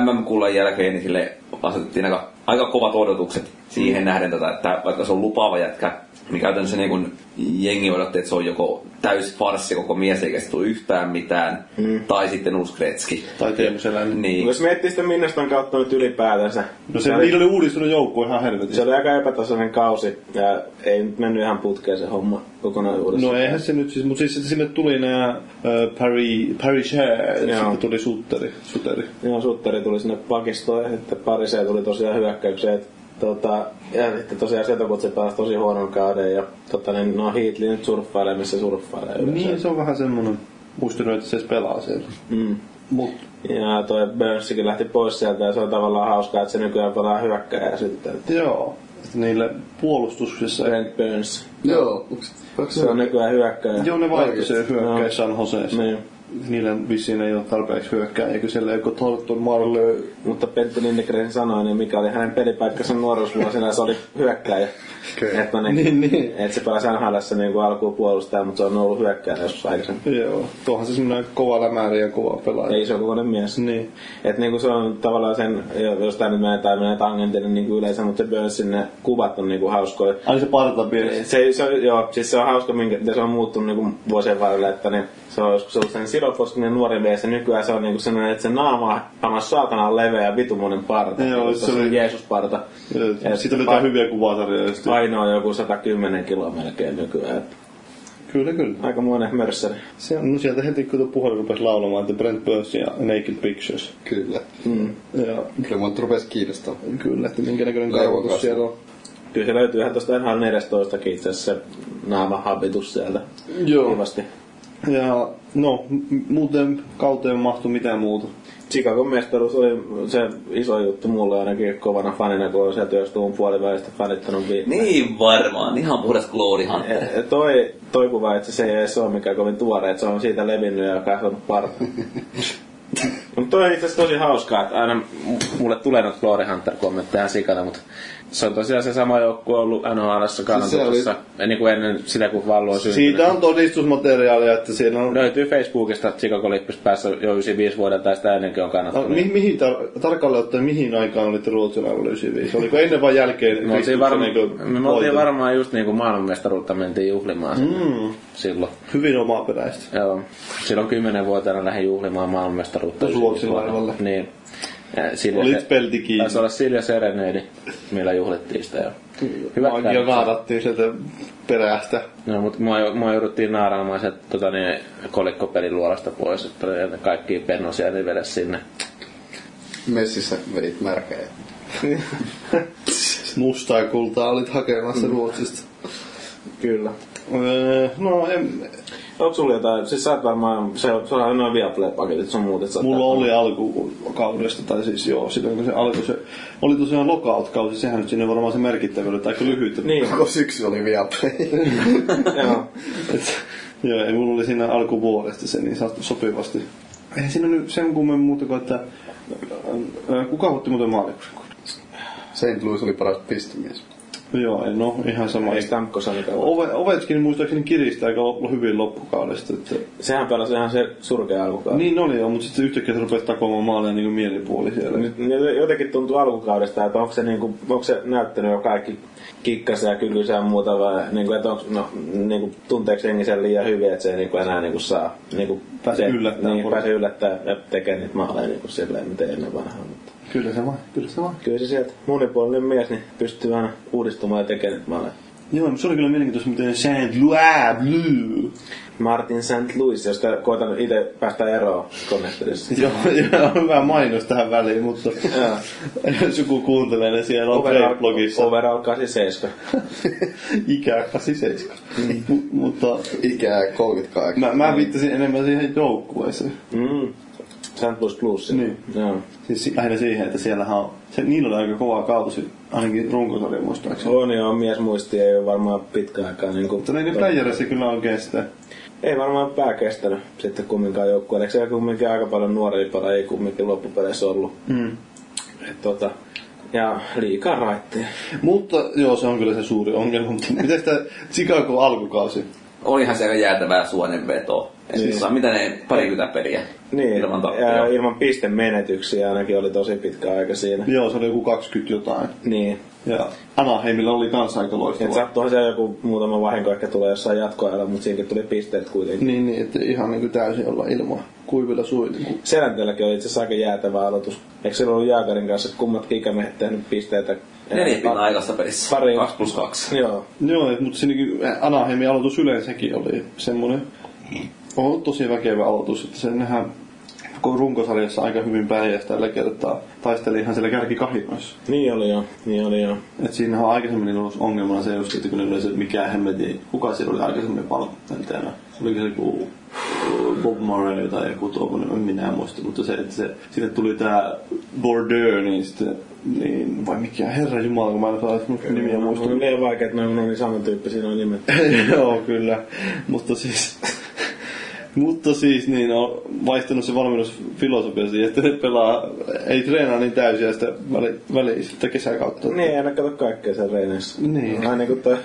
F: MM-kullan jälkeen niin sille asetettiin aika, aika kovat odotukset
C: Mm.
F: siihen nähden, tätä, että vaikka se on lupaava jätkä, niin käytännössä niin kun jengi odotti, että se on joko täys farsi koko mies eikä se tule yhtään mitään, mm. tai sitten uusi Gretzky.
D: Tai Teemu Selänne.
F: Niin.
C: Jos miettii sitä Minneston kautta nyt ylipäätänsä.
D: No se, niillä oli uudistunut joukkue ihan helvetissä.
C: Se oli aika epätasainen kausi ja ei nyt mennyt ihan putkeen se homma kokonaisuudessaan.
D: No eihän se nyt siis, mutta siis että sinne tuli nämä Paris, Paris Hare, ja
C: Joo.
D: sitten tuli Sutteri. Suteri.
C: Joo, Sutteri tuli sinne pakistoon ja sitten Pariseen tuli tosiaan hyökkäykseen. Tota, ja sitten tosiaan Setokutsi pääsi tosi huonon kauden ja tota, niin, no Heatli nyt surffailee, missä surffailee yleensä.
D: Niin, se on vähän semmonen muistunut, että se edes pelaa siellä.
C: Mm.
D: Mut
C: Ja toi Burnsikin lähti pois sieltä ja se on tavallaan hauskaa, että se nykyään pelaa hyökkäjää sitten.
D: joo, että niille puolustuksessa...
C: Brent Burns.
E: Joo. Onks
C: Se on nykyään hyökkäjä. No.
D: Joo, ne vaihtui se
E: Oikeesti?
D: hyökkäys San Joseessa.
C: Niin.
D: Niillä vissiin ei ole tarpeeksi hyökkää, eikö siellä joku Thornton Marlö...
C: Mutta Pentti Lindgren sanoi, niin mikä oli hänen pelipaikkansa nuoruusvuosina, se oli hyökkäjä.
E: Okei.
C: Että niin,
D: Niin, niin.
C: Et se pelasi NHLssä niin kuin alkuun puolustaa, mutta se on ollut hyökkäjä joskus aikaisemmin.
D: Joo, tuohan se semmonen kova lämäri ja kova pelaaja.
C: Ei iso kokoinen mies.
D: Niin.
C: Et niinku se on tavallaan sen, jo- jos tää nyt menee tai menee tangentille niinku yleensä, mutta se Burnsin ne kuvat on niinku hauskoja.
D: Ai se parta pieni.
C: Se, se, on- joo, siis se on hauska, minkä miten se on muuttunut niinku vuosien varrella, että niin, se on joskus ollut sen sirofoskinen nuori mies ja nykyään se on niinku sellainen, että se naama on aivan saatanan leveä ja vitumoinen parta.
D: Joo,
C: Niinku
D: se
C: se
D: oli-
C: on Jeesus-parta.
D: Joo, Siitä oli jotain hyviä kuvasarjoja. just.
C: Ainoa on joku 110 kiloa melkein nykyään. että
D: Kyllä, kyllä.
C: Aikamoinen mörsseri.
D: Se on, no sieltä heti kun puhelin rupesi laulamaan, että Brent Burns ja Naked Pictures. Mm.
E: Kyllä.
D: Ja
E: Kyllä mun rupes kiinnostaa.
D: kyllä, että minkä näköinen
E: Leuan
D: karvoitus
E: kasvu.
D: siellä on.
C: Kyllä se löytyy ihan tosta NHL 14 itse asiassa se naama habitus sieltä.
D: Joo.
C: Kivasti.
D: Ja no, m- muuten kauteen mahtui mitään muuta.
C: Chicagon mestaruus oli se iso juttu mulle ainakin kovana fanina, kun on sieltä työstuun puolivälistä fanittanut viime.
F: Niin varmaan, ihan puhdas kloodihan.
C: Ja- ja Toi, toi kuva, että se ei edes ole mikään kovin tuore, että se on siitä levinnyt ja kasvanut parta.
D: [LAUGHS]
C: Mutta toi on itse asiassa tosi hauskaa, että aina m- mulle tulee noita Glory Hunter-kommentteja sikana, mutta se on tosiaan se sama joukkue ollut NHLssä kannatuksessa,
E: Siis
C: oli... niin kuin ennen sitä, kun Vallo on syntynyt.
D: Siitä on todistusmateriaalia, että siellä on...
K: Löytyy Facebookista Chicago Lippis päässä jo 95 vuodelta tai sitä ennenkin on
D: No,
K: kannattanut.
D: mi- mihin tar- tarkalleen ottaen mihin aikaan olitte Ruotsilla 95? Oliko ennen vai jälkeen?
K: Me oltiin, varma,
C: niinku
D: Kristuksen, eikö,
K: me oltiin
D: voiton?
K: varmaan just niinku maailmanmestaruutta mentiin juhlimaan mm. silloin.
D: Hyvin omaperäistä.
K: Joo. Silloin kymmenen vuotiaana lähdin juhlimaan maailmanmestaruutta.
D: Ruotsin laivalla.
K: Niin.
L: Silja,
D: Olit pelti kiinni.
L: Taisi olla Silja Sereneidi, millä juhlittiin sitä jo. Hyvät
D: Magia
L: tähdet.
D: naadattiin sieltä perästä.
L: No, mutta mua, mua jouduttiin naaraamaan se tota, niin, kolikkopelin luolasta pois, että oli ne kaikki pennosia nivele sinne.
E: Messissä veit märkää.
D: Mustaa kultaa olit hakemassa Ruotsista.
C: Mm. Kyllä.
D: Öö, No, en,
C: Onko sulla jotain, siis sä oot varmaan, se on, sulla on noin Viaplay-paketit sun muut, et sä oot
D: Mulla
C: täyttänyt.
D: oli alkukaudesta, tai siis joo, silloin kun se alkoi se... Oli tosiaan lockout-kausi, sehän nyt sinne varmaan se merkittävyydet tai lyhyt. [LAUGHS]
C: Niin,
E: Koko syksy oli [LAUGHS] Viaplay.
C: joo.
D: Et, joo, ei mulla oli siinä alkuvuodesta se niin saatu sopivasti. Eihän siinä nyt sen kummen muuta kuin, että... ää, Kuka otti muuten maalikon?
E: St. Louis oli paras pistemies.
D: Joo, ei, no ihan sama.
C: Ei Stamkos ainakaan.
D: Ove, ovetkin muistaakseni kiristää aika lo- hyvin loppukaudesta. Että,
C: Sehän pelasi ihan se surkea alkukausi.
D: niin oli joo, mutta sitten yhtäkkiä se rupeaa takoamaan maaleja niin kuin mielipuoli siellä.
C: Nyt nyt jotenkin tuntuu alkukaudesta, että onko se, niinku, onko se näyttänyt jo kaikki kikkassa ja kykyssä ja muuta, vai niinku, että onko, no, niinku, tunteeko jengi sen liian hyvin, että se ei niinku, enää niinku, saa niinku,
D: Pääse
C: te-
D: yllättämään
C: niin,
D: porukkaa.
C: pääse yllättää ja tekee niitä maaleja niinku, silleen, miten ennen vanhaa. Mutta
D: Kyllä se vaan, kyllä se vaan.
C: kyllä se sieltä monipuolinen mies niin pystyy aina uudistumaan ja tekemään niitä maaleja.
D: Joo, mutta se oli kyllä mielenkiintoista, miten Saint Louis Blue.
C: Martin St. Louis, josta koitan itse päästä eroon Connectorissa.
D: Joo, [LAUGHS] joo, hyvä mainos tähän väliin, mutta jos [LAUGHS] joku kuuntelee, niin siellä on
C: Overall,
D: blogissa [LAUGHS]
C: overall 87.
D: ikää 87. M- mutta
E: Ikää 38.
D: Niin. mä, mä viittasin enemmän siihen joukkueeseen.
C: Mm. St. Louis Blues.
D: Niin.
C: Joo.
D: Siis si- lähinnä siihen, että siellähän on, se, niillä oli aika kova kausi, ainakin runkosarja muistaakseni.
C: On joo, mies muisti ei ole varmaan pitkä aikaa. Niin kuin,
D: Mutta ne playerissa kyllä on kestä.
C: ei varmaan pää kestänyt sitten kumminkaan joukkueelle. Eikö se kumminkin aika paljon nuorempi pala ei kumminkin loppupeleissä ollut.
D: Mm.
C: Et, tota, ja liikaa raittia.
D: Mutta joo, se on kyllä se suuri ongelma. [LAUGHS] Mutta miten sitä Chicago alkukausi?
F: Olihan se aika jäätävää suonen veto. Siis, tota, mitä ne parikymmentä peliä?
C: Niin,
F: Ilman tappia.
C: ja ilman pistemenetyksiä ainakin oli tosi pitkä aika siinä.
D: Joo, se oli joku 20 jotain.
C: Niin.
D: Ja Anaheimilla oli kans aika
C: Et
D: loistava.
C: sattuuhan siellä joku muutama vahinko ehkä tulee jossain jatkoajalla, mutta siinäkin tuli pisteet kuitenkin.
D: Niin, niin, että ihan niin kuin täysin olla ilman kuivilla suilla.
C: Selänteelläkin oli itse asiassa aika jäätävä aloitus. Eikö siellä ollut Jaakarin kanssa kummatkin ikämiehet tehnyt pisteitä?
F: Neljä pintaa
C: Pa-
F: aikaisessa pelissä.
C: Pari.
F: 2 plus 2.
C: Joo.
D: Joo, et, mutta siinäkin Anaheimin aloitus yleensäkin oli semmoinen on tosi väkevä aloitus, että se nähdään kun runkosarjassa aika hyvin pärjäsi tällä kertaa. Taisteli ihan siellä kärkikahinoissa.
C: Niin oli joo, niin oli joo.
D: Et siinähän on aikaisemmin niillä ollut ongelmana se just, että kun ne yleensä mikä hemmetin, kuka siellä oli aikaisemmin palkkantajana. Oliko se joku Bob Murray tai joku tuommoinen, en minä muista, mutta se, että se, sinne tuli tää Bordeaux, niin sitten, niin, vai mikä, herra jumala, kun mä en saa semmoista nimiä muistaa.
C: On liian vaikea, että ne on niin samantyyppisiä nuo nimet.
D: [LAUGHS] Joo, kyllä. Mutta siis... [LAUGHS] Mutta siis niin on vaihtunut se valmennusfilosofia siihen, että ne pelaa, ei treenaa niin täysiä sitä väli, väliä sitä kesäkautta.
C: niin, ei aina kato kaikkea siellä reineissä.
D: Niin.
C: Aina kun
E: [LAUGHS]
C: toi,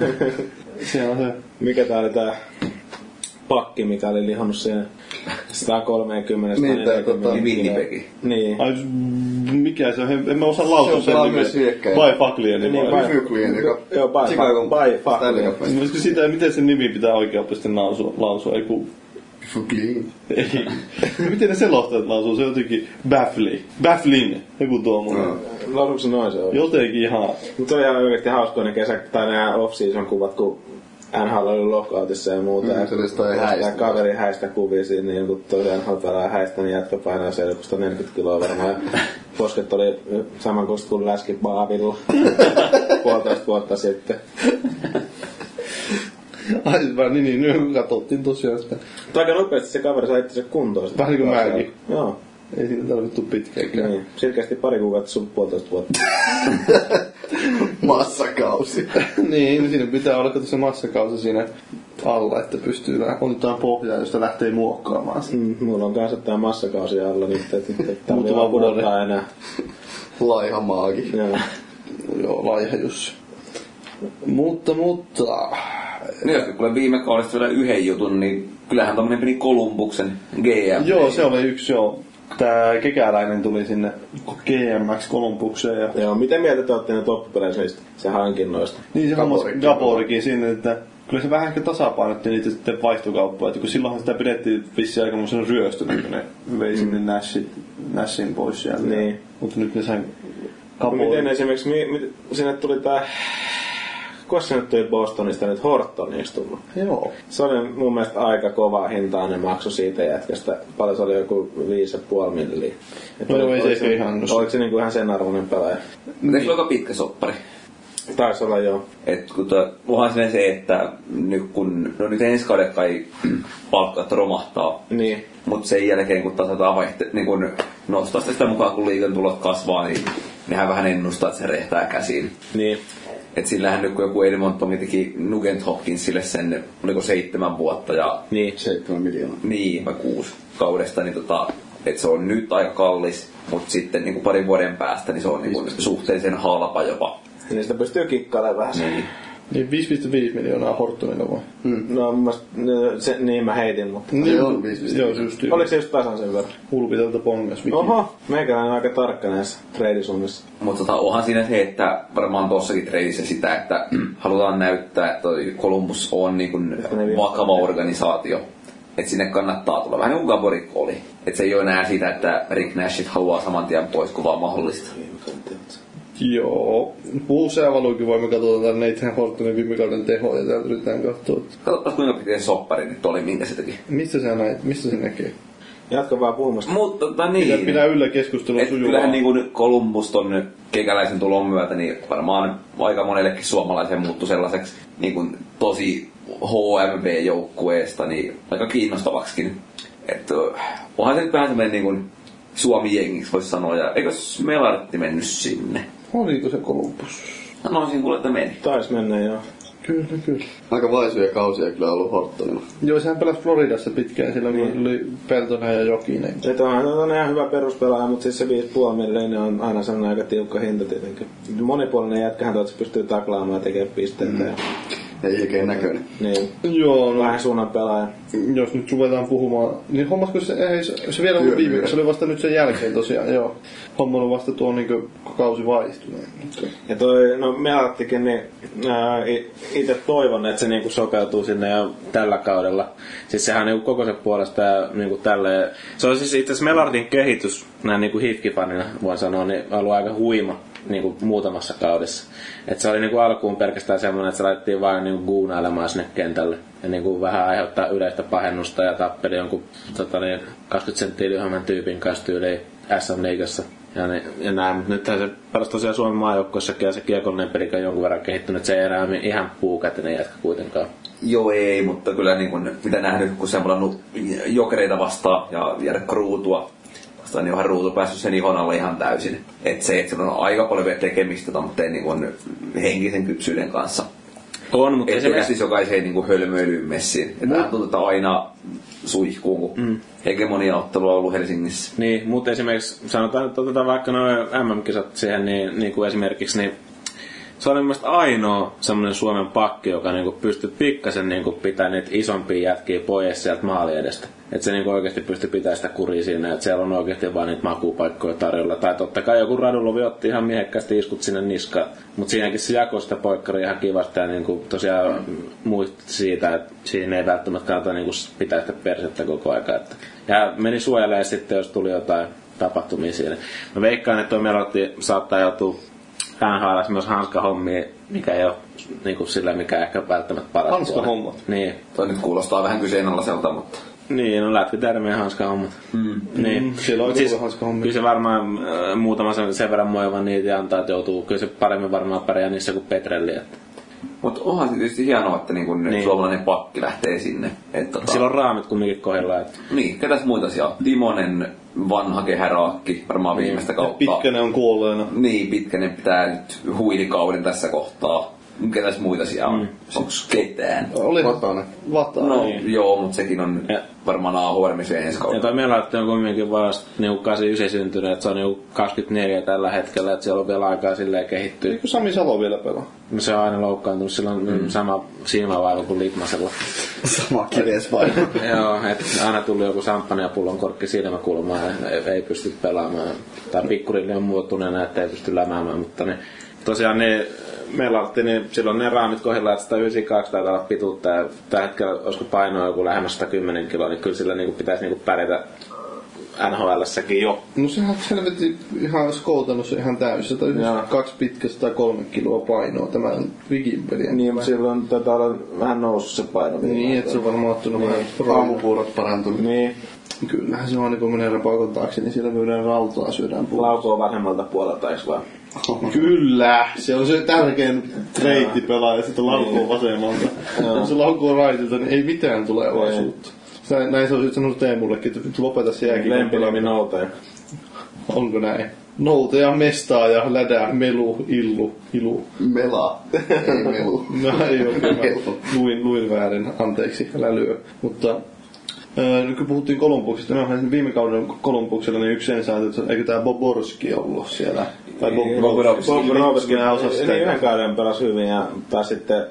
D: Se on se.
C: mikä tää oli tää pakki, mikä oli lihonnut siellä 130,
E: Niin, tää
C: 140
E: tota-
C: kiloa.
F: Winnipegi.
C: Niin.
D: Ai, mikä se on? En mä osaa lausua
E: Se on pelaa myös hyökkäjä.
D: Vai Paklien nimi.
C: Niin,
D: Vai-
C: vai-
E: Fyklien, joka...
C: Joo, by-
E: Chicagon-
C: by- fuck.
E: Stanley Cupin.
D: Olisiko sitä, miten sen nimi pitää oikeaopisesti lausua? lausua? Ei, kun,
E: Fyklien.
D: ei. [LAUGHS] miten ne selostajat lausuu? Se on jotenkin baffling. Baffling. Joku tuommoinen.
E: Joo.
C: Lausuuko noin se oli?
D: Jotenkin ihan...
C: Mutta oli ihan oikeasti hauskoja ne kesä, tai nämä off-season kuvat, kun NHL oli lockoutissa ja muuta.
E: Mm,
C: ja
E: se oli sitä
C: sitä
E: häistä.
C: Kaveri häistä kuvia siinä, niin kun tosiaan NHL pelaa häistä, niin jätkä painaa selkusta 40 kiloa varmaan.
E: [LAUGHS]
C: Ja posket oli saman kosta kuin läski
E: [LAUGHS]
C: baavilla puolitoista vuotta sitten.
D: Ai, vaan niin, niin, niin, katsottiin tosiaan sitä.
C: Mutta aika nopeasti se kaveri sai itse kuntoon. sitten.
D: Vähän niin kuin mäkin.
C: Joo.
D: Ei siinä tarvittu pitkäänkään.
C: Niin. Selkeästi pari kuukautta sun puolitoista vuotta.
E: Massakausi.
D: [LAUGHS] niin, siinä pitää olla kato se massakausi siinä alla, että pystyy vähän otetaan pohjaa, josta lähtee muokkaamaan sitä.
C: Mm, mulla on kanssa tää massakausi alla nyt, että et, tää
D: Muutama
C: on pudottaa
D: vuosi.
C: enää.
E: Laiha maagi.
C: Joo.
D: Joo, laiha Jussi. Mutta, mutta...
F: No jos kuulen viime kaudesta vielä yhden jutun, niin kyllähän tommonen peli Kolumbuksen GM.
D: Joo, se oli yksi joo. Tää kekäläinen tuli sinne GMX Kolumbukseen ja
C: Joo, mitä mieltä te olette nyt loppupeleissä niistä se hankinnoista?
D: niin se hommas
E: Gaborikin.
D: Gaborikin sinne, että kyllä se vähän ehkä tasapainotti niitä sitten vaihtokauppoja, että kun silloinhan sitä pidettiin vissiin aikamoisena ryöstönä, kun ne vei sinne Nashit, Nashin pois sieltä.
C: Mm. Niin.
D: Mutta nyt ne sen
C: Kapoin.
D: kapoin.
C: Miten esimerkiksi, mi, mi, sinne tuli tää... Kuinka sinne tuli Bostonista nyt Hortonista tullut?
D: Joo.
C: Se oli mun mielestä aika kovaa hintaa ne maksu siitä jätkästä. Paljon se oli joku 5,5 milliä. Et
D: No
C: oli-
D: joo, ei se
C: oliko
D: ehkä ihan nossa.
C: Oliko se niinku ihan sen arvoinen pelaaja?
F: Mutta eikö aika pitkä soppari?
C: Taisi olla joo.
F: Et kun tuo, onhan siinä se, että nyt kun, no nyt ensi kauden kai [CLEARS THROAT] palkkat romahtaa,
C: Niin.
F: mutta sen jälkeen kun tasataan vaihte, niin kun nostaa sitä, sitä mukaan, kun liikan tulot kasvaa, niin nehän vähän ennustaa, että se rehtää käsiin.
C: Niin.
F: Et sillähän nyt kun joku Edmonton teki Nugent Hopkinsille sen, oliko seitsemän vuotta ja
C: Niin.
E: 7 miljoonaa.
F: niin, vai kuusi kaudesta, niin tota, et se on nyt aika kallis, mutta sitten niin kuin parin vuoden päästä niin se on niin kuin suhteellisen halpa jopa.
C: Ja niistä pystyy kikkailemaan vähän sen.
D: Niin 5,5 miljoonaa Hortonilla vai?
C: No, mä, se, niin mä heitin, mutta...
E: Se on 5,5.
D: Mm. Joo, se just
C: Oliko se just tasan sen verran?
D: Ulvitelta pongas. Viki.
C: Oho, meikäläinen on aika tarkka näissä treidisummissa.
F: Mutta tota, onhan siinä se, että varmaan tuossakin treidissä sitä, että [CLEARS THROAT] mm, halutaan näyttää, että toi Columbus on niin kuin vakava organisaatio. Että sinne kannattaa tulla. Vähän niin kuin Gaborik oli. Että se ei ole enää sitä, että Rick Nashit haluaa saman tien pois, kun vaan mahdollista.
D: Joo. Puusea valuukin voi, me katsotaan Nathan Hortonin viime kauden tehoja. Täältä yritetään katsoa, että
F: Katsotaan kuinka pitkä se soppari nyt oli, minkä se teki.
D: mistä se, näet, mistä se näkee.
C: Jatka vaan puhumasta.
F: Mutta tota
D: Pidä,
F: niin.
D: pidä yllä keskustelua
F: Et
D: sujuvaa.
C: niinku-
F: kyllähän niin kuin Columbus ton kekäläisen tulon myötä, niin varmaan aika monellekin suomalaisen muuttui sellaiseksi niin kuin tosi HMV-joukkueesta niin aika kiinnostavaksikin. Et, ö, onhan se nyt vähän semmoinen niin kuin Suomi-jengiksi voisi sanoa, ja eikös Melartti mennyt sinne?
D: Oliko se Columbus?
F: Sanoisin kuule, että meni.
C: Taisi mennä joo.
D: Kyllä, kyllä.
E: Aika vaisuja kausia kyllä ollut Hortonilla.
D: Joo, sehän pelasi Floridassa pitkään silloin, kun oli Peltonen ja Jokinen.
C: Et onhan on ihan hyvä peruspelaaja, mutta siis se 5,5 milliä niin on aina sellainen aika tiukka hinta tietenkin. Monipuolinen jätkähän tuolta se pystyy taklaamaan ja tekemään pisteitä. Mm.
E: Ei oikein näköinen.
C: Niin,
D: Joo, no
C: vähän suunnan pelaaja.
D: jos nyt ruvetaan puhumaan, niin hommasko se, ei, se, se vielä ollut
E: Kyllä,
D: viime,
E: kyllä.
D: se oli vasta nyt sen jälkeen tosiaan, joo. Hommannut vasta tuo niinku kausi vaihtuneen. Mutta-
C: Ja toi, no Melattikin, niin itse toivon, että se niinku sopeutuu sinne jo tällä kaudella. Siis sehän on niinku koko sen puolesta ja niinku tälleen. Se on siis itse asiassa Melardin kehitys, näin niinku Hifkifanina voin sanoa, niin on ollut aika huima niinku muutamassa kaudessa. Et se oli niinku alkuun pelkästään semmoinen, että se laitettiin vain niinku guunailemaan sinne kentälle. Ja niinku vähän aiheuttaa yleistä pahennusta ja tappeli jonkun tota niin, 20 senttiä lyhyemmän tyypin kanssa tyyliin SM Liigassa. Ja, ne, ja näin, mutta nythän se pelasi tosiaan Suomen maajoukkuessakin ja se kiekollinen peli on jonkun verran kehittynyt. Se ei enää ole ihan puukätinen jätkä kuitenkaan.
F: Joo ei, mutta kyllä niin kuin, mitä nähnyt, kun se on pelannut jokereita vastaan ja Jerkko Ruutua vastaan, niin onhan Ruutu päässyt sen ihon alle ihan täysin. Et se, että se on aika paljon vielä tekemistä tuommoitteen niin kuin henkisen kypsyyden kanssa.
C: On, mutta
F: Ei se
C: esimerkiksi...
F: siis jokaiseen niin hölmöilyyn messiin. Että hän tuntuu, että aina suihkuun, kun mm. hegemoniaottelu on ollut Helsingissä.
C: Niin, mutta esimerkiksi sanotaan, että otetaan vaikka noin MM-kisat siihen, niin, niin kuin esimerkiksi, niin se oli mielestäni ainoa semmoinen Suomen pakki, joka niinku pystyi pikkasen niinku pitämään niitä isompia jätkiä pois sieltä maali edestä. Että se niinku oikeasti pystyi pitämään sitä kuria siinä, että siellä on oikeasti vain niitä makupaikkoja tarjolla. Tai totta kai joku radulovi otti ihan miehekkäästi iskut sinne niskaan. Mutta siinäkin se jakoi sitä poikkaria ihan kivasti ja niinku tosiaan muisti siitä, että siinä ei välttämättä kannata niinku pitää sitä persettä koko aikaa. Että. Ja meni suojelee sitten, jos tuli jotain tapahtumia siinä. Mä veikkaan, että tuo Melotti saattaa joutua NHL myös hanskahommiin, mikä ei ole niin kuin sillä, mikä ehkä välttämättä paras
D: Hanskahommat.
C: puoli. Niin.
F: Toi nyt kuulostaa vähän kyseenalaiselta, mutta
C: Niin, no lätkytermiä hanskahommat. Mm. Niin. Mm,
D: siellä on niinku joku hanskahommi.
C: Kyllä se varmaan äh, muutama sen, sen verran moiva niitä ja antaa, että joutuu. Kyllä se paremmin varmaan pärjää niissä kuin Petrelli. Että.
F: mutta onhan se tietysti hienoa, että niin kuin
C: Niin.
F: suomalainen pakki lähtee sinne. Et, tota,
C: Sillä on raamit kumminkin kohdillaan. Että.
F: Niin, ketäs muita siellä? Timonen, vanha kehäraakki, varmaan viimeistä kautta.
D: Pitkänen on kuolleena.
F: Niin, pitkänen pitää nyt huilikauden tässä kohtaa. Ketäs muita siellä on? Mm. Onks ketään?
D: Oli
E: Vatanen.
D: Vatanen.
F: No, joo, mutta sekin on
C: Ja.
F: varmaan AHRMissa ensi
C: Ja
F: kaudella.
C: toi Melatti on kumminkin vasta niinku 89 syntynyt, että se on niinku 24 tällä hetkellä, että siellä on vielä aikaa silleen kehittyä.
D: Eikö Sami Salo vielä pelaa?
C: No Se on aina loukkaantunut, sillä on mm. sama silmävaiva kuin Litmasella.
E: Sama kives vai?
C: Joo, et aina tuli joku samppanjapullon korkki silmäkulmaan ja ei, ei pysty pelaamaan. Tai pikkurille on muotuneena, että ei pysty lämäämään, mutta ne, tosiaan ne melaltti, niin silloin ne raamit kohdillaan, että 192 taitaa olla pituutta ja tällä hetkellä olisiko painoa joku lähemmäs 110 kiloa, niin kyllä sillä niinku pitäisi niinku pärjätä NHL-säkin jo.
D: [LAUGHS] No sehän selvästi ihan olisi koutannut se ihan täysin. 192 pitkä 103 kiloa painoa tämän Vigin pelin.
C: Niin, mutta silloin taitaa olla vähän noussut se paino.
D: Niin, että se on varmaan ottanut vähän aamupuurot Niin, parantunut.
C: Niin.
D: Kyllähän se on, niin kun menee rapakon taakse, niin siellä myydään rautaa, syödään puurot.
C: Laukoo vasemmalta puolelta, eikö vaan?
D: Kyllä, Niin. se on se tärkein treitti pelaaja, sitten laukuu vasemmalta. Jos se laukuu raitilta, niin ei mitään tulevaisuutta. Näin, näin se on sanonut Teemullekin, että lopeta se jääkin.
C: Lempinimi noutaja.
D: Onko näin? Noutaja, mestaaja, lädä, melu, illu, ilu.
E: Mela. Ei melu.
D: No ei ole kyllä. Luin, luin väärin, anteeksi, lälyä. Mutta öö, nyt kun puhuttiin Kolumbuksesta, niin viime kauden Kolumbuksella niin yksi sen saanut, että eikö tämä Boborski ollut siellä? Tai Bob Bobrovski. Bobrovski, nämä osasi sitä.
C: Niin yhden kauden pelasi hyvin ja taas sitten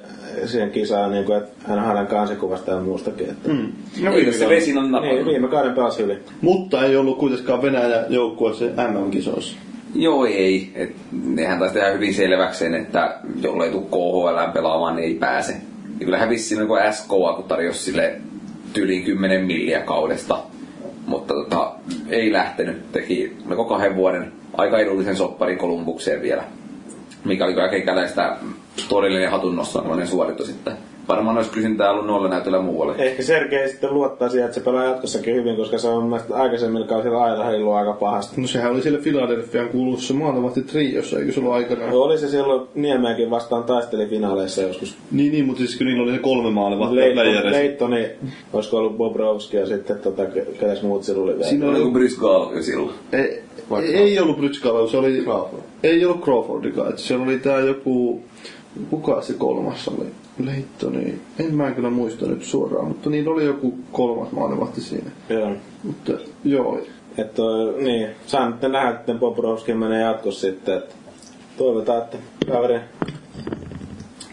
C: siihen kisaan, niin kuin, että hän hailen kansikuvasta ja muustakin. Että mm.
D: No,
F: Eikö se vesi on
C: Niin,
F: napannut?
C: viime kauden pelasi hyvin.
D: Mutta ei ollut kuitenkaan Venäjä joukkueessa MM-kisoissa.
F: Joo, ei. Et, nehän taisi tehdä hyvin selväksi sen, että jollei tule KHL pelaamaan, niin ei pääse. Ja kyllä hävisi silloin kun SKA, kun tarjosi sille tyyliin 10 milliä kaudesta. Mutta tota, ei lähtenyt. Teki melko kahden vuoden aika edullisen sopparin Kolumbukseen vielä. Mikä oli kaiken kädestä todellinen hatunnossa suoritus. Että varmaan olisi kysyntää ollut noilla näytöllä muualle.
C: Ehkä Sergei sitten luottaa siihen, että se pelaa jatkossakin hyvin, koska se on mun mielestä aikaisemmin kausilla aina heilua aika pahasti.
D: No sehän oli siellä Philadelphiaan kuulussa maalivahti triossa, eikö se ollut aikanaan?
C: No, oli se silloin Niemeäkin vastaan taisteli finaaleissa joskus.
D: Niin, niin, mutta siis kyllä niillä oli ne kolme maalivahtia
C: Leittoni,
D: playereissa.
C: Leittoni, niin olisiko ollut Bobrovski ja sitten tota, ke- ketäs muut sillä oli vielä.
D: Siinä
F: Oli
D: oli,
F: kuin Brysgal jo silloin.
D: ei, ei ollut Brytskalla, se oli... no. Crawford. Ei ollut Crawfordikaan, että siellä oli tää joku... Kuka se kolmas oli? Leittoni. En mä kyllä muista nyt suoraan, mutta niillä oli joku kolmas maalivahti siinä.
C: Joo.
D: Mutta joo,
C: Että niin, saa nyt nähdä, että Bobrovski menee jatkossa sitten, että toivotaan, että kaveri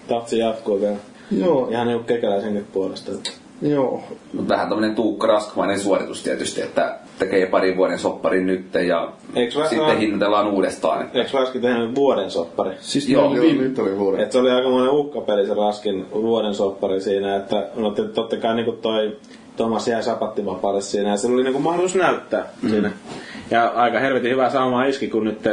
C: tatsi jatkuu vielä.
D: joo,
C: Ihan niinku kekäläisenkin puolesta. että
D: joo.
F: Mutta vähän tämmönen Tuukka Raskmainen suoritus tietysti, että tekee parin vuoden sopparin nyt ja
C: Eiks vähän-
F: sitten hinnoitellaan uudestaan. että-
C: Eikö Raski tehnyt vuoden soppari?
D: Siis
F: Joo,
D: joo,
E: Joo,
D: viime...
E: nyt oli vuoden.
C: Et se oli aikamoinen uhkapeli se Raskin vuoden soppari siinä, että no te- totta kai niinku toi Tomas jäi sapattivapaalle siinä ja sillä oli niinku mahdollisuus näyttää mm. siinä. Ja aika helvetin hyvä sauma iski, kun nyt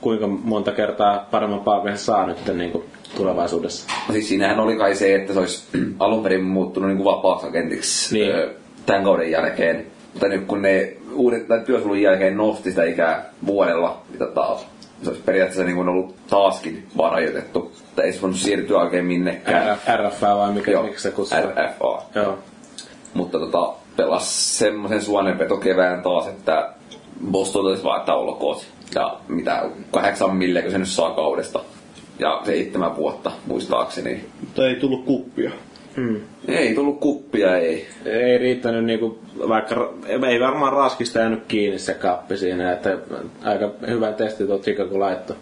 C: kuinka monta kertaa paremman paikan saa nyt niinku tulevaisuudessa.
F: Siis siinähän oli kai se, että se olisi [CLEARS THROAT] alun perin muuttunut niin kuin vapaaksi agentiksi
C: Niin.
F: öö, tämän kauden jälkeen. Mutta nyt kun ne uudet, tai työsulun jälkeen nosti sitä ikää vuodella, mitä taas, se olisi periaatteessa niin kuin ollut taaskin vaan rajoitettu. Tai ei se voinut siirtyä oikein minnekään.
C: RF vai mikä
F: Joo,
C: miksi se Äh, kutsutaan?
F: RFA.
C: Joo.
F: Mutta tota, pelas semmoisen suonenveto kevään taas, että Boston olisi vaan, että olkoot. Ja mitä, kahdeksan milliä, kun se nyt saa kaudesta. Ja seitsemän vuotta, muistaakseni.
D: mutta ei tullut kuppia.
F: Ei tullut kuppia, ei.
C: ei riittänyt niinku, vaikka ra- ei varmaan raskista jäänyt kiinni se kappi siinä, että aika hyvä testi tuo Chicago laittoi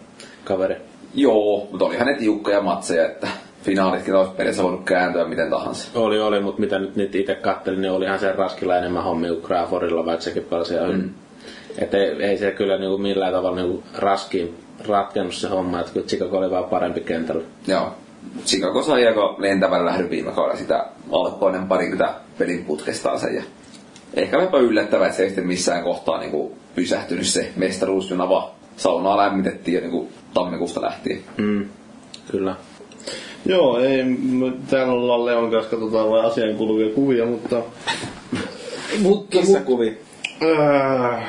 C: kaveri.
F: Joo, mutta olihan ne tiukkoja matseja, että finaalitkin olisi periaatteessa voinut kääntyä miten tahansa.
C: Oli, oli, mutta mitä nyt niitä itse kattelin, niin olihan se raskilla enemmän hommi kuin Crawfordilla, vaikka sekin pelasi ihan mm. Että ei, ei, se kyllä niinku millään tavalla niinku raskiin ratkennut se homma, että kyllä Chicago oli vaan parempi kentällä.
F: Joo. Chicago sai aika lentävän lähdön viime kaudella sitä alkoinen parikymmentä pelin putkestaan sen. Ja ehkä vähän yllättävää, että se ei sitten missään kohtaa niin kuin pysähtynyt se mestaruusjuna, vaan saunaa lämmitettiin jo niin kuin tammikuusta lähtien.
C: Mm. Kyllä.
D: Joo, ei, me täällä ollaan Leon kanssa, katsotaan vain asian kuluvia kuvia, mutta... mutta mut,
C: kuvi
D: äh,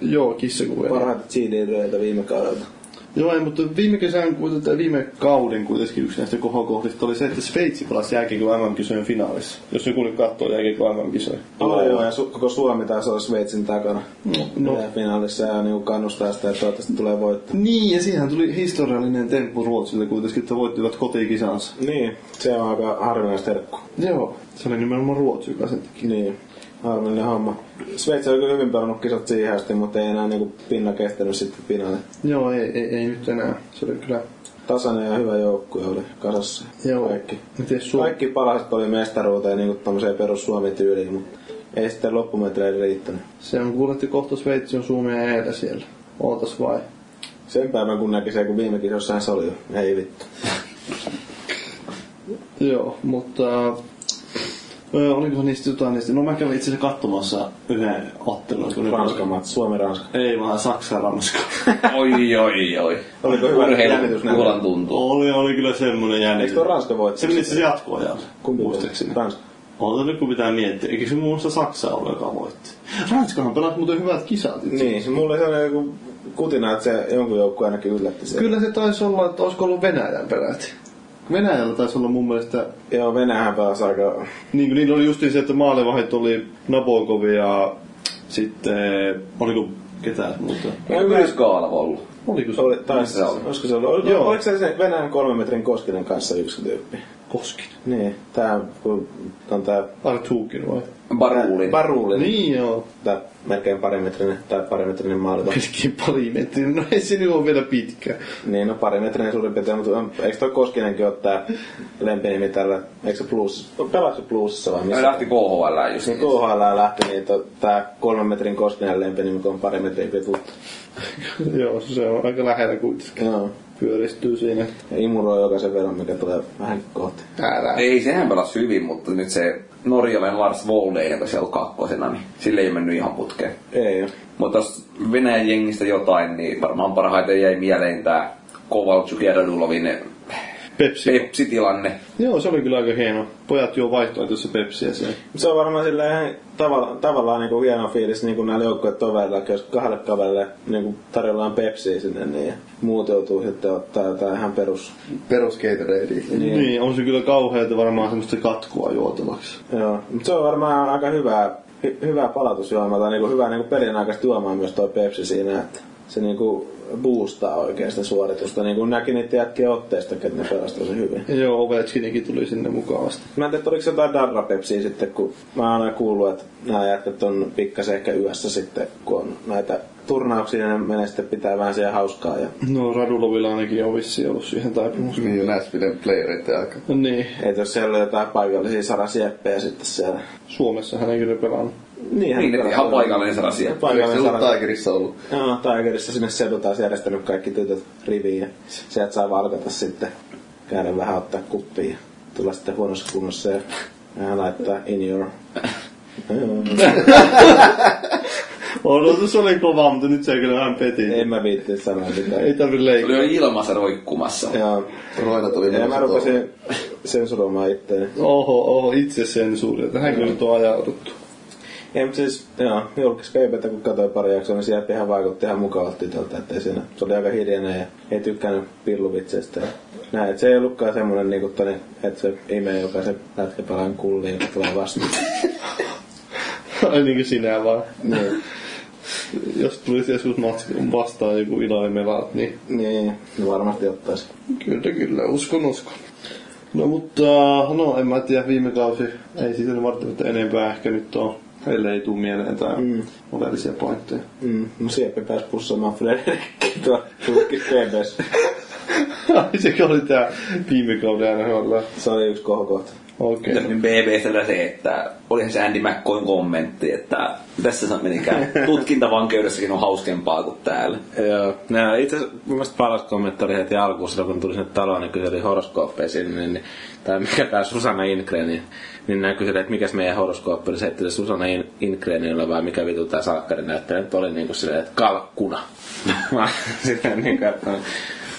D: joo, kissakuvia.
C: CD-röitä viime kaudelta.
D: Joo, ei, mutta viime kesän, kuiten- tai viime kauden kuitenkin yksi näistä kohokohdista oli se, että Sveitsi pelasi jääkiekko MM-kisojen finaalissa. Jos joku oli kattoo jääkiekko MM-kisoja.
C: Joo, joo, ja su- koko Suomi taisi olla Sveitsin takana no. finaalissa ja niinku kannustaa sitä, että toivottavasti tulee voitto.
D: Niin, ja siihen tuli historiallinen temppu Ruotsille kuitenkin, että voittivat kotikisansa.
C: Niin, se on aika harvinaista herkku.
D: Joo, se oli nimenomaan Ruotsi, joka sen teki.
C: Niin, harmillinen homma. Sveitsi on kyllä hyvin pelannut kisat siihen asti, mutta ei enää niinku pinna kestänyt sitten finaali.
D: Joo, ei, ei, ei nyt enää. Se oli kyllä...
C: Tasainen ja hyvä joukkue oli kasassa.
D: Joo.
C: Kaikki.
D: Miten Suomi?
C: Kaikki palaset oli mestaruuteen niinku tommoseen perus Suomi-tyyliin, mutta ei sitten loppumetreillä riittänyt.
D: Se on kuuletti kohta Sveitsi on Suomea edellä siellä. Ootas vai?
C: Sen päivän kun näki se, kun viime kisossa se oli jo. Ei vittu.
D: Joo, mutta Öö, oliko niistä jotain niistä? No mä kävin itse asiassa katsomassa yhden ottelun. kun ne-
M: Ranska matsi, Suomi Ranska.
D: Ei vaan Saksa ja
M: [LAUGHS]
D: Ranska.
F: Oi, oi, oi.
M: Oliko hyvä jännitys näin?
F: Kuulan tuntuu.
D: oli, oli kyllä semmonen
M: Eikö tuo
D: jännitys.
M: Ranska voitti?
D: Se meni itse asiassa jatkoajalle.
M: Kumpi
D: muistaakseni.
M: voitti? Ranska.
D: On nyt kun pitää miettiä. Eikö se muun muassa Saksa ole, joka voitti? Ranskahan pelasi muuten hyvät kisat itse.
M: Niin, se mulle se oli joku kutina, että se jonkun joukkue ainakin yllätti se.
D: Kyllä se taisi olla, että olisiko ollut Venäjän peräti. Venäjällä taisi olla mun mielestä...
M: Joo, Venäjähän pääsi aika...
D: Niin kuin niillä oli just se, että maalivahit oli Nabokov ja sitten... Oliko ketään muuta?
F: Onko myös Kaalava ollut?
D: Oliko se?
M: Oli, taisi,
F: Se oli.
M: olisiko se ollut? Oliko,
D: Joo.
M: oliko se se Venäjän kolmen metrin Koskinen kanssa yksi tyyppi?
D: Koskin.
M: Niin, tää kun on tää
D: Artuukin vai?
F: Baruulin.
M: Baruulin.
D: Niin joo.
M: Tää melkein parimetrinen tai parimetrinen maalivahti.
D: Pitkin pari metriä. No ei se nyt ole vielä pitkä.
M: Niin, no pari metriä suurin piirtein, mutta on- eikö toi Koskinenkin ole tää lempinimi tällä, eikö se plus, pelaatko se plussissa vai
F: Se
M: missä?
F: lähti KHL just.
M: Niin KHL lähti, niin to, tää kolmen metrin Koskinen lempinimi, kun on pari metriä pituutta.
D: [LAUGHS] joo, se on aika lähellä kuitenkin.
M: Joo.
D: Pyöristyy siinä.
M: Ja imuroi jokaisen verran, mikä tulee vähän kohti.
D: Älä.
F: Ei, sehän pelasi hyvin, mutta nyt se norjalainen Lars Wolley, joka siellä on kakkosena, niin sille ei mennyt ihan putkeen.
M: Ei oo.
F: Mutta jos Venäjän jengistä jotain, niin varmaan parhaiten jäi mieleen tämä Kovalchuk ja Radulovin
D: Pepsi.
F: Pepsi-tilanne.
D: Joo, se oli kyllä aika hieno. Pojat juo vaihtoehtoissa Pepsiä siellä.
M: Se on varmaan sillä ihan tavalla, tavallaan niinku hieno fiilis niinku näillä joukkueet tovereilla, jos kahdelle kaverille niinku tarjollaan pepsiä sinne, niin muut joutuu sitten ottaa jotain ihan perus.
E: Perus Gatorade.
D: Niin. niin. on se kyllä kauheata varmaan semmoista katkua juotavaksi.
M: Joo, mutta se on varmaan aika hyvää, hy, hyvää palautusjuomaa tai niinku hyvää niinku pelin aikaista juomaa myös tuo pepsi siinä, että se niinku boostaa oikein sitä suoritusta, niin kuin näki niitä jätkiä otteista, että ne pelasi tosi hyvin.
D: Ja joo, Ovechkinikin tuli sinne mukavasti.
M: Mä en tiedä, oliko se jotain darrapepsiä sitten, kun mä oon aina kuullut, että nämä jätkät on pikkasen ehkä yössä sitten, kun on näitä turnauksia, niin ne menee sitten pitää vähän siihen hauskaa. Ja
D: No, Radulovilla ainakin on vissiin ollut siihen taipumus.
E: Niin ja Nashvillen playereiden aika.
D: Niin,
M: et jos siellä on jotain paikallisia sarasieppejä sitten siellä.
D: Suomessa hän ei kyllä pelannut.
M: Niinhän
F: Niin, että
M: kyllä
F: ihan
M: siellä on.
F: paikallinen asia.
E: Eikö se
M: Paikallinen
E: ollut
M: sarasieppejä.
E: Tigerissa ollut?
M: Joo, Tigerissa sinne sedu taas järjestänyt kaikki tytöt riviin ja sieltä saa valkata sitten, käydä vähän ottaa kuppia ja tulla sitten huonossa kunnossa ja vähän laittaa in your...
D: Odotus oli kova, mutta nyt se ei kyllä vähän peti.
M: en mä viitti sanoa sitä.
D: Ei tarvi
F: Se Oli
D: leikata.
F: jo ilmassa roikkumassa.
M: Joo.
E: Roina tuli
M: Ja mä
E: menossa tuohon.
M: rupesin sensuroimaan itteeni.
D: Oho, oho, itse sensuuri. Tähän kyllä nyt on ajauduttu.
M: Ei, mutta siis, joo, julkiskeipetä kun katsoin pari jaksoa, niin sieltä ihan vaikutti ihan mukavalta tytöltä, että siinä se oli aika hiljainen ja ei tykkäänyt pilluvitsestä. ja Näin, että se ei ollutkaan semmoinen, niin kuin että se imee jokaisen lätkäpalan kulliin, joka tulee vastaan.
D: Ainakin niin sinä vaan. Jos tulisi joskus matsi vastaan joku Ilari Melaat, niin
M: niin, no varmasti ottaisi.
D: Kyllä, kyllä. Uskon, uskon. No mutta, no en mä tiedä, viime kausi ei siitä nyt välttämättä enempää ehkä nyt on, ellei tuu mieleen tai mm. oleellisia pointteja. [LAUGHS]
M: Mm. No Sieppi pääsi pussaamaan Frederikkiä tuolla julkiskeipeessä.
D: Ai sekin oli tää viime kauden NHL.
M: Se oli yksi kohokohta.
D: Okei. Okay.
F: Niin BBCllä se, että olihan se Andy McCoyn kommentti, että tässä se [LAUGHS] menikään. Tutkintavankeudessakin on hauskempaa kuin täällä.
C: Joo. No, itse asiassa mun mielestä paras kommentti oli heti alkuun silloin, kun tuli sinne taloon, niin kyselin horoskooppeja sinne, niin, tai mikä tää Susanna Ingren, niin, niin näin kyselin, että mikäs meidän horoskooppi oli se, että Susanna In- Ingrenillä vai mikä vitu tää salkkari näyttää, nyt oli niinku silleen, että kalkkuna. [LAUGHS] Mä sitä niin kuin, että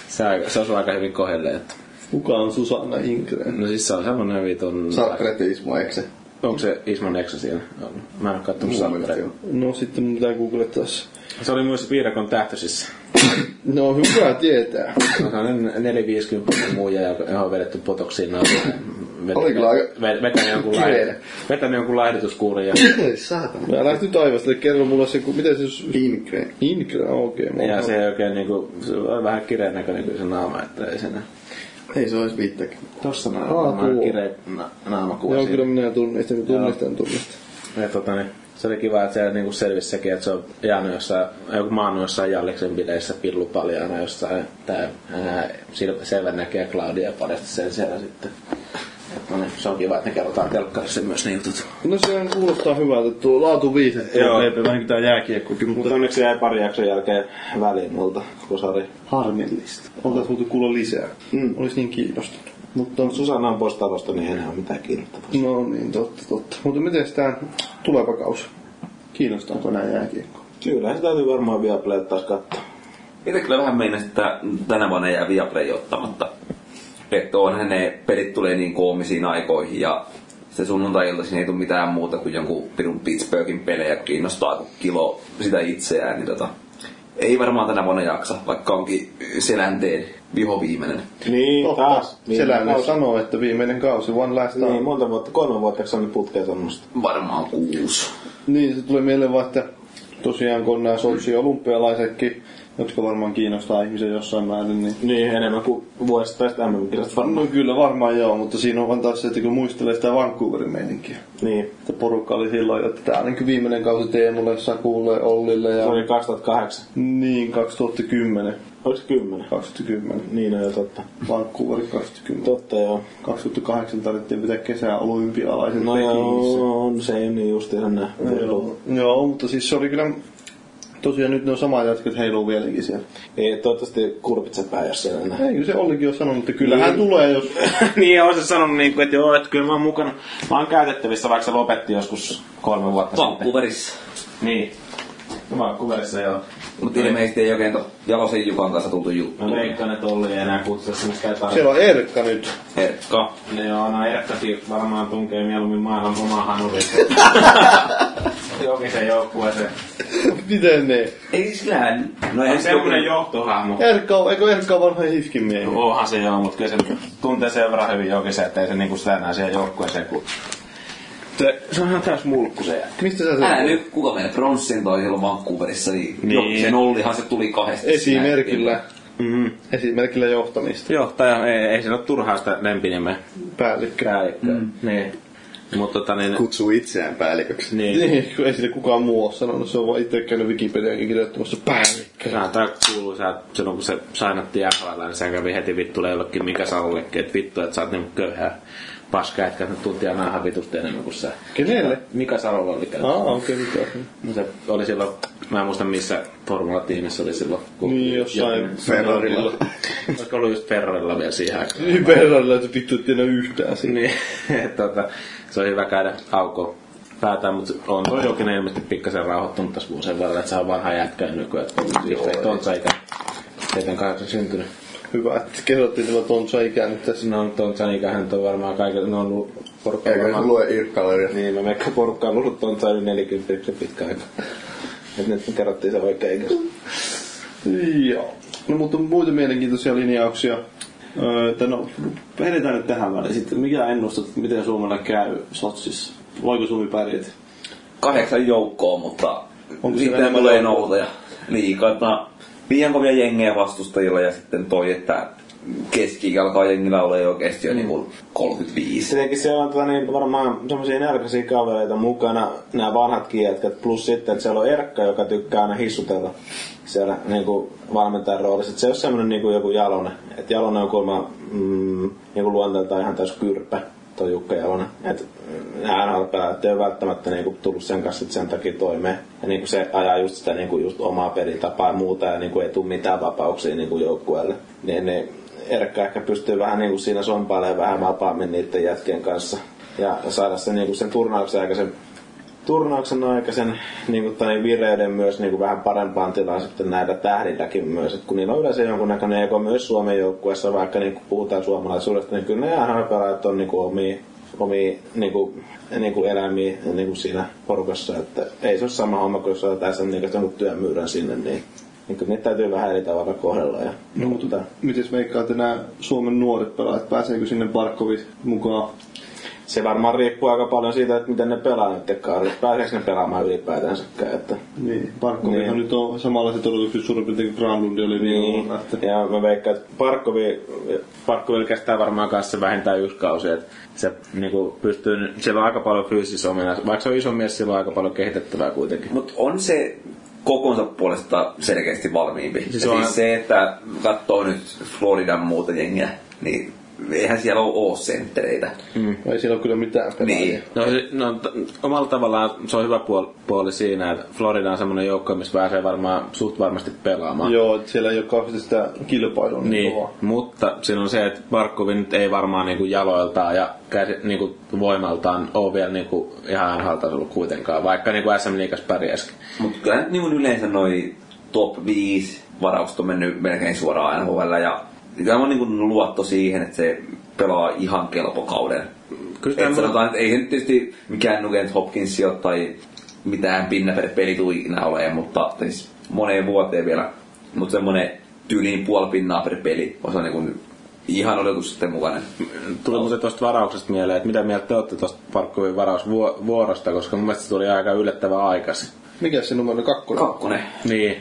C: se, aika- se osui aika hyvin kohdelle, että
D: Kuka on Susanna Ingren?
C: No siis se on semmonen vitun...
E: Sarkkaretti Ismo, eikö se?
C: Onko se Ismon eksä siellä? ollut? Mä en oo kattonut
E: Mun mielestä
C: salkkaria.
E: joo.
D: No sitten mun pitää googlettaa se.
C: Se oli myös viidakon tähtösissä.
D: No hyvä tietää.
C: Se on 450 muuja, joka johon on vedetty potoksiin naulaan.
E: Oli kyllä aika
C: vetänyt jonkun,
E: kireellä.
C: laihd- vetänyt jonkun laihdutuskuurin ja,
E: Ei saatana.
D: Mä lähti taivastelle, kerro mulle se, ku- miten se... s-
E: Ingren.
D: Ingren, okei. Okay,
C: ja se ei oikein niinku, se on vähän kireen näköinen kyllä se naama, että ei siinä.
E: Ei se olisi viittäkin.
C: Tossa
D: Aa,
C: naama,
D: tuo.
C: kireä na, naamakuva
D: Joo,
C: siinä.
D: kyllä minä tunnistan, minä tunnistan, tunnistan.
C: Ja tota, niin, se oli kiva, että siellä niinku selvisi sekin, että se on jäänyt jossain, joku maannut jossain Jalliksen bileissä pillu paljon aina jossain. Tää ää, Sil- selvän näkee Claudia paljasti sen siellä sitten. Et no niin, se on kiva, että ne kerrotaan telkkarissa myös ne jutut.
D: No se kuulostaa hyvältä, tuo laatu viisi.
M: Joo.
D: Leipä vähän kuin niinku tää jääkiekkokin, mutta...
M: Mutta onneksi jäi pari jakson jälkeen väliin multa, kusari.
D: harmillista. Oltais voitu kuulla lisää. Mm. Olis niin kiinnostunut. Mutta,
C: Susanna on pois talosta, niin ei enää ole mitään kiinnostavaa.
D: no niin, totta, totta. Mutta miten tämä tuleva kausi? Kiinnostaako nämä jääkiekko?
C: Kyllä, se täytyy varmaan vielä taas katsoa.
F: Itse kyllä vähän meinasin, että tänä vuonna jää Viaplay ottamatta. Että onhan ne pelit tulee niin koomisiin aikoihin ja se sunnuntai-iltaisin ei tule mitään muuta kuin jonkun pirun Pittsburghin pelejä kiinnostaa kuin kilo sitä itseään. Niin tota, ei varmaan tänä vuonna jaksa, vaikka onkin selänteen vihoviimeinen.
C: Niin,
D: Totta,
C: taas.
D: Selänne
C: kausi.
D: sanoo, että viimeinen kausi, one last time.
C: Niin, monta vuotta, kolme vuotta, eikö sanonut putkeen semmoista?
F: Varmaan kuusi.
D: Niin, se tulee mieleen vaan, että tosiaan kun on nämä Sochi olympialaisetkin, jotka varmaan kiinnostaa ihmisiä jossain määrin, niin...
C: Niin, enemmän kuin vuodesta tästä MM-kirjasta varmaan.
D: No kyllä varmaan joo, mutta siinä on vaan taas se, että kun muistelee sitä Vancouverin meininkiä.
C: Niin.
D: Että porukka oli silloin, että tämä on niin kuin viimeinen kausi Teemulle, Sakulle, Ollille ja...
C: Se oli 2008.
D: Niin, 2010.
C: Oliko se 10?
D: 2010.
C: Niin, no joo, totta.
D: Vancouver 2010.
C: Totta joo.
D: 2008 tarvittiin pitää kesää olympialaiset
C: No
D: Pekingissä.
C: joo, on se ei niin justiinsa näin.
D: Joo. joo, mutta siis se oli kyllä... Tosiaan nyt ne on samat jatket heiluu vieläkin siellä.
C: Ei toivottavasti kurpitse pää, jos siellä enää.
D: Eikö se Ollikin ole sanonut, että kyllä hän tulee, jos...
C: [LAUGHS] niin, on se sanonut niin kuin, että joo, että kyllä mä oon mukana. Mä oon käytettävissä, vaikka se lopetti joskus kolme vuotta
F: Vancouverissa.
C: sitten. Niin. Vancouverissa joo.
F: Mutta ilmeisesti ei oikein to- Jalosen Jukan kanssa tultu juttu.
C: Mä veikkaan, että Olli ei enää kutsua sinne sitä tarvitse.
D: Siellä on Erkka nyt. [LAUGHS]
F: Erkka.
C: Ne joo, no Erkkakin varmaan tunkee mieluummin maailman omaan hanuriin. Jokisen joukkueeseen.
D: Miten ne?
F: Ei siis kyllähän.
C: Se
F: No
C: on
F: eihän se
C: semmonen
F: joku-
C: johtohahmo.
D: Erkka on, eikö Erkka on vanha hifkin miehi?
C: Onhan se joo, mutta kyllä se tuntee sen verran hyvin jokisen, ettei se niinku sitä enää siihen joukkueeseen kun... Se, se on ihan täys mulkku se jää.
D: Mistä sä
F: Älä
D: sen
F: nyt, kuka meidän pronssin toi silloin Vancouverissa, niin,
C: Niin.
F: niin. sen Ollihan se tuli kahdesti.
D: Esimerkillä.
C: Mm-hmm.
D: Esimerkillä johtamista.
C: Johtaja, ei, ei siinä ole turhaa sitä lempinimeä.
D: Päällikkö.
C: Päällikkö. Mm. Niin. Mutta tota niin...
E: Kutsuu itseään päälliköksi.
C: niin.
D: Niin, kun ei sille kukaan muu ole sanonut, se on vaan itse käynyt Wikipediakin kirjoittamassa päällikkö.
C: Kyllä tämä kuuluu, sä, silloin kun se sainatti NHL, niin sehän kävi heti vittuille jollekin mikä sallekin, että vittu, että sä oot niinku köyhää paskaa, etkä nyt tuntia naahan vitusti enemmän kuin sä.
D: Kenelle?
C: Mika Salolla oli käynyt.
D: Aa, okei, mitä?
C: No se oli silloin, mä en muista missä formulatiimissä oli silloin. Kun
D: Niin, jossain
E: Ferrarilla.
C: Olisiko ollut just Ferrarilla vielä siihen aikaan?
D: Niin, Ferrarilla, että vittu et tiedä yhtään siinä.
C: niin, [LAUGHS] et tota, se on hyvä käydä auko päätään, mutta on toi jokin ilmeisesti pikkasen rauhoittunut tässä vuosien varrella, että se on vanha jätkä nykyään, että on on ikä. 78 syntynyt.
D: Hyvä, että kerrottiin tämä Tontsa ikä nyt tässä.
C: No Tontsan ikähän nyt on varmaan kaikille, ne on ollut porukkaa
E: Eikö se
C: varmaan-
E: lue irkkaleria?
C: Niin, mä mekkä porukkaa on ollut Tontsa yli 40 pitkä aika. Et nyt me kerrottiin se oikea ikä.
D: Joo. No mutta muita mielenkiintoisia linjauksia. Öö, että no, vedetään nyt tähän väliin. Sitten mikä ennustat, miten Suomella käy Sotsissa? Voiko Suomi pärjätä?
F: kahdeksan joukkoa, mutta
D: Onko
F: Onko
D: siellä
F: sitten
D: enemmän
F: tulee Niin,
D: joukkoa?
F: noutaja liikaa. Että liian kovia jengejä vastustajilla ja sitten toi, että keski alkaa jengillä olla jo oikeasti jo mm. niin 35.
C: Tietenkin siellä on tota, niin varmaan semmoisia energisiä kavereita mukana, nämä vanhat jätkät, plus sitten, että siellä on Erkka, joka tykkää aina hissutella siellä niin kuin valmentajan roolissa. Et se on semmoinen niin kuin joku Jalonen. Et Jalonen on kuulemma mm, niin luonteeltaan ihan täys kyrpä, toi Jukka Jalonen. Et mm, nämä NHL-pelaajat ei ole välttämättä niin kuin, tullut sen kanssa sit sen takia toimeen. Ja niin kuin se ajaa just sitä niin kuin, just omaa pelitapaa ja muuta, ja niin kuin, ei tule mitään vapauksia niin kuin joukkueelle. Niin, niin Erkka ehkä pystyy vähän niin kuin siinä sompailemaan vähän vapaammin niiden jätkien kanssa. Ja saada sen, niin kuin sen turnauksen aikaisen, turnauksen aikaisen niin kuin, tai vireyden myös niin kuin vähän parempaan tilaan sitten näitä tähdilläkin myös. Et kun niillä on yleensä jonkunnäköinen eko myös Suomen joukkueessa, vaikka niin kuin puhutaan suomalaisuudesta, niin kyllä ne ihan pelaajat on niin kuin omia omia niin kuin, niin kuin elämiä niin kuin siinä porukassa. Että ei se ole sama homma, kun jos otetaan niin kuin työmyyrän sinne, niin, niin kyllä niitä täytyy vähän eri tavalla kohdella. Ja,
D: No mutta mites veikkaatte nämä Suomen nuoret pelaajat? Pääseekö sinne Barkovit mukaan?
C: se varmaan riippuu aika paljon siitä, että miten ne pelaa niiden kaudella. Pääseekö ne pelaamaan ylipäätänsäkään. Että.
D: Niin, Barkovihan
C: Niin.
D: nyt on samanlaiset odotukset suurin piirtein kuin Granlund oli viime
C: Niin.
D: vuonna. Että
C: Ja mä veikkaan, että Parkkovi, Parkkovi kestää varmaan kanssa vähintään yksi kausi. Että se niinku, pystyy, nyt- sillä on aika paljon fyysisiä ominaisuuksia. Vaikka se on iso mies, sillä on aika paljon kehitettävää kuitenkin.
F: Mutta on se kokonsa puolesta selkeästi valmiimpi.
C: Siis
F: Siis,
C: on-
F: siis se, että katsoo nyt Floridan muuta jengiä, niin eihän siellä ole oo senttereitä.
D: Mm. Ei siinä ole kyllä mitään pelaajia.
F: Niin.
C: No, se- no t- omalla tavallaan se on hyvä puoli, puoli siinä, että Florida on semmoinen joukko, missä pääsee varmaan suht varmasti pelaamaan.
D: Joo, et siellä ei ole kauheasti sitä kilpailua niin,
C: Niin,
D: kovaa.
C: mutta siinä on se, että Barkovi nyt ei varmaan niinku jaloiltaan ja käsi, niinku voimaltaan ole vielä niinku ihan haltaisella kuitenkaan, vaikka niinku SM Liikas pärjäisikin.
F: Mutta kyllä nyt niin yleensä noi top 5 varaukset on mennyt melkein suoraan NHL ja kyllä on niin luotto siihen, että se pelaa ihan kelpokauden.
C: Kyllä
F: Et
C: tämä-
F: sanotaan, että ei se nyt tietysti mikään Nugent Hopkins ole tai mitään pinna per peli tule ikinä ole, mutta siis moneen vuoteen vielä, mutta semmoinen tyyliin puoli pinnaa per peli on se niin ihan odotus sitten mukainen.
C: Tuli muuten tuosta varauksesta mieleen, että mitä mieltä te olette tuosta Barkovin varausvuorosta, koska mun mielestä se tuli aika yllättävän aikaisin.
D: Mikä se numero kakkonen?
F: Kakkonen.
C: Niin.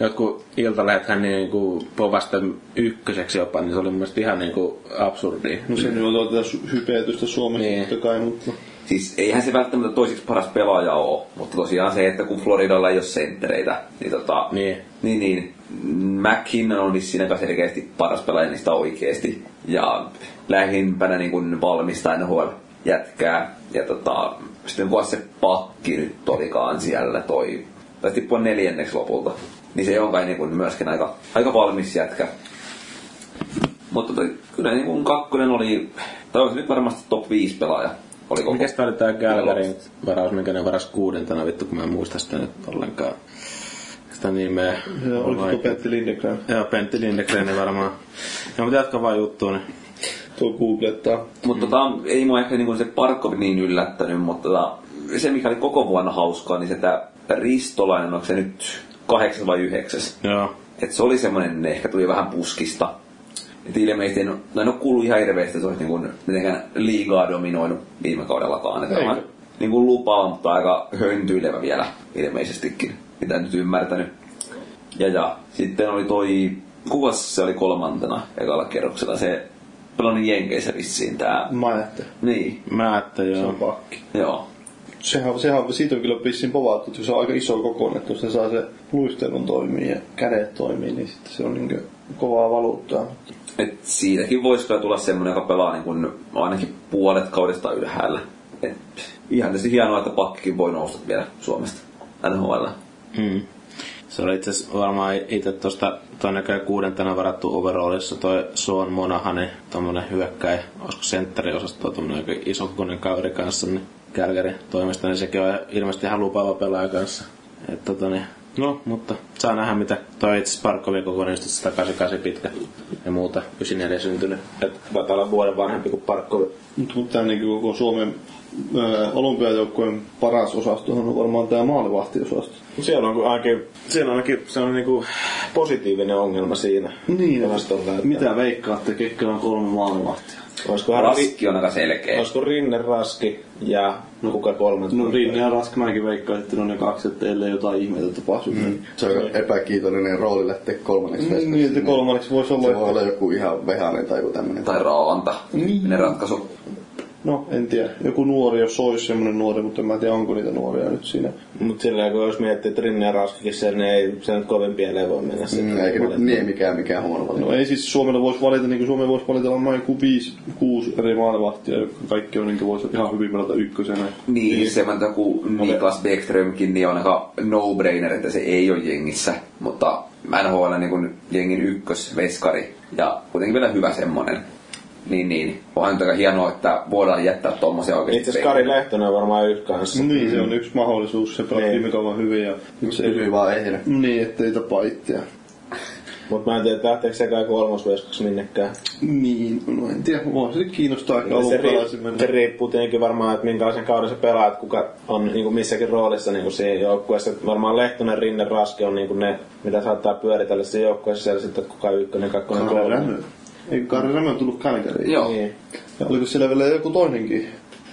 C: Jotkut iltalehet hän niinku povasta ykköseksi jopa, niin se oli mun mielestä ihan niinku absurdi.
D: No se nyt on tuota su- hypeytystä Suomessa
C: Niin.
D: totta kai, mutta...
F: Siis eihän se välttämättä toiseksi paras pelaaja ole, mutta tosiaan se, että kun Floridalla ei ole senttereitä, niin tota...
C: Niin.
F: Niin, niin. McKinnon on siis siinä kai selkeästi paras pelaaja niistä oikeesti. Ja lähimpänä niin kuin valmista NHL jätkää. Ja tota, sitten kun se pakki nyt olikaan siellä toi, tai tippua neljänneksi lopulta, niin se on kai niin kuin myöskin aika, aika valmis jätkä. Mutta tota, kyllä niin kuin kakkonen oli, tai olisi nyt varmasti top 5 pelaaja. Oli koko.
C: Mikäs tää oli tää Galgarin varaus, minkä ne varas kuudentena, vittu kun mä en muista sitä nyt ollenkaan. Sitä nimeä.
D: Ja
C: On
D: oliko tuo
C: vaikea.
D: Pentti Lindegren?
C: Joo, Pentti Lindegreni varmaan. No, mutta jatka vaan juttuun.
D: Tuo googlettaa.
F: Mutta tota, ei mua ehkä niinku se Parkovi niin yllättänyt, mutta tota, se mikä oli koko vuonna hauskaa, niin se tää Ristolainen, onko se nyt kahdeksas vai yhdeksäs?
C: Joo.
F: Et se oli semmoinen, ehkä tuli vähän puskista. Et ilmeisesti en, no en ole kuullut ihan hirveästi, että se olisi niinku mitenkään liigaa dominoinut viime kaudellakaan. Että
D: Eikö?
F: on niinku lupaa, mutta aika höntyilevä vielä ilmeisestikin, mitä nyt ymmärtänyt. Ja, ja sitten oli toi, kuvassa se oli kolmantena ekalla kerroksella, se pelannut Jenkeissä vissiin tää
D: Mä ajattelin.
F: niin,
C: Mä että
D: Se on
C: joo.
D: pakki.
F: joo.
D: Sehän, sehän, siitä on kyllä pissin povattu, että kun se on aika iso kokoinen, että kun se saa se luistelun toimii ja kädet toimii, niin sitten se on niin kovaa valuuttaa.
F: Et siitäkin voisi kyllä tulla semmoinen, joka pelaa niin kuin ainakin puolet kaudesta ylhäällä. Et ihan tietysti hienoa, että pakkikin voi nousta vielä Suomesta NHL.
C: Mm. Se oli itse asiassa varmaan itse tuosta, toi näköjään kuudentena varattu overallissa toi Sean Monahanin tommonen hyökkäjä, olisiko sentteriosasto tommonen aika iso kokoinen kaveri kanssa, niin Kälkärin toimesta, niin sekin on ilmeisesti ihan lupaava pelaaja kanssa. Et tota niin, no, mutta saa nähdä mitä toi itse Sparkovin kokoinen, just 188 pitkä ja muuta, 94 syntynyt.
M: Että taitaa olla vuoden vanhempi kuin Parkkovi.
D: Mutta mut tämän niin koko Suomen öö, olympiajoukkueen paras osasto on varmaan tämä maalivahtiosasto.
M: Siellä on ainakin, siellä on ainakin se on niinku positiivinen ongelma siinä.
D: Niin,
M: Osastolla, että-
D: mitä veikkaatte, ketkä on kolme maalivahtia?
M: Olisikohan Raski,
F: Raski on aika selkeä.
M: olisiko Rinne Raski ja kuka kolmantena?
D: No Rinne ja Rask, mäkin veikkaan, että ne on ne kaksi, että ellei jotain ihmeitä tapahdu. Mm.
E: Se on epäkiitollinen rooli lähteä kolmanneksi
D: Niin,
E: veskiksi,
D: että kolmanneksi voisi olla,
E: Se voi
D: että-
E: olla joku ihan vehainen tai joku tämmöinen.
F: Tai Raanta. Niin. Ne ratkaisu.
D: No, en tiedä. Joku nuori, jos olisi semmoinen nuori, mutta en mä tiedä, onko niitä nuoria nyt siinä.
M: Mutta sillä kun jos miettii, että Rinne ja Raskikin sen, niin ei se nyt kovin pieleen voi mennä.
E: Mm,
M: Mm,
E: eikä nyt niin mikään mikään huono valinta.
D: No ei siis Suomella voisi valita, niin kuin Suomeen voisi valita varmaan joku 5-6 eri maalivahtia, jotka kaikki on, niin kuin voisi ihan hyvin pelata ykkösenä.
F: Niin, niin. semmoinen joku Niklas Bäckströmkin, niin on aika no-brainer, että se ei ole jengissä. Mutta NHL niin kuin jengin ykkösveskari ja kuitenkin vielä hyvä semmonen. Niin, niin. Onhan nyt aika hienoa, että voidaan jättää tommosia oikeesti.
M: Itse asiassa Kari Lehtonen on varmaan yksi kanssa.
D: Niin, se on yksi mahdollisuus. Se pelaa viime kauan hyvin ja nyt se
E: Pysyy vaan ehjänä.
D: Niin, ettei tapa itseä.
M: Mutta mä en tiedä, että lähteekö se kai kolmosveskaksi minnekään.
D: Niin, no en tiedä, voi se kiinnostaa aika
M: Se,
D: alunpelaisin
M: ri- se
D: No, mennä.
M: riippuu tietenkin varmaan, että minkälaisen kauden sä pelaat, kuka on niin kuin missäkin roolissa niin kuin siinä joukkueessa. Et Varmaan Lehtonen, Rinne, Raski on niin kuin ne, mitä saattaa pyöritellä siinä joukkueessa siellä sitten, että kuka on ykkönen, kakkonen,
D: Karre
M: kolmonen.
D: Rämö. Eikö Karre Rämö tullut Kälkäriin?
F: Joo.
M: Niin.
D: Ja oliko siellä vielä joku toinenkin?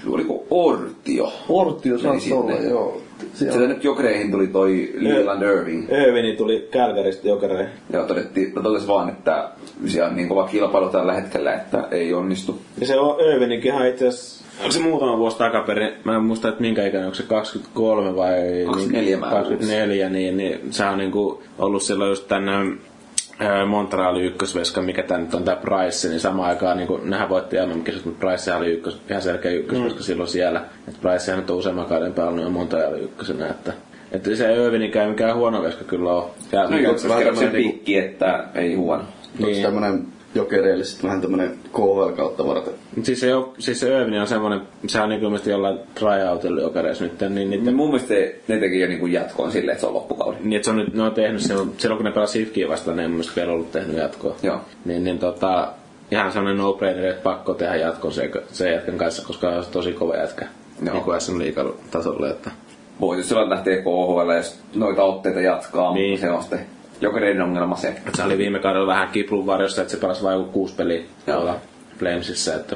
F: Oliko Ortio?
D: Ortio saattaa
F: sinne.
D: olla, joo. Siellä-
F: Sieltä nyt Jokereihin tuli toi Leland Irving.
M: Övini tuli Kälkäristä jokereen.
F: Ja todettiin, no totesi vaan, että siellä on niin kova kilpailu tällä hetkellä, että ei onnistu.
M: Ja se on Övinikin ihan itse asiassa
C: Onko se muutama vuosi takaperin, mä en muista, että minkä ikäinen, onko se 23 vai...
F: 24 mä en
C: niin, 24, niin, niin se on niinku ollut silloin just tänne öö, Montrealin ykkösveska, mikä tämä nyt on, tämä Price, niin samaan aikaan niin kuin, nehän voitti MM-kisat, mutta Price oli ykkös, ihan selkeä ykkösveska mm. silloin siellä. Et Price nyt on useamman kauden päällä, niin Montrealin ykkösenä, että että se Irvinginkään ei mikään huono veska kyllä on. Ja
F: Mm.
G: No joo, koska
E: vähän
G: se
E: tämmönen niinku-
G: pikki, että ei huono.
E: Onko tämmönen jokereille sitten vähän tämmönen KHL kautta varten?
C: Mut Siis se, jo- siis se Irving on semmoinen, sehän on niin kuin jollain tryoutilla jokareissa nyt, niin, niin,
G: Ja mun mielestä ne teki jo niinku jatkoon silleen, että se on loppukauden.
C: niin että se on nyt, ne on tehnyt sen, silloin kun ne pelasi Ifkiä vastaan, ne ei mun mielestä vielä ollut tehnyt jatkoa.
G: Joo.
C: Niin, niin tota, ihan semmoinen no-brainer, että pakko tehdä jatkon sen, sen jätkän kanssa, koska se on tosi kova jätkä.
G: Joo.
C: Niin kuin SM Liikan tasolle, että
G: Voi tietysti olla, että lähtee KHL, jos noita otteita jatkaa,
C: Niin.
G: mutta se on sitten jokereiden ongelma se.
C: Et se oli viime kaudella vähän kiplun varjossa, että se pelasi vain joku kuusi peliä tuolla Flamesissa, että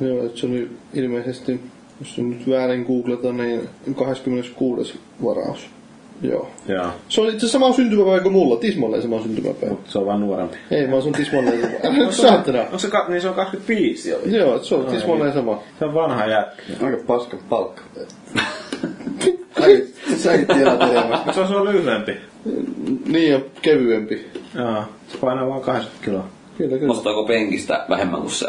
D: Joo, että se oli ilmeisesti, jos se nyt väärin googletaan, niin 26. varaus. Joo.
C: joo.
D: Se on itse asiassa sama syntymäpäivä kuin mulla, tismalleen sama syntymäpäivä.
C: Se on vaan nuorempi.
D: Ei, vaan se on tismalleen
E: [LAUGHS]
D: sama. Älä nyt saatana.
M: Onko se, ka- niin se on 25 jo?
D: Joo, että se on tismalleen sama.
M: Se on vanha jätkä.
E: Aika paskan palkka. Säkin, säkin tiedät enemmän.
C: No
M: Se on se on lyhyempi.
D: Niin, ja kevyempi.
M: Joo. Se painaa vaan 80 kiloa.
D: Kyllä, kyllä.
G: Nostaako penkistä vähemmän kuin se?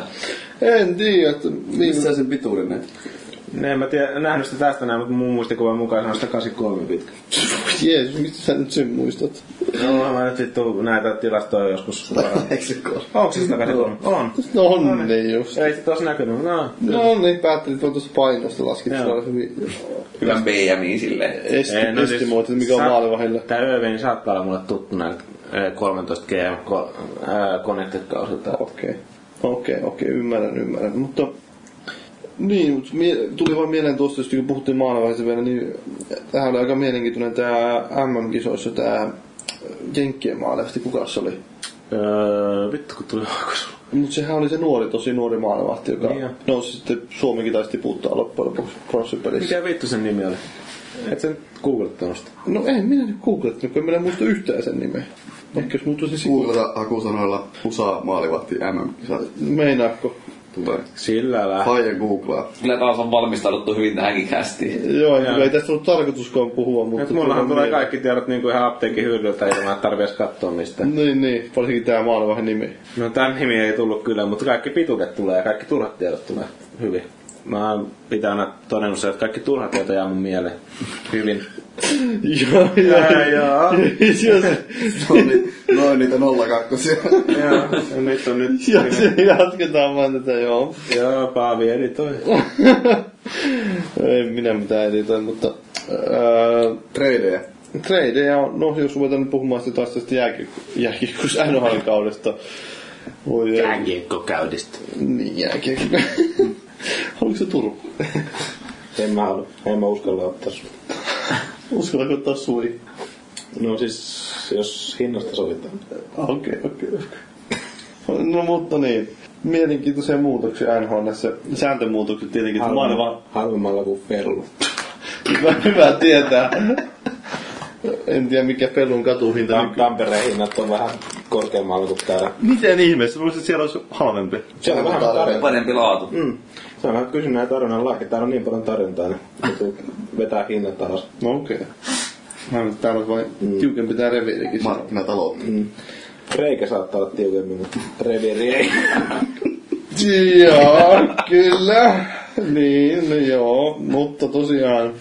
D: En tiedä, että niin,
E: Missä sen pituudinen?
M: Ne en mä tiedä, nähnyt sitä tästä näin, mutta mun muistikuvan mukaan se on 183 pitkä.
D: Jeesus, mistä sä nyt sen muistat?
M: No, mä nyt vittu näitä tilastoja joskus. [LAUGHS]
E: Eikö se ole?
M: Onko se 183? On.
D: No onne just.
M: Ei se tos näkynyt, no.
D: No niin, päättelin tuon tuosta painosta laskit
M: Joo.
D: suoraan hyvin.
G: Hyvän BMI silleen.
D: Esti,
C: Ei, no siis-
D: estimoit, että mikä on
C: Sa-
D: maalivahilla.
C: Tää Irving niin saattaa olla mulle tuttu näiltä eh, 13 GM ko- eh, Connected-kausilta.
D: Okei, okei, okei, ymmärrän, ymmärrän. Mutta niin, mutta mie- tuli vaan mieleen tuosta, just kun puhuttiin maanavaiheessa vielä, niin tämähän oli aika mielenkiintoinen tämä MM-kisoissa tämä äh, Jenkkien maalevahti, kuka se oli?
C: Öö, vittu kun tuli hakus.
D: Mutta sehän oli se nuori, tosi nuori maalevahti, joka
C: Niin jo.
D: nousi sitten Suomenkin taisi tiputtaa loppujen lopuksi pronssipelissä.
C: Mikä vittu sen nimi oli? Et sen googlettanut sitä.
D: No ei, minä nyt googlettanut, kun en minä muista yhtään sen nimeä. Ehkä jos muuttuisi sivuilta.
E: Kuulta hakusanoilla USA maalivahti MM-kisat
D: Meinaako?
E: tulee.
C: Sillä lähti.
E: Haija googlaa.
G: Kyllä taas on valmistauduttu hyvin tähänkin kästiin.
D: Joo, kyllä ei tästä ollut tarkoituskaan puhua, mutta...
C: Et mullahan
D: tuli
C: tulee
D: mieleen.
C: kaikki tiedot niinku ihan apteekin hyllyltä ilman, että tarvii edes katsoa mistä.
D: Niin, niin, varsinkin tämä maalivahin nimi.
C: No tämän nimi ei tullut kyllä, mutta kaikki pituudet tulee ja kaikki turhat tiedot tulee hyvin. Mä oon pitää aina todennut sen, että kaikki turhat tiedot jää mun mieleen hyvin.
D: Joo,
C: joo.
D: [LAUGHS] Jos,
E: No niin, noin niitä nollakakkosia.
C: Joo, nyt on nyt.
D: jos jatketaan vaan tätä, joo. [LAUGHS]
C: Joo, Paavi editoi.
D: Ei minä mitään editoi, mutta... Öö,
E: Tradeja.
D: tradeja on, no jos ruvetaan nyt puhumaan sitten taas tästä jääkiekkuus [LAUGHS] NHL-kaudesta. Voi ei.
C: Jääkiekkokäydistä.
D: Niin, jääkiekko. [LAUGHS] Oliko se Turku?
M: En mä halua. En mä uskalla ottaa sun.
D: Uskallanko ottaa sui?
M: No siis, jos hinnasta sovitaan.
D: Ah, Okei, okei. No mutta niin, mielenkiintoisia muutoksia NHL, sääntömuutokset tietenkin, että maailma
M: Halvemmalla kuin Ferlu.
D: Hyvä, hyvä tietää. En tiedä mikä pelun katuhinta nykyään.
M: Tampereen hinnat on vähän korkeammalla kuin täällä.
D: No. Miten ihmeessä? Luulisin, että siellä olisi halvempi.
M: Siellä on vähän tarjontaa.
G: Parempi laatu.
M: Mm. Se on vähän kysynnän ja tarjonnan lahja. Täällä on niin paljon tarjontaa, niin täytyy vetää hinnat alas.
D: No okei. Okay. Täällä olisi vain mm. tiukempi tämä reviirikin.
E: Markkinataloutta.
M: Reikä saattaa olla tiukemmin, mutta reviiri ei.
D: Joo, kyllä. Niin, no joo. Mutta tosiaan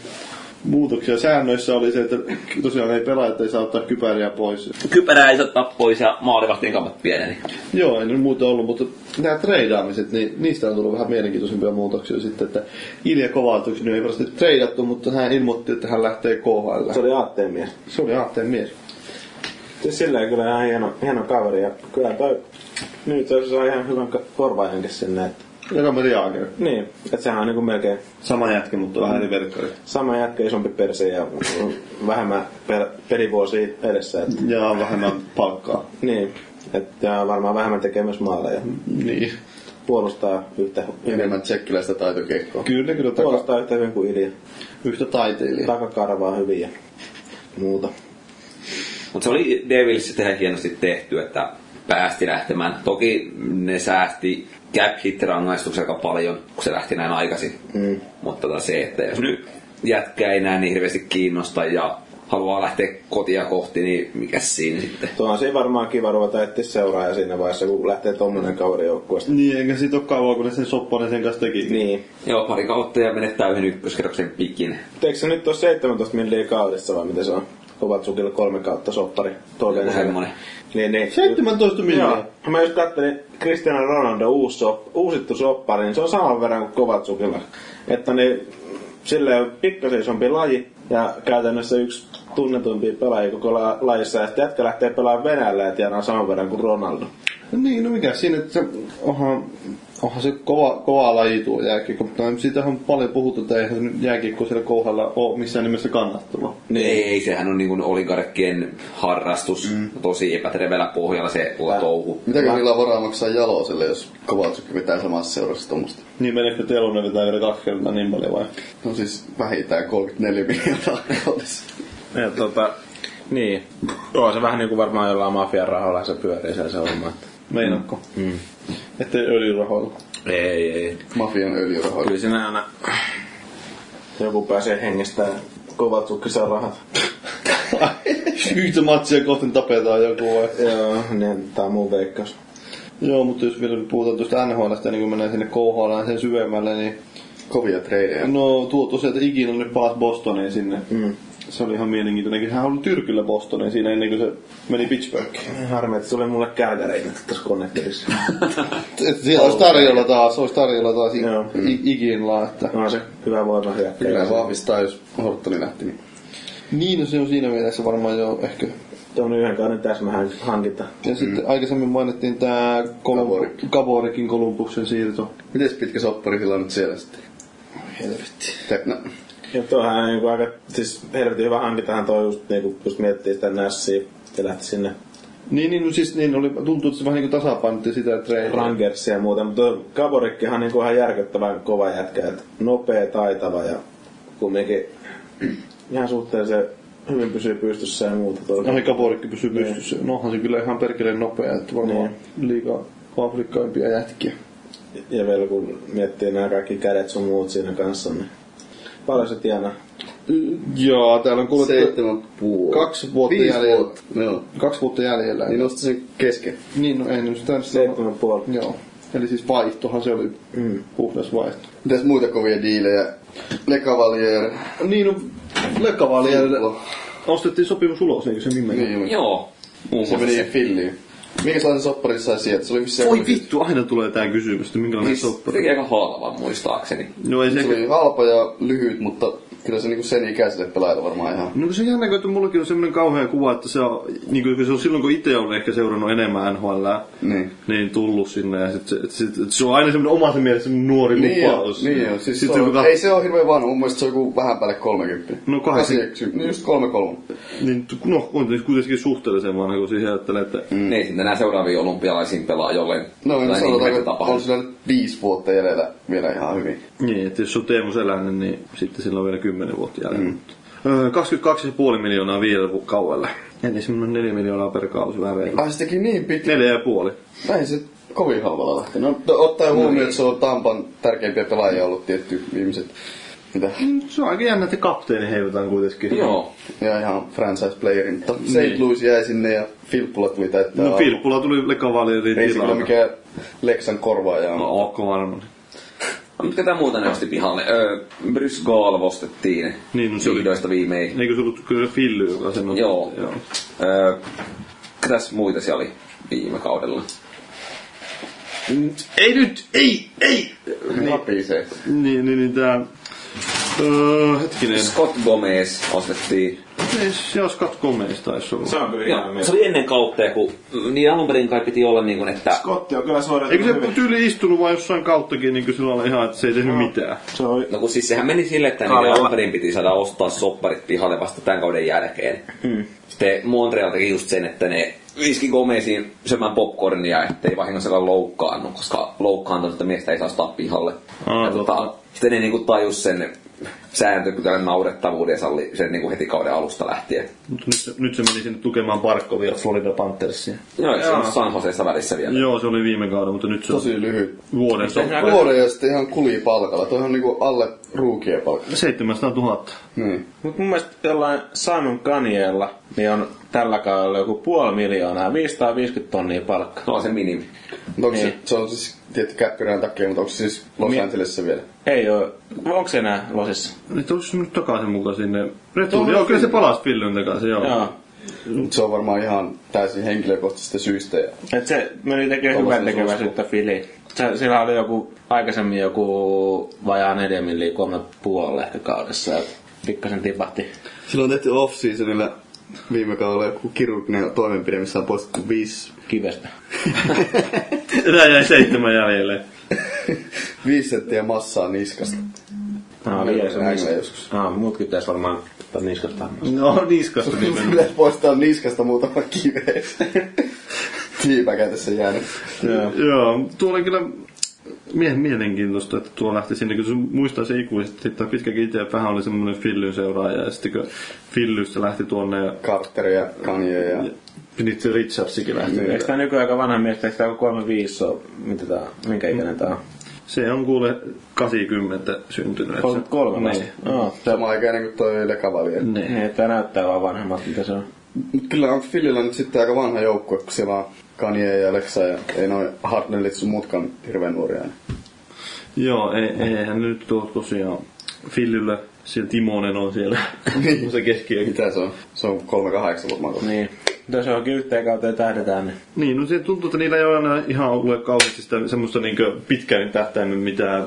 D: muutoksia säännöissä oli se, että tosiaan ei pelaa, että ei saa ottaa kypäriä pois.
G: Kypärää ei saa ottaa pois ja maalivahtien kammat pieneni.
D: Joo, ei nyt muuta ollut, mutta nämä treidaamiset, niin niistä on tullut vähän mielenkiintoisempia muutoksia sitten, että Ilja Kovaltuksen niin ei varsinaisesti treidattu, mutta hän ilmoitti, että hän lähtee KHL.
M: Se oli aatteen mies.
D: Se oli Aatteen mies.
M: Siis sillä ei kyllä ihan hieno, hieno kaveri. Ja kyllä toi nyt se saa ihan hyvän ka- korvaajankin sinne. Että,
D: Joka meri Jaager.
M: niin, että sehän on niinku melkein
D: Sama jätkä, mutta vähän eri verkkari.
M: sama jätkä, isompi perse ja vähemmän per, pelivuosia edessä. Että,
D: Ja vähemmän palkkaa.
M: niin, että ja varmaan vähemmän tekee myös maaleja.
D: Niin.
M: Puolustaa yhtä,
E: Enemmän tsekkiläistä taitokekkoa.
D: Kyllä, kyllä. Taka,
M: puolustaa yhtä hyvin kuin Ilja.
D: yhtä taiteilijaa.
M: Takakarvaa hyvin ja muuta.
G: Mutta se oli Devilsissä ihan hienosti tehty, että päästi lähtemään. Toki ne säästi cap hit rangaistuksen aika paljon, kun se lähti näin aikaisin. Mm. Mutta tota se, että jos nyt jätkä ei enää niin hirveästi kiinnosta ja
F: haluaa lähteä kotia kohti, niin mikä siinä sitten?
M: Tuo on siinä varmaan kiva ruveta etsiä seuraaja siinä vaiheessa, kun lähtee tommonen kauden joukkueesta.
D: Niin, eikä siitä ole kauan, kun ne sen sopponen sen kanssa teki.
M: Niin.
F: Joo, pari kautta ja menettää yhden ykköskerroksen pikin.
M: Eikö se nyt ole 17 milliä kaudessa vai mitä se on? Kovatsukilla kolme kautta soppari.
F: Joku
M: Todennäköisesti.
F: semmonen.
M: Niin, niin.
D: 17
M: Joo.
D: miljoonaa.
M: Mä just kattelin Cristiano Ronaldo uusi sop, uusittu soppari, niin se on saman verran kuin Kovatsukilla. Että niin, sillä on pikkasen isompi laji ja käytännössä yksi tunnetuimpia pelaajia koko la- lajissa. Ja sitten jätkä lähtee pelaamaan Venäjällä ja tienaa saman verran kuin Ronaldo.
D: No niin, no mikä siinä, että se, onhan, onhan se kova, kova laji tuo jääkiekko, mutta siitähän on paljon puhuttu, että eihän se nyt jääkiekko siellä kohdalla ole missään nimessä kannattava.
F: Niin. Ei, sehän on niin oligarkkien harrastus. Mm. Tosi epäterevällä pohjalla se touhu.
E: Mitäkö niillä on varaa maksaa jaloselle, jos Kovatsukki vetää samassa seurassa tuommoista?
D: Niin meneekö Telonen vetää vielä kaksi kertaa niin paljon vai?
E: No siis vähintään 34 miljoonaa kaudessa.
M: Ja tota, niin. Oo se vähän niinku varmaan jollain mafian rahoilla se pyörii siellä se homma. että-
D: Meinakko? Mm. Että öljyrahoilla. [LAUGHS]
M: Ei, ei.
E: Mafian öljyrahoja.
M: Kyllä siinä aina joku pääsee hengestä ja Kovatsukki saa rahat.
D: Yhtä matsia kohten tapetaan joku vai?
M: Joo, niin tää on mun veikkaus.
D: Joo, mutta jos vielä puhutaan tuosta NHLstä, niin kun mennään sinne KHL sen syvemmälle, niin
E: Kovia treidejä.
D: no tuo tosiaan, että ikinä nyt palasi Bostoniin sinne. Mm. Se oli ihan mielenkiintoinen. Hän oli Tyrkyllä Bostoniin siinä ennen kuin se meni Pittsburghiin.
M: Harmi, että se oli mulle käytäreitä tässä konnektorissa.
D: Et siellä olisi tarjolla taas, olisi tarjolla taas
M: Joo.
D: i- i- ikinlaa, että...
M: on se hyvä voima hyökkäys.
E: Kyllä vahvistaa, jos Horttoni lähti. Niin.
D: Niin, no se on siinä mielessä varmaan jo ehkä.
M: Tuon yhden kauden täsmähän hankinta.
E: Mm.
D: Ja sitten aikaisemmin mainittiin tämä
E: Kaborik.
D: Kolum- Kaborikin Kolumbuksen siirto. No
E: Mites pitkä soppari sillä on nyt siellä sitten? Helvetti. Te, no,
M: Ja tuohan on niinku aika, siis helvetin hyvä hankintahan toi just niinku, just miettii sitä Nashia ja lähti sinne
D: Niin, niin, no siis niin oli, tuntuu, että se vähän niin kuin tasapainotti sitä treidiä.
M: Rangersia ja muuta, mutta toi Gaborikkihan on niinku ihan järkyttävän kova jätkä, että nopea, taitava ja kumminkin ihan suhteellisen hyvin pysyy pystyssä ja muuta. tuota. Toi.
D: No Kaborikki pysyy pystyssä. No onhan se kyllä ihan perkeleen nopea, että varmaan liikaa afrikkaimpia jätkiä.
M: Ja vielä kun miettii nämä kaikki kädet sun muut siinä kanssa, niin paljon se tienaa.
D: Joo, täällä on kuule
E: seitsemän puoli.
D: kaksi vuotta
E: Viisi
D: jäljellä.
E: vuotta. Joo.
D: kaksi vuotta jäljellä.
E: Niin nosta sen kesken.
D: Niin, no ei nyt sitä...
M: Seitsemän puoli.
D: Joo. Eli siis vaihtohan se oli mm. puhdas vaihto.
E: Mitäs muita kovia diilejä? Le Cavalier.
D: Niin, no Le Cavalier
E: Simplo.
D: ostettiin sopimus ulos, eikö se minne?
E: Niin, joo.
F: Joo. Muun
E: Se
F: muassa
E: meni
F: se.
E: Filliin. Minkälaisen sopparin sai sieltä? Se oli missä...
F: Voi vittu,
D: aina tulee tää kysymys, että minkälainen
F: Siis se teki aika halvan muistaakseni.
D: No ei
E: Se oli halpa ja lyhyt, mutta kyllä se niinku sen ikäiselle pelaajalle varmaan ihan.
D: No kun se jännä, kun että mullakin on semmoinen kauhea kuva, että se on, niin kuin, se on silloin, kun itse on ehkä seurannut enemmän NHL,
E: Niin.
D: niin tullut sinne. Ja sit, se- et, sit, et, se on aina semmoinen omassa mielessä semmonen nuori
E: Niin joo,
D: lupaus.
E: niin joo. Siis se
D: Sitten
E: on,
D: kun katsoo-
E: ei se ole hirveän vanha, mun mielestä se on joku vähän päälle 30.
D: No, kahdeksan-
E: 80, Niin just 33.
D: Niin, t- no, on se kuitenkin suhteellisen vanha, kun siihen ajattelee, että...
F: Mm. Ne ei sitten enää seuraaviin olympialaisiin pelaa jollain.
E: No niin
F: jotain
E: sanotaanko,
F: ihmettä
E: että
F: tapahdu.
E: on sillä nyt viisi vuotta jäljellä vielä ihan hyvin.
D: Niin, että jos on Teemus eläinen, niin sitten sillä on vielä 10 vuotta jäljellä. Mm. 22,5 miljoonaa viidelle vu- kaudelle. [LAUGHS] Eli semmoinen 4 miljoonaa per kausi vähän reilu.
E: Ai se teki niin pitkä.
D: 4,5.
E: Näin se kovin halvalla lähti. No, to- ottaen
D: niin.
E: huomioon, että se on Tampan tärkeimpiä pelaajia ollut tietty viimeiset. Mitä?
D: [CLEARS THROAT] Se on aika jännä, että kapteeni heivotaan kuitenkin. No,
F: Joo.
E: Ja ihan franchise playerin. Mutta St. Louis jäi sinne ja Filppula tuli täyttää.
D: Niin. No
E: aukon.
D: Filppula tuli Lekavalieriin
E: Ei se kyllä mikään Leksan korvaaja on.
D: No, onko varmaan.
F: No, mutta ketä muuta ne osti pihalle? Öö, Bruce Gaal ostettiin.
D: Niin, no se oli- Niin.
F: Vihdoista viimein.
D: Eikö se ollut kyllä se Filly, joka sen on...
F: Joo. Öö, ketäs muita siellä oli viime kaudella?
D: Ei nyt! Ei! Ei!
E: Napisee.
D: Niin, niin, niin tää... Öö, hetkinen. Siis,
F: Scott Gomez ostettiin.
D: Ei, se on Scott Gomez taisi olla.
M: Se on kyllä ihan
F: Joo, se oli ennen kautta, kun niin alun perin kai piti olla niin kuin, että...
M: Kotti on kyllä
D: Eikö
M: suoriutunut
D: se tyyli istunut vaan jossain kauttakin, niin kuin sillä lailla ihan, että se ei tehnyt mitään.
M: Se on
F: No kun siis sehän meni silleen,
G: niin
F: että niiden
M: Kaljalla.
F: alun perin piti saada ostaa sopparit pihalle vasta tämän kauden jälkeen. Hmm. Sitten Montreal teki just sen, että ne iski Gomezin syömään popcornia, ettei vahingossakaan loukkaannu, koska loukkaantunutta miestä ei saa ostaa pihalle.
D: Aa,
F: ja tota,
D: totta.
G: sitten ne niinku tajus sen sääntöpykälän naurettavuuden ja salli sen niinku heti kauden alusta lähtien.
D: Mutta nyt, nyt se meni sinne tukemaan Barkovia Florida Panthersia.
G: Joo, eikö se ollut San Joseessa välissä vielä?
D: Joo, se oli viime kaudella, mutta nyt se on
E: Tosi lyhyt.
D: vuoden se on
E: Vuoden ja sitten ihan kulipalkalla. Toihan on niinku alle ruukien palkka.
D: 700 000.
E: Niin.
M: Mut mun mielestä jollain Simon Kaniella niin on tällä kaudella joku puoli miljoonaa, 550 tonnia palkka.
G: No on se minimi.
E: Mut Onko
D: Niin.
E: se, se on siis tietty käppyrän takia, mutta onko se siis Los Angelesissa vielä?
M: Ei oo. Onko se enää losissa?
D: Nyt onko se nyt takaisin mukaan sinne? Retuun, joo, kyllä se palasi Fillyn takaisin, joo.
M: Joo.
E: Mut se on varmaan ihan täysin henkilökohtaisista syistä. Ja...
M: Et se meni tekemään
E: Tuommoisen
M: hyvän tekeväisyyttä Fili. Se, sillä oli joku, aikaisemmin joku vajaa neljä milliä kolme puolella ehkä kaudessa. Et pikkasen tipahti.
E: Silloin on tehty off-seasonilla viime kaudella joku kirurginen toimenpide, missä on poistettu viisi,
M: kivestä.
D: [LAUGHS] Tää jäi seitsemän jäljelle.
E: viisi senttiä massaa niskasta.
M: Ah,
E: Meillä
M: vielä se
E: oli
M: on niska.
E: näin joskus.
M: Ah, muutkin pitäis varmaan ottaa niskasta.
D: No, niskasta
E: niin
D: nimenomaan.
E: Pitäis poistaa niskasta muutama kiveä. Tiipäkä tässä jäänyt.
D: [LAUGHS] Joo, tuo oli kyllä mie- mielenkiintoista, että tuo lähti sinne, kun se muistaa se ikuisesti, että pitkäkin itse vähän oli semmoinen Fillyn seuraaja, ja sitten kun Fillystä lähti tuonne, ja
E: Carter ja Kanye ja...
D: nyt se Richardsikin lähti.
M: Eikö tää nykyään aika vanha mies, eikö tää joku 35 ole? Mitä tää on? Minkä ikäinen tää on?
D: Se on kuule 80 syntynyt. että se-
M: 33 vasta.
D: Niin.
M: Joo.
E: Sama ikäinen kuin toi Le Cavalier.
D: Niin.
M: Niin, tää näyttää vaan vanhemmalta, mitä se on.
E: Mut kyllä on Philillä nyt sitten aika vanha joukkue, kun siellä on Kanye ja Alexa ja ei noin Hartnellit sun muutkaan hirveän nuoria.
D: Joo, ei, eihän nyt tuo tosiaan Fillyllä, siellä Timonen on siellä. [LAUGHS] se keskiökin.
E: Mitä se on? Se on 3-8 varmaan. Niin.
M: Niin. Mitä se onkin yhteen kauteen tähdetään, niin
D: Niin, no se tuntuu, että niillä ei ole enää ihan ollut kauheasti sitä semmoista niinkö pitkään tähtäimen mitään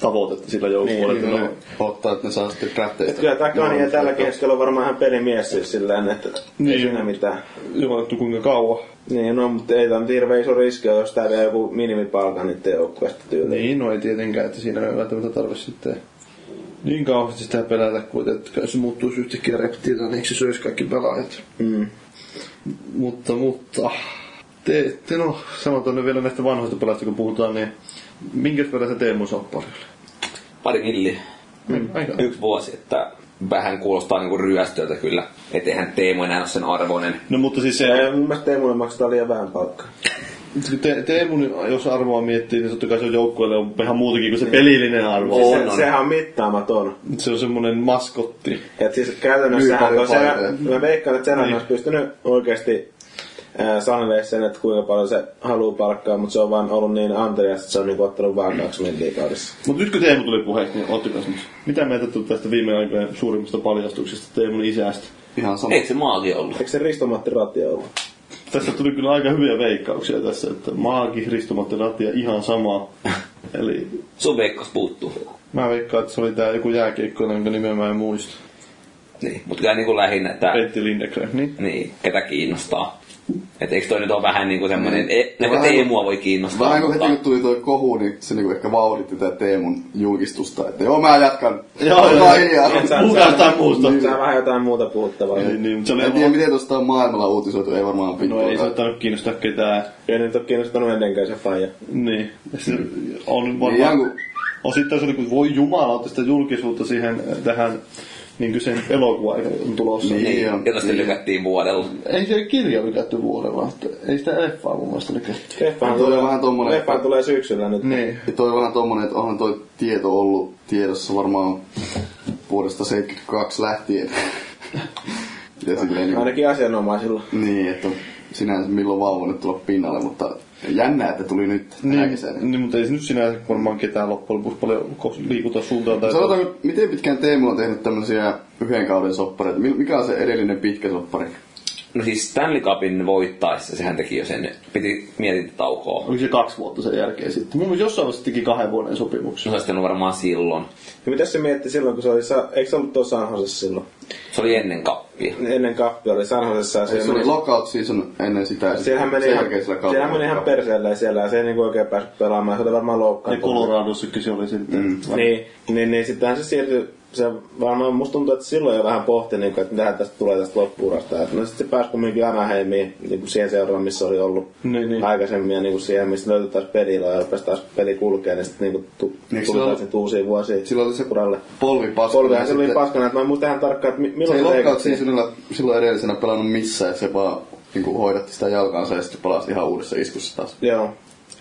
D: tavoitetta sillä joukkueella.
E: Niin,
D: Niin,
E: ne ottaa, että ne saa sitten drafteista.
M: Kyllä tämä Kanye tälläkin hetkellä on varmaan ihan pelimies siis sillä tavalla, että niin. ei
D: Niin.
M: siinä mitään.
D: Jumalattu kuinka kauan.
M: Niin, no, mutta ei tämä nyt hirveän iso riski ole, jos tää vie joku minimipalkan niiden joukkueesta tyyliin.
D: Niin, no ei tietenkään, että siinä ei välttämättä tarvitse sitten niin kauheasti sitä pelätä, kuin että jos se muuttuisi yhtäkkiä reptiilaneeksi, se söisi kaikki pelaajat.
M: Mm.
D: Mutta, mutta... Te, te no, sanotaan nyt vielä näistä vanhoista pelaajista, kun puhutaan, niin minkä verran sä Teemu Sopparille?
G: Pari milliä.
D: Mm. Aika.
G: Yksi vuosi, että vähän kuulostaa niinku ryöstöltä kyllä. Et eihän Teemu enää ole sen arvoinen.
D: No mutta siis se,
M: Ja mun mielestä Teemulle maksetaan liian vähän palkkaa.
D: te, Teemu, niin jos arvoa miettii, niin totta kai se on joukkueelle on ihan muutakin kuin Niin. Siis se pelillinen arvo.
M: se, sehän on mittaamaton.
D: Se on semmoinen maskotti.
M: Et siis
E: Myy
M: käytännössä hän
E: paljon
M: on sen,
E: paitoja.
M: mä veikkaan, että sen
D: Niin.
M: niin. olisi pystynyt oikeasti äh, sanelemaan sen, että kuinka paljon se haluaa palkkaa, mutta se on vaan ollut niin antelias, että se on niinku ottanut vaan kaksi milliä kaudessa.
D: Mutta nyt kun Teemu tuli puheeksi, niin ootteko nyt? Mitä mieltä tulet tästä viime aikojen suurimmasta paljastuksesta Teemun isästä?
E: Ihan sama.
G: Eikö se maali ollut?
M: Eikö se Risto-Matti Ratia ollut?
D: Tässä tuli kyllä aika hyviä veikkauksia tässä, että maagi, ristumatta ratia, ihan [LAUGHS] sama. Eli
G: Sun veikkaus puuttuu.
D: mä veikkaan, että se oli tää joku jääkiekko, jonka nimeä mä en muista.
G: Niin. Mutta kyllä niinku lähinnä, että
D: Petti Lindegren, niin?
G: niin, ketä kiinnostaa. Et eikö toi nyt ole vähän niinku semmonen, mm. e,
E: Vähän
G: no, Teemua voi kiinnostaa.
E: Vähän kun heti
G: mutta-
E: kun tuli toi kohu, niin se niinku ehkä vauhditti tätä Teemun julkistusta, että joo mä jatkan.
D: Joo, joo. Niin,
E: Olkaa hiljaa.
M: Et sä-
D: Puhutaan
M: sä-
D: jostain muusta.
M: Niin. Sä vähän jotain muuta puhuttavaa.
D: Niin,
M: Niin.
D: niin, mutta se oli
E: En tiedä miten tosta on maailmalla uutisoitu, ei varmaan
D: No ei
E: pitkällä.
D: saattanut kiinnostaa ketään.
M: Ei nyt ole kiinnostanut ennenkään se faija.
D: Niin. Se on
E: Niin, ihan
D: varmaan...
E: kun-
D: Osittain se oli, kun voi jumala, että sitä julkisuutta siihen äh, tähän niin kuin sen elokuvaan joka on tulossa.
E: Niin.
G: Niin,
E: Joo.
G: jota sitten lykättiin vuodella.
D: Ei se kirja lykätty vuodella, että ei sitä leffaa mun mielestä lykätty.
M: Leffahan
E: Tuo on
M: tulee,
E: vähän tommonen-
M: leffahan tulee syksyllä nyt.
D: Niin.
E: Ja toi on vähän tommonen, että onhan toi tieto ollut tiedossa varmaan vuodesta
D: [LAUGHS]
E: 72 lähtien. ja silleen, niin,
M: Ainakin asianomaisilla.
E: niin, että on sinänsä milloin vauva nyt tulla pinnalle, mutta jännää, että tuli nyt tänä
D: Niin,
E: kesänä.
D: niin, mutta ei se nyt sinänsä varmaan ketään loppujen lopuksi paljon kos- liikuta suuntaan tai
E: Sanotaanko, miten pitkään Teemu on tehnyt tämmöisiä yhden kauden soppareita? Mi- Mikä on se edellinen pitkä soppari?
G: No siis Stanley Cupin voittaessa, sehän teki jo sen, piti mietintätaukoa.
D: Oliko se kaksi vuotta sen jälkeen sitten? Mun mielestä jossain vaiheessa teki kahden vuoden sopimuksen.
G: No se olisi tehnyt varmaan silloin.
M: Ja mitäs se mietti silloin, kun se oli, sa- eikö se ollut tuossa San Josessa silloin? Niin
G: Se oli ennen kappia.
E: Niin.
M: Ennen kappia oli San Josessa. ja
E: Se,
M: siellä
E: oli
M: meni-
E: lockout season ennen sitä ja
M: Siellähän
E: sitten
M: meni,
E: sen
M: ihan,
E: jälkeen sillä kaudella.
M: sehän meni ihan perseelle siellä ja se ei niinku oikein päässyt pelaamaan. Se oli varmaan
D: Ja
M: loukkaantunut.
E: Mm.
D: Coloradossakin se oli sitten.
M: Niin, niin, niin sittenhän se siirtyi se varmaan musta tuntuu, että silloin jo vähän pohti, niin kuin, että mitähän tästä tulee tästä loppuurasta. Että no sitten se pääsi kumminkin Anaheimiin niin kuin siihen seuraan, missä oli ollut
D: Niin, niin.
M: aikaisemmin ja niin kuin siihen, missä löytyi taas pelillä ja rupesi taas peli kulkee, niin sitten niin kuin tu-
E: Eikö
M: tuli
E: sillä
M: taas
E: ole-
M: niitä uusia vuosia
E: Sillä oli se
M: uralle.
E: polvi paskana.
M: Polvihan se
E: ja
M: oli
E: sitten-
M: paskana, että mä en muista ihan tarkkaan, että mi-
E: Se ei
M: milloin
E: loukkauksia
M: leikattiin.
E: silloin, silloin edellisenä pelannut missään ja se vaan niinku hoidatti sitä jalkaansa ja sitten palasi ihan uudessa iskussa taas.
M: Joo.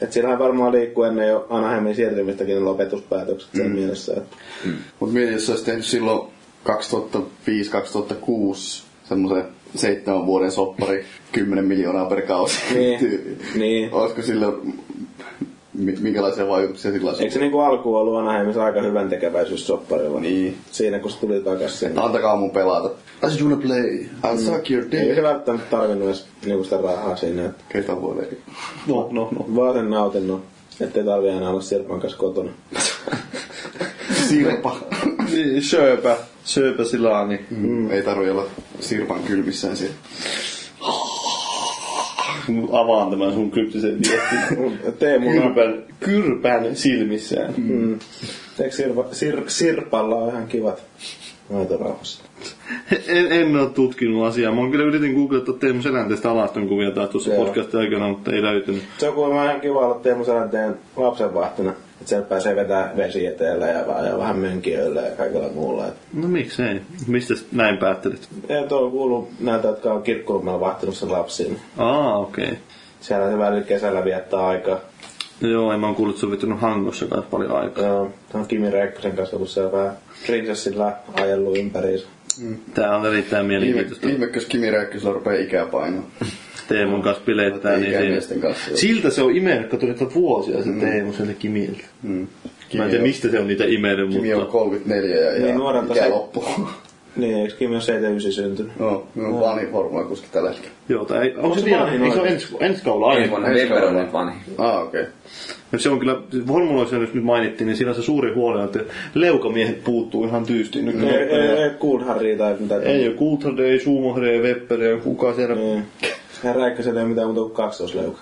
M: Et siinähän varmaan liikkuu ennen jo Anaheimin siirtymistäkin ne lopetuspäätökset sen mielessä. Että
E: Mut mietin, jos se olisi tehnyt silloin 2005-2006 semmoisen seitsemän vuoden soppari 10 miljoonaa per kausi. [LAUGHS]
M: Niin.
E: tyyliin.
M: Niin.
E: Olisiko sillä mi- minkälaisia vaikutuksia sillä olisi?
M: Eikö se niinku alku ollut Anaheimissa aika hyvän tekeväisyyssopparilla?
E: Niin.
M: Siinä kun se tuli takas sinne.
E: Antakaa mun pelata. I just wanna play. I'll suck your
M: Mm. Ei
E: dick.
M: se välttämättä tarvinnut edes niinku sitä rahaa siinä. että
E: Ketä voi leikata? No, no, no.
M: Vaan sen nautinnon, ettei tarvi enää olla Sirpan kanssa kotona.
E: Sirpa.
D: Niin, syöpä. Syöpä silaani.
E: Mm. Ei tarvi olla Sirpan kylmissään siellä.
D: Avaan tämän sun kryptisen viestin.
M: Teemulla on...
D: Kyrpän, kyrpän silmissään.
M: Mm. Eikö Sirpa, sir, Sirpalla on ihan kivat maitorauhassa?
D: En, en ole tutkinut asiaa. Mä oon kyllä yritin googlettaa Teemu Selänteestä alaston kuvia taas tuossa
M: Joo.
D: podcastin aikana, mutta ei löytynyt.
M: Se on kuulemma ihan kiva olla Teemu Selänteen lapsenvahtina. Että sieltä pääsee vetää vesi eteellä ja, vaan- ja vähän mönkijöillä ja kaikella muulla. Et
D: No miksei? Mistä s- näin päättelit?
M: Ei tuolla kuulu näitä, jotka on kirkkurumella vahtinut sen lapsiin.
D: Aa, okei.
M: Siellä se välillä kesällä viettää aikaa.
D: Joo, en mä oon kuullut, että se on vetänyt hangossa kai paljon aikaa.
M: Joo, tämä on Kimi Räikkösen kanssa ollut siellä vähän prinsessillä ajellut ympäriinsä.
D: Tää on erittäin mielenkiintoista.
E: Ihmekös Kimi Räikkösellä rupeaa ikää painaa.
D: Teemun kanssa bilettää,
E: Ei
D: niin
E: ikämiesten
D: siinä.
E: kanssa, joo. Mm.
D: Siltä se on imennyt, katso niitä vuosia se Teemu sieltä Kimiltä. Mä en
E: Kimi
D: tiedä,
E: on-
D: mistä se on niitä imennyt,
E: Mm. Kimi on
D: mutta...
E: 34 ja, ja
M: Niin, nuorempi
E: ikä
M: se-
E: loppuu. [LAUGHS]
M: Niin, eikö Kimi ole 79 syntynyt?
E: no, me on vanhin formula kuski tällä hetkellä.
D: Joo, tai ei- onko se
M: se
D: vielä?
M: vanhin
D: Eikö se ole
M: oikein?
D: ensi, ensi kaudella
G: Ei,
D: aivan?
G: vaan
E: Niin.
G: Weber on nyt vanhi.
E: Ah, okei. Okay.
D: No se on kyllä, formuloissa jos nyt mainittiin, niin siinä on se suuri huoli, on, että leukamiehet puuttuu ihan tyystiin.
E: Mm.
D: Nyt
M: Ei, ei,
D: ei,
M: ei, Cool Harry tai mitään.
D: ei ole Coulthard, ei Schumacher, ei Webber, ei kukaan siellä.
M: Niin. Hän Räikkösen ei ole mitään muuta kuin kaksosleuka.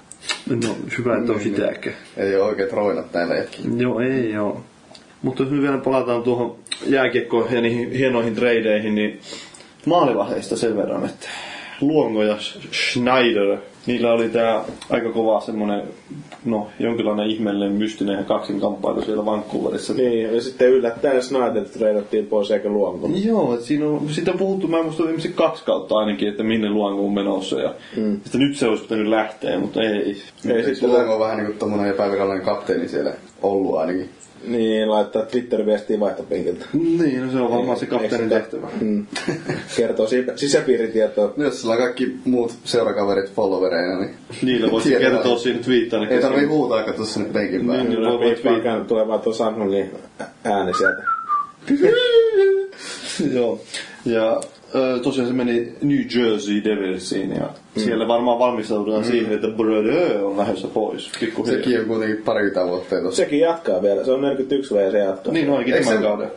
E: Mm.
D: No, hyvä, että on sitäkään.
E: Ei ole oikeet roinat näillä hetkillä.
D: Joo, ei joo. Mutta jos nyt vielä palataan tuohon jääkiekkoon ja niihin hienoihin treideihin, niin maalivahdeista sen verran, että Luongo ja Sch- Schneider, niillä oli tää aika kova semmonen, no jonkinlainen ihmeellinen mystinen kaksinkamppailu siellä Vancouverissa.
M: Niin, ja sitten yllättäen Snyder treidattiin pois eikä luonko.
D: Joo, et siinä on, siitä on puhuttu, mä muistan viimeisen kaksi kautta ainakin, että minne Luango on menossa. Ja, mm. Sitten nyt se olisi pitänyt lähteä, mutta ei.
M: Ei
E: Ei
M: sitten
E: sitten
M: luonko.
E: on vähän niinku tommonen epävirallinen kapteeni siellä ollut ainakin.
M: Niin, laittaa Twitter-viestiä vaihtopenkiltä.
D: Niin, no se on varmaan
M: Ei-
D: se
M: ei
D: kapteenin
M: sitä-
D: tehtävä.
M: Mm. Kertoo siitä sisäpiiritietoa.
E: No, jos sillä on kaikki muut seurakaverit followereina, niin...
D: [LAUGHS] Niillä voisi
E: Tiedetään.
D: kertoa siinä niin twiittarissa.
E: Ei tarvii huutaa katsoa sinne penkin päälle.
D: Niin,
E: Niin,
D: niin. voi
E: niin.
M: Kyllä
D: vaan
M: viippaan käydä tulee vaan tuo Sanhongin ääni sieltä.
D: [LAUGHS] Joo. Ja ö, tosiaan se meni New Jersey Devilsiin ja
E: Mm.
D: siellä varmaan valmistaudutaan siihen, että Brodeur on lähdössä pois. Pikkuhiljaa.
E: [LAUGHS] Sekin on kuitenkin parikymmentä vuotta jo tossa.
M: Sekin jatkaa vielä. Se on 41 V ja se jatkaa.
D: Niin, no ainakin
E: Eikö
D: tämän
E: se-
D: kauden.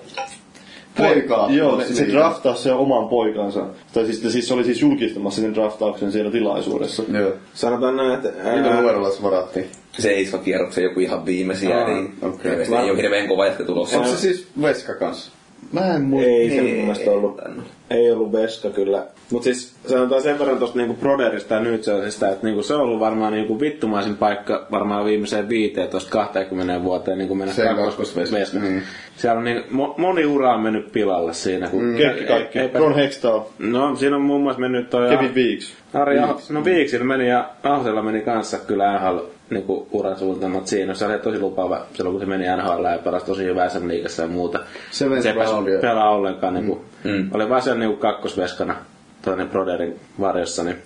E: Poikaa.
D: Joo, se, se
E: Niin.
D: draftaa se oman poikansa. Tai siis, siis se oli siis julkistamassa sen draftauksen siellä tilaisuudessa.
E: Joo.
M: Sanotaan näin, että...
E: Millä
M: ää,
E: numerolla se varattiin?
G: Se ei iso kierroksen joku ihan viimeisiä,
E: Aa,
G: eli
E: okei.
G: okay. ei ole hirveän kova jätkä tulossa.
E: Onko se siis Veska kanssa?
D: Mä en muista.
M: Ei se
G: Ei,
M: mun mielestä
G: ei
M: ollut.
G: tainnut.
M: Ei ollut veska kyllä. Mut siis sanotaan sen verran tosta niinku Broderista ja nyt että niinku se on ollut varmaan niinku vittumaisin paikka varmaan viimeiseen 15-20 vuoteen niinku mennä
E: Se on
M: kakkosveska.
E: kakkosveska, niin.
M: Siellä on niinku, mo- moni ura on mennyt pilalle siinä. Kun mm.
D: Kaikki, kaikki. Ron Hextall,
M: No siinä on muun muassa mennyt toi...
D: Kevin Weeks.
M: Ari Aho, no Viiksillä meni ja Ahosella meni kanssa kyllä NHL niinku uran suunnitelmat siinä. Se oli tosi lupaava silloin, kun se meni NHL ja pelasi tosi hyvää SM liigassa ja muuta.
E: Se vei
M: se ei päässyt
E: roundia.
M: pelaa ollenkaan. Niinku, mm. Oli vaan sen niinku kakkosveskana toinen Broderin varjossa, niin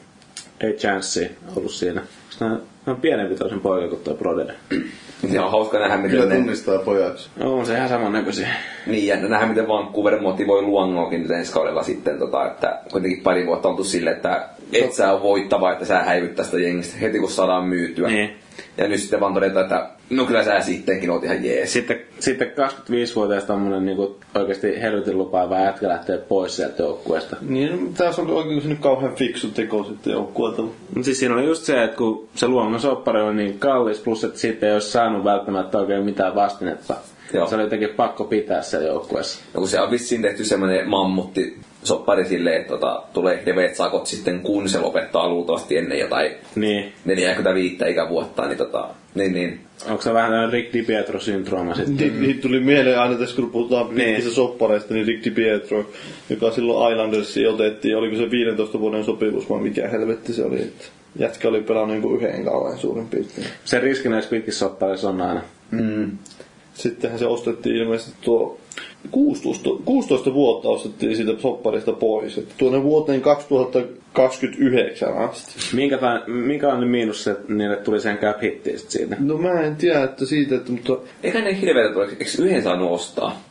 M: ei chanssi ollut siinä. Se on, on pienempi toisen poika kuin tuo Broderi.
G: Niin
M: No,
G: Se on hauska nähdä,
E: Kyllä
G: miten ne,
E: tunnistaa pojaksi.
M: On se ihan samannäköisiä.
G: niin, ja nähdä, miten Vancouver motivoi luongoakin nyt ensi kaudella sitten, tota, että kuitenkin pari vuotta on oltu sille, että et sä on voittava, että sä häivyt sitä jengistä heti kun saadaan myytyä.
M: Niin.
G: Ja nyt sitten vaan todetaan, että no kyllä sä sittenkin oot ihan jees.
M: Sitten, sitten 25-vuotias tämmönen niinku oikeesti helvetin lupaava jätkä lähtee pois sieltä joukkueesta.
D: Niin, tässä on oikein se nyt kauhean fiksu teko sitten joukkueelta.
M: Mut siis siinä oli just se, että kun se luonnon soppari oli niin kallis, plus että siitä ei olisi saanut välttämättä oikein mitään vastinetta.
F: Joo.
C: Se oli jotenkin pakko pitää se joukkueessa.
F: No kun se on vissiin tehty semmoinen mammutti soppari silleen, että tota, tulee hirveet sakot sitten, kun se lopettaa luultavasti ennen jotain
C: Niin.
F: 45 ikävuotta, niin tota, niin, niin.
C: Onko se vähän tämmöinen Rick DiPietro-syndrooma sitten?
D: Ni- Niitä Niin tuli mieleen aina tässä, kun puhutaan pitkistä soppareista, niin Rick DiPietro, joka silloin Islandersi otettiin, oliko se 15 vuoden sopimus vai mikä helvetti se oli. Että jätkä oli pelannut jonkun yhden kauan suurin piirtein.
C: Se riski näissä pitkissä soppareissa on aina.
D: Sittenhän se ostettiin ilmeisesti tuo 16, 16 vuotta ostettiin siitä sopparista pois. Että tuonne vuoteen 2029 asti.
C: Minkä, ta- mikä on nyt miinus se, että niille tuli sen cap hittiin sit siitä?
D: No mä en tiedä, että siitä, että, mutta
F: Eikä ne hirveätä tule, eikö yhden saanut ostaa?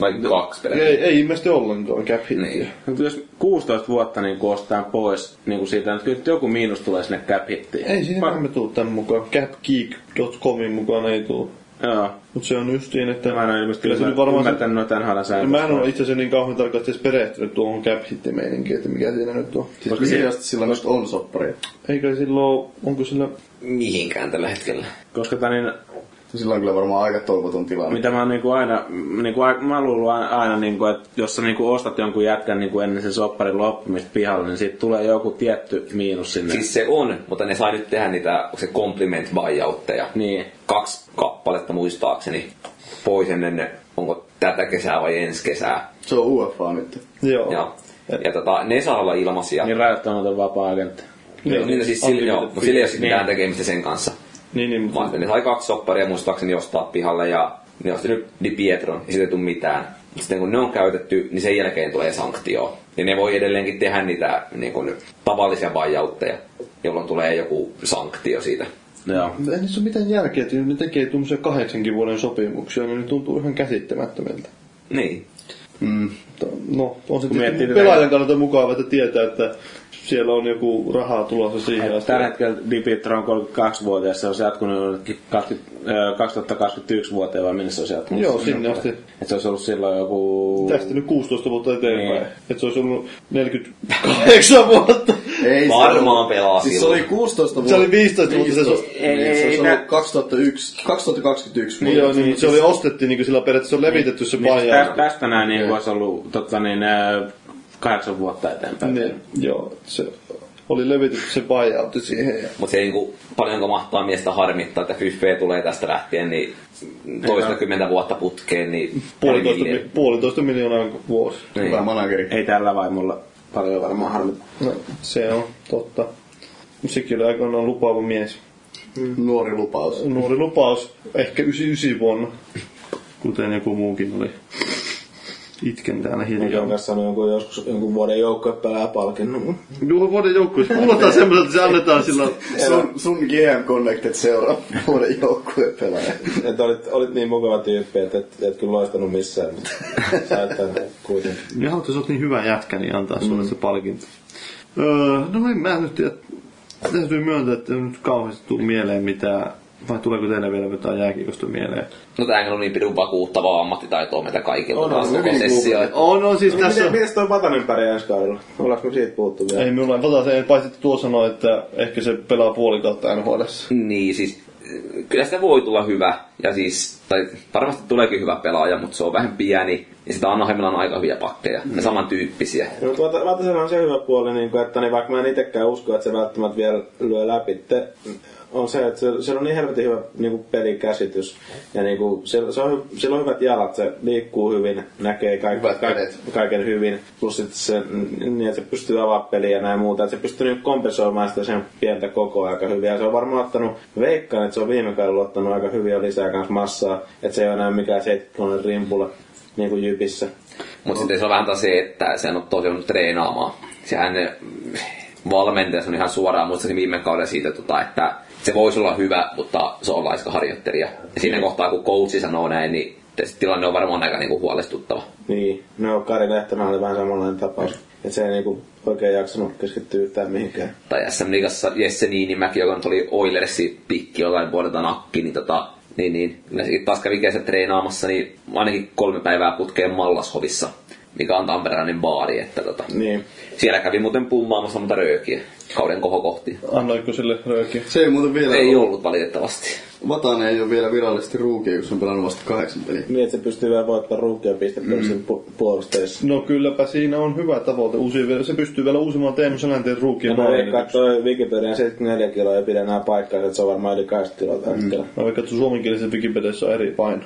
F: Vai kaksi peräti?
D: ei, ei ilmeisesti ollenkaan cap hittiä.
F: Niin.
C: Mutta jos 16 vuotta niin ostaa pois niin siitä, että kyllä joku miinus tulee sinne cap hittiin.
D: Ei siinä varmaan tuu tämän mukaan. Capgeek.comin mukaan ei tuu.
C: Joo.
D: Mutta se on justiin, että...
C: Mä en ole ilmeisesti
D: kyllä se
C: ymmär-
D: nyt varmaan... Se,
C: ymmärtänyt noita NHL
D: Ja
C: sääntöjä.
D: mä en ole itse asiassa niin kauhean tarkasti edes perehtynyt tuohon cap meininkiin, että mikä siinä nyt on.
E: Siis mihin asti sillä nyt on soppari?
D: Eikä silloin, onko sillä...
N: Mihinkään tällä hetkellä.
C: Koska tää niin,
E: Sillä on kyllä varmaan aika toivoton tilanne.
C: mitä mä oon niinku aina, niinku, ai- mä oon luullut aina, aina niinku, että jos sä niinku ostat jonkun jätkän niinku ennen sen sopparin loppumista pihalle, niin siitä tulee joku tietty miinus sinne.
F: Siis se on, mutta ne sai nyt tehdä niitä, onko se compliment buyoutteja.
C: Niin.
F: Kaksi kappaletta muistaakseni pois ennen, onko tätä kesää vai ensi kesää.
E: Se on UFA nyt.
D: Joo.
F: Ja, ja tota, ne saa olla ilmaisia.
C: Niin rajoittamaton vapaa-agentti.
F: Niin, niin, siis sillä, joo, mutta sillä ei ole sit mitään tekemistä sen kanssa.
D: Niin, niin,
F: Vaan
D: mutta...
F: että ne sai kaksi sopparia muistaakseni ostaa pihalle ja ne osti nyt Di Pietron ja siitä ei tule mitään. Sitten kun ne on käytetty, niin sen jälkeen tulee sanktio. Ja ne voi edelleenkin tehdä niitä niin kuin, tavallisia vajautteja, jolloin tulee joku sanktio siitä.
C: Joo.
D: Mutta Ei niissä ole mitään järkeä, että ne tekee tuommoisia kahdeksankin vuoden sopimuksia, niin ne tuntuu ihan käsittämättömiltä.
F: Niin.
D: Mutta, No, on se
C: miettii
D: tietysti
C: tätä-
D: pelaajan kannalta mukava, että tietää, että siellä on joku rahaa tulossa siihen asti.
C: Tällä hetkellä Dipitro on 32-vuotias, se on se jatkunut jonnekin 20, ö, 2021 vuoteen vai minne se on se jatkunut?
D: Joo, sinne asti.
C: Et se olisi ollut silloin joku...
D: Tästä nyt 16 vuotta eteenpäin.
C: Niin.
D: Että se olisi ollut 48 vuotta.
E: Ei se
F: Varmaan
E: ollut.
F: pelaa
E: Siis se
F: silloin.
E: oli 16 vuotta.
D: Se oli 15 vuotta se
E: 15.
D: so-
E: Ei,
C: Ei,
E: ei,
C: ei,
E: se olisi
C: nä-
E: ollut 2001, 2021
D: Niin
E: vuonna.
D: joo, niin, mutta se oli ostettiin niin sillä periaatteessa on levitetty se
C: Niin, siis
D: paja.
C: tästä, tästä näin niin olisi ollut totta, niin, ö, kahdeksan vuotta eteenpäin.
D: Niin, joo, se oli levitetty se pajautti siihen. Ja...
F: Mutta se ei niinku, paljonko mahtaa miestä harmittaa, että fyffee tulee tästä lähtien niin toistakymmentä vuotta putkeen, niin
D: Puolitoista,
F: niin-
D: mi- puolitoista miljoonaa vuosi.
F: niin.
E: Hyvä manageri.
C: Ei tällä vaimolla paljon varmaan harmita.
D: No, se on totta. Mut Sekin oli aikoinaan lupaava mies.
E: Nuori lupaus.
D: Nuori lupaus, ehkä 99 vuonna. Kuten joku muukin oli. Itken täällä hiljaa.
M: Jonkas sanoi jonkun joskus jonkun vuoden joukkue pelää [LAUGHS] palkinnon.
D: Juho vuoden joukkueessa. Kuulostaa semmoiselta, että se annetaan silloin.
E: Sun, sun GM Connected seuraa vuoden joukkueen pelaaja.
M: Että olit, olit niin mukava tyyppi, että et, et kyllä loistanut missään, [LAUGHS] mutta sä et tänne kuitenkin.
D: Ja haluat, jos oot niin hyvä jätkä, niin antaa sulle mm. se palkinto. Öö, no en mä nyt tiedä. Täytyy myöntää, että ei nyt kauheasti tuu mieleen mitään. Vai tuleeko teille vielä jotain jääkiekosta mieleen?
F: No tämähän on niin pidun vakuuttavaa ammattitaitoa meitä kaikilla.
M: On,
F: taas
M: on,
F: koko
M: hyvin
F: sessio.
D: On, on siis tässä...
M: Miten, No, mites toi Vatanen pärjää ensi kaudella? Ollaanko me siitä puhuttu vielä?
D: Ei minulla tota se, paitsi että tuo sanoi, että ehkä se pelaa puoli kautta nhl
F: Niin, siis äh, kyllä sitä voi tulla hyvä, ja siis, tai varmasti tuleekin hyvä pelaaja, mutta se on vähän pieni, ja sitä Anaheimilla on aika hyviä pakkeja, mm. ja samantyyppisiä.
M: No, tuota, Vatasella on se hyvä puoli, niin kuin, että niin vaikka mä en itsekään usko, että se välttämättä vielä lyö läpi, te, on se, että se- sillä on niin helvetin hyvä niin kuin pelikäsitys. Ja niin kuin, se, se on, hy- sillä on hyvät jalat, se liikkuu hyvin, näkee kaik,
E: Hyvät
M: kaik,
E: kädet.
M: kaiken hyvin. Plus sitten se, niin, että se pystyy avaamaan peliä ja näin muuta. Että se pystyy niin kompensoimaan sitä sen pientä koko aika hyvin. Ja se on varmaan ottanut, veikkaan, että se on viime kaudella ottanut aika hyviä lisää kanssa massaa. Että se ei ole enää mikään 70 rimpula niin kuin jypissä.
F: Mutta sitten se on vähän taas se, että sehän on tosi ollut treenaamaan. Sehän äh, valmentaja on ihan suoraan, muistaakseni viime kaudella siitä, tota, että se voisi olla hyvä, mutta se on laiska harjoittelija. Ja siinä kohtaa, kun coachi sanoo näin, niin se tilanne on varmaan aika niinku huolestuttava.
M: Niin, no Kari Lehtonen oli vähän samanlainen tapaus. Että se ei niinku oikein jaksanut keskittyä yhtään mihinkään.
F: tai SM Liigassa Jesse Niinimäki, joka nyt oli Oilersi pikki jollain vuodelta nakki, niin tota, niin, niin. Kyllä sekin taas kävi kesä treenaamassa, niin ainakin kolme päivää putkeen Mallashovissa, mikä on tamperelainen baari, että tota.
M: Niin.
F: Siellä kävi muuten pummaamassa monta röökiä kauden kohokohtia.
D: Annoiko sille röökiä?
E: Se ei muuten vielä
F: Ei ollut valitettavasti.
E: Vatanen ei ole vielä virallisesti ruukia, kun se on pelannut vasta kahdeksan peliä.
M: Niin, että se pystyy vielä voittamaan ruukia pistepörssin mm. puolustajissa.
D: No kylläpä siinä on hyvä tavoite. Uusi, se pystyy vielä uusimaan Teemu Selänteen ruukien
M: Mä
D: määrän.
M: veikkaan, että toi Wikipedian 74 kiloa ei pidä enää paikkaa, että se on varmaan yli 80 kiloa tällä hetkellä.
D: Mä veikkaan, että suomenkielisessä Wikipediassa on eri paino.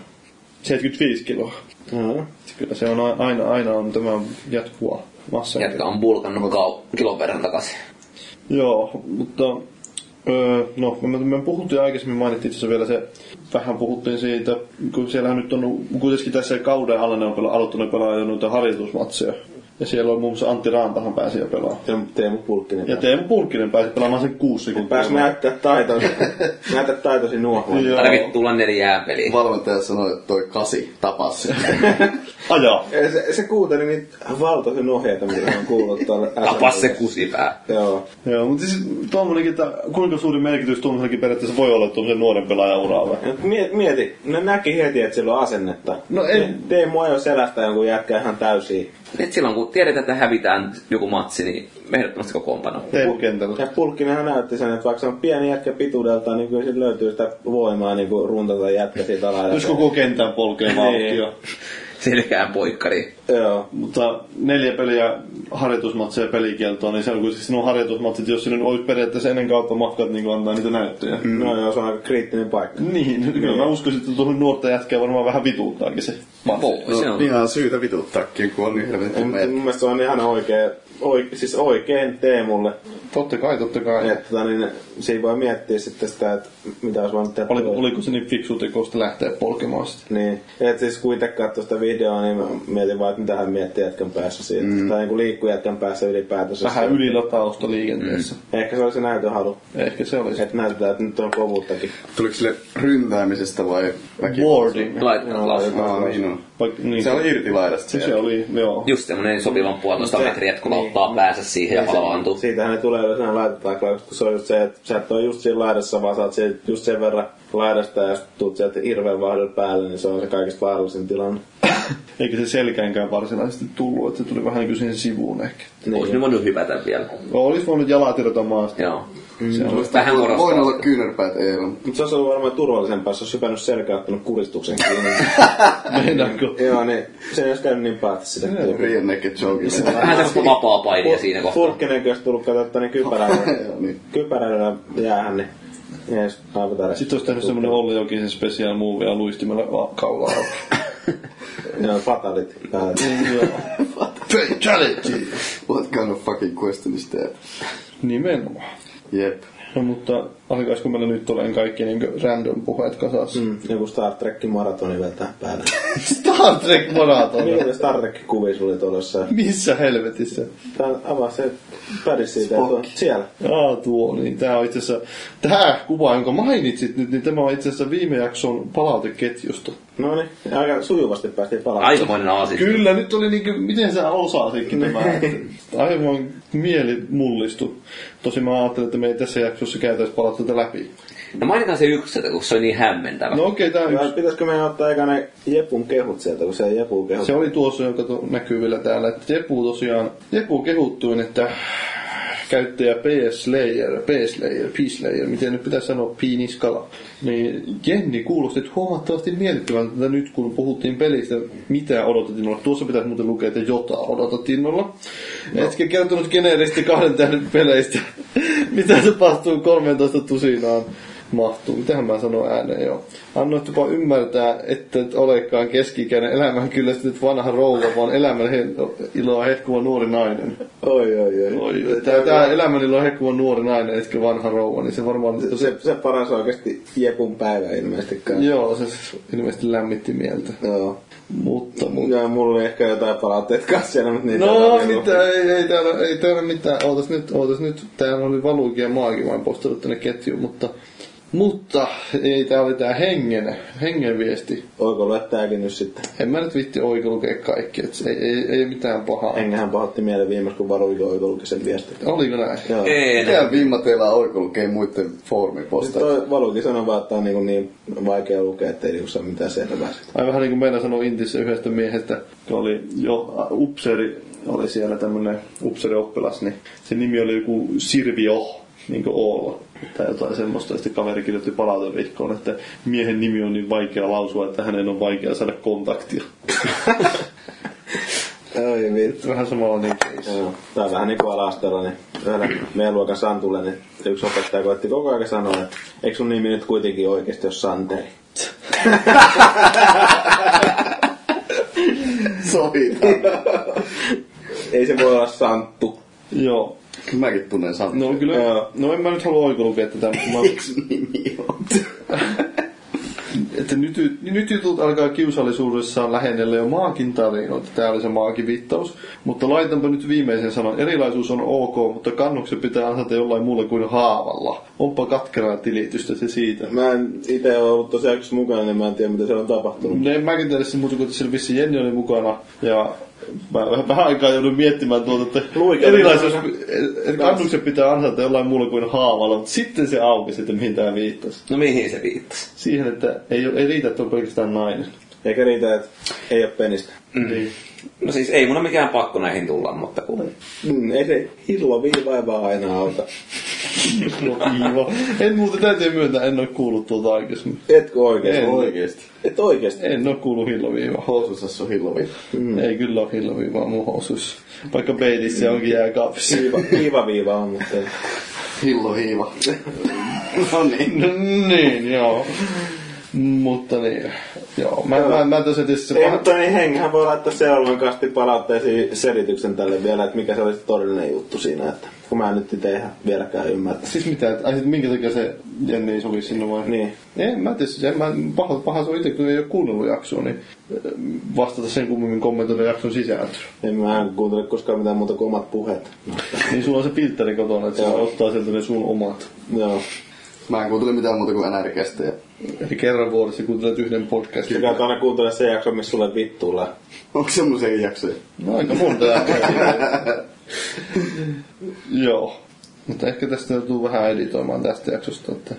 D: 75 kiloa.
M: Mm.
D: Kyllä se on a- aina, aina on tämä jatkuva massa.
G: Jätkä on bulkannut kau- kilon verran takaisin.
D: Joo, mutta öö, no, me, me puhuttiin aikaisemmin, mainittiin itse asiassa vielä se, vähän puhuttiin siitä, kun siellähän nyt on kuitenkin tässä kauden alla ne on pela, aloittanut pelaamaan noita harjoitusmatseja. Ja siellä on muun muassa Antti Rantahan pääsi jo pelaamaan.
M: Teemu, Teemu Pulkkinen.
D: Ja Teemu Pulkkinen pääsi pelaamaan sen kuusi sekuntia.
M: Pääs näyttää taitosi, näyttää taitosi nuohon.
D: Joo.
G: Tarvit tulla neljään peliin.
E: Valmentaja sanoi, että toi kasi tapas sen.
D: Ajaa.
M: Se, se kuunteli niitä valtoisen ohjeita, mitä on kuullut tuolle
G: [LAUGHS] Tapas se kusipää.
M: Joo.
D: Joo, mutta siis tuommoinenkin, että kuinka suuri merkitys tuommoisellakin periaatteessa voi olla tuommoisen nuoren pelaajan uralla.
M: Ja mie- Mieti, ne näki heti, että sillä on asennetta.
D: No ei-
M: Ne- Teemu ei ole selästä jonkun jätkä ihan täysiä.
G: Et silloin kun tiedetään, että hävitään joku matsi, niin ehdottomasti kokoonpano.
D: Teemu kentällä.
M: Ja Pulkkinenhan näytti sen, että vaikka se on pieni jätkä pituudeltaan, niin kyllä sillä löytyy sitä voimaa niin kuin runtata jätkä
D: [LAUGHS]
M: siitä
D: Jos
M: alaidasta.
D: koko kentän polkee vauhtia.
G: Selkään poikkari.
M: Joo.
D: Mutta neljä peliä harjoitusmatseja pelikieltoa, niin se on kuitenkin sinun harjoitusmatsit, jos sinun olisi periaatteessa ennen kautta matkat, niin kuin antaa niitä näyttöjä. Mm.
M: No joo, se on aika kriittinen paikka.
D: Niin, kyllä mä uskoisin, että tuohon nuorta jätkää varmaan vähän vituuttaakin se.
G: Voi, se
E: No,
G: on.
E: ihan syytä vituuttaakin, kun on niin helvetin
M: Mun
E: meitä.
M: mielestä se on ihan oikein, oike, siis oikein Teemulle.
D: Totta kai, totta kai.
M: Että tota, niin, siinä voi miettiä sitten sitä, että mitä olisi voinut tehdä.
D: Oli, oliko se niin fiksu tekosta lähteä polkemaan sitä?
M: Niin, et siis kuitenkaan tuosta videoa, niin mä mietin vaan, että mitä hän miettii jätkän päässä siitä. Mm. Tai niinku liikkuu jätkän päässä ylipäätänsä.
D: Vähän
M: Se-
D: ylilatausta liikenteessä.
M: Ehkä se oli se näytöhalu.
D: Mm. Ehkä se oli se.
M: Siis, Että näytetään, että nyt on kovuuttakin.
E: Tuliko sille ryntäämisestä vai väkivaltaa?
D: Boarding.
G: Laitetaan lausunto.
E: No, niin on.
D: Vaikka, niin.
E: Se oli irti laidasta
D: se, se oli, joo.
G: Just semmonen sopivan puolitoista
M: Se-
G: metriä, että kun
M: niin.
G: ottaa päänsä siihen ja palaantuu.
M: Siitähän ne tulee yleensä laitetaan, kun se on just se, että sä et ole just siinä laidassa, vaan sä oot siellä just sen verran laidasta ja sit tuut sieltä hirveän vauhdilla päälle, niin se on se kaikista vaarallisin tilanne.
D: Eikä se selkäänkään varsinaisesti tullut, että se tuli vähän niin kuin siihen sivuun ehkä.
G: Ois ne voinut hypätä vielä.
D: Olisi voinut jalat irrota maasta.
G: Joo.
D: Se on
G: Vähän
E: Voin
G: korostaa.
E: olla kyynärpäät eilen.
M: Mutta se olisi ollut varmaan turvallisempaa, jos olisi hypännyt selkää ottanut kuristuksen [LAUGHS] kiinni.
D: meinaako.
M: Joo, niin se ei olisi käynyt niin päätä sitä.
E: Rien naked jokille.
G: Vähän tästä vapaa painia siinä kohtaa.
M: Fulkkinen, jos tullut katsottua, niin kypärällä,
D: [LAUGHS]
E: Joo, niin.
M: kypärällä jäähän, niin ei edes aivuta edes.
D: Sitten olisi tehnyt semmonen Olli Jokisen special movie ja luistimella vaan kaulaa auki.
M: Joo, fatalit. päälle.
E: Fatality! What kind of fucking question is that?
D: [LAUGHS] Nimenomaan.
E: Jep.
D: No mutta alkaisiko meillä nyt oleen kaikki niin random puheet kasassa? Mm. [LAUGHS]
M: Mm, Joku Star Trekin maratoni vetää päälle.
D: Star Trek maraton.
M: Niitä Star Trekin kuvia sulle tuossa.
D: Missä helvetissä?
M: Tää avaa se pädi siitä, että on siellä.
D: Aa, tuo, niin tää on itse asiassa, tää kuva, jonka mainitsit nyt, niin tämä on itse asiassa viime jakson palauteketjusta.
M: No niin, aika sujuvasti päästiin palaamaan.
G: Aikamoinen aasi.
D: Kyllä, nyt oli niinkö, miten sä [LAUGHS] osasitkin tämä? Aivan mieli mullistu. Tosi mä ajattelin, että me ei tässä jaksossa käytäis palata tätä läpi.
G: No mainitaan se yksi, että kun se on niin hämmentävä.
D: No okei, okay, tää on yksi.
M: Vai Pitäisikö meidän ottaa eikä ne Jepun kehut sieltä, kun se ei Jepu kehut.
D: Se oli tuossa, joka to, näkyy vielä täällä, että Jepu tosiaan, Jepu kehuttuin, että käyttäjä PS Layer, PS Layer, PS Layer, miten nyt pitäisi sanoa, piiniskala. Niin Jenni kuulosti että huomattavasti mietittävän tätä nyt, kun puhuttiin pelistä, mitä odotettiin olla. Tuossa pitäisi muuten lukea, että jota odotettiin olla. No. Etkä kertonut geneerisesti kahden tähden peleistä, [LAUGHS] mitä tapahtuu 13 tusinaan mahtuu. Mitähän mä sanon ääneen joo. Annoit jopa ymmärtää, että et olekaan keski-ikäinen elämän kyllästynyt vanha rouva, vaan elämän he- iloa hehkuva nuori nainen.
M: Oi, oi, oi.
D: Oi, tää, tää elämän iloa hehkuva nuori nainen, etkä vanha rouva, niin se varmaan...
M: Se- Se, se paras oikeasti Jepun päivä ilmeisesti.
D: Joo, se ilmeisesti lämmitti mieltä.
M: Joo.
D: Mutta, mutta...
M: Ja mulla oli ehkä jotain palautteet kanssa siellä, mutta niitä ei
D: No,
M: ole vielä.
D: mitä, ei, ei, täällä, ei täällä mitään. Ootas nyt, ootas nyt. Täällä oli Valuikin ja Maakin vain postannut tänne ketjuun, mutta... Mutta ei, tää oli tää hengen, hengen viesti.
M: Oiko luet tääkin nyt sitten?
D: En mä nyt vitti oikein lukea kaikki, et se ei, ei, ei mitään pahaa.
M: Enkähän pahoitti mieleen viimeksi, kun varuiko oiko luki sen viestin.
D: Oliko näin?
M: Joo.
G: Ei enää.
E: Mitä vimma teillä on oikulukee muiden
M: Sitten
E: foorumipostauksia?
M: toi valuki sanoi vaan, että on niin, niin vaikea lukea, ettei niinku saa mitään selvää siitä.
D: Ai vähän niin kuin meidän sanoi Intissä yhdestä miehestä, joka oli jo ä, upseeri, oli siellä tämmönen upseerioppilas, niin sen nimi oli joku Sirvio. niin olla tai jotain semmoista. Ja sitten kaveri kirjoitti palautevihkoon, että miehen nimi on niin vaikea lausua, että hänen on vaikea saada kontaktia. [LAUGHS]
E: Ei vittu.
D: Vähän samalla [LAUGHS] niin case.
M: Joo. Tää on vähän niinku alasteella, niin yhdellä meidän luokan Santulle, niin yksi opettaja koetti koko ajan sanoa, että eikö sun nimi nyt kuitenkin oikeesti ole Santeri?
E: Sovitaan.
M: Ei se voi olla Santtu.
D: Joo.
E: Kyllä mäkin tunnen Santu.
D: No kyllä,
M: Joo.
D: no en mä nyt halua oikolukea tätä, mutta mä,
E: Miksi niin nimi on?
D: [LAUGHS] että nyt, nyt jutut alkaa kiusallisuudessaan lähennellä jo maakin tarinoita. Tää oli se maakin viittaus. Mutta laitanpa nyt viimeisen sanan. Erilaisuus on ok, mutta kannuksen pitää ansaita jollain muulla kuin haavalla. Onpa katkeraa tilitystä se siitä.
M: Mä en ite oo ollut tosiaan yksi mukana, niin mä en tiedä mitä se on tapahtunut.
D: No en mäkin tiedä sen muuta kuin, että siellä vissi Jenni oli mukana ja mä vähän- vähän aikaa joudun miettimään tuota, että
M: Luikin
D: erilaisuus, että kannuksen pitää ansaita jollain muulla kuin haavalla, mutta sitten se aukesi, että mihin tämä viittasi.
G: No mihin se viittasi?
D: Siihen, että ei, ole- ei riitä, että on pelkästään nainen.
M: Eikä riitä, että ei oo penistä.
D: Niin.
G: No siis ei mun ole mikään pakko näihin tulla, mutta kun...
M: Mm, ei se hillo viivaivaa aina auta.
D: No, kiva. en muuten täytyy myöntää, en ole kuullut tuolta aikaisemmin.
M: Etkö oikeesti?
D: En.
E: Oikeesti.
M: Et oikeesti.
D: En ole kuullut hilloviivaa.
E: Housussa sun hillovi.
D: Mm. Ei kyllä ole hilloviivaa mun housuissa. Vaikka peilissä onkin jääkaapissa.
M: Viiva, viiva, viiva on, mutta ei.
E: Hillo hiiva. no niin.
D: Mm. No niin, joo. Mutta niin, joo. Mä, mä, mä tosiaan tietysti se
M: Ei,
D: paha...
M: mutta niin hengihän voi laittaa seuraavan kasti palautteisiin selityksen tälle vielä, että mikä se oli se todellinen juttu siinä, että kun mä en nyt itse ihan vieläkään ymmärrä.
D: Siis mitä, et- ai sit minkä takia se Jenni ei sovi sinne vai?
M: Niin.
D: En mä tietysti, en mä, paha, paha se on itse, kun ei ole kuunnellut jaksoa, niin ö, vastata sen kummemmin kommentoida jakson sisältöä.
M: En mä en kuuntele koskaan mitään muuta kuin omat puheet. No,
D: Niin sulla on se filtteri kotona, että se
M: Joo.
D: ottaa sieltä ne sun omat.
M: Joo.
E: Mä en kuuntele mitään muuta kuin NR-kestejä.
D: Eli kerran vuodessa kuuntelet yhden podcastin.
M: Kyllä aina kuuntele se jakso, missä sulle vittuilla.
E: Onko semmoisia jaksoja?
D: No aika monta jaksoa. [LAUGHS] Joo. Mutta ehkä tästä joutuu vähän editoimaan tästä jaksosta, että...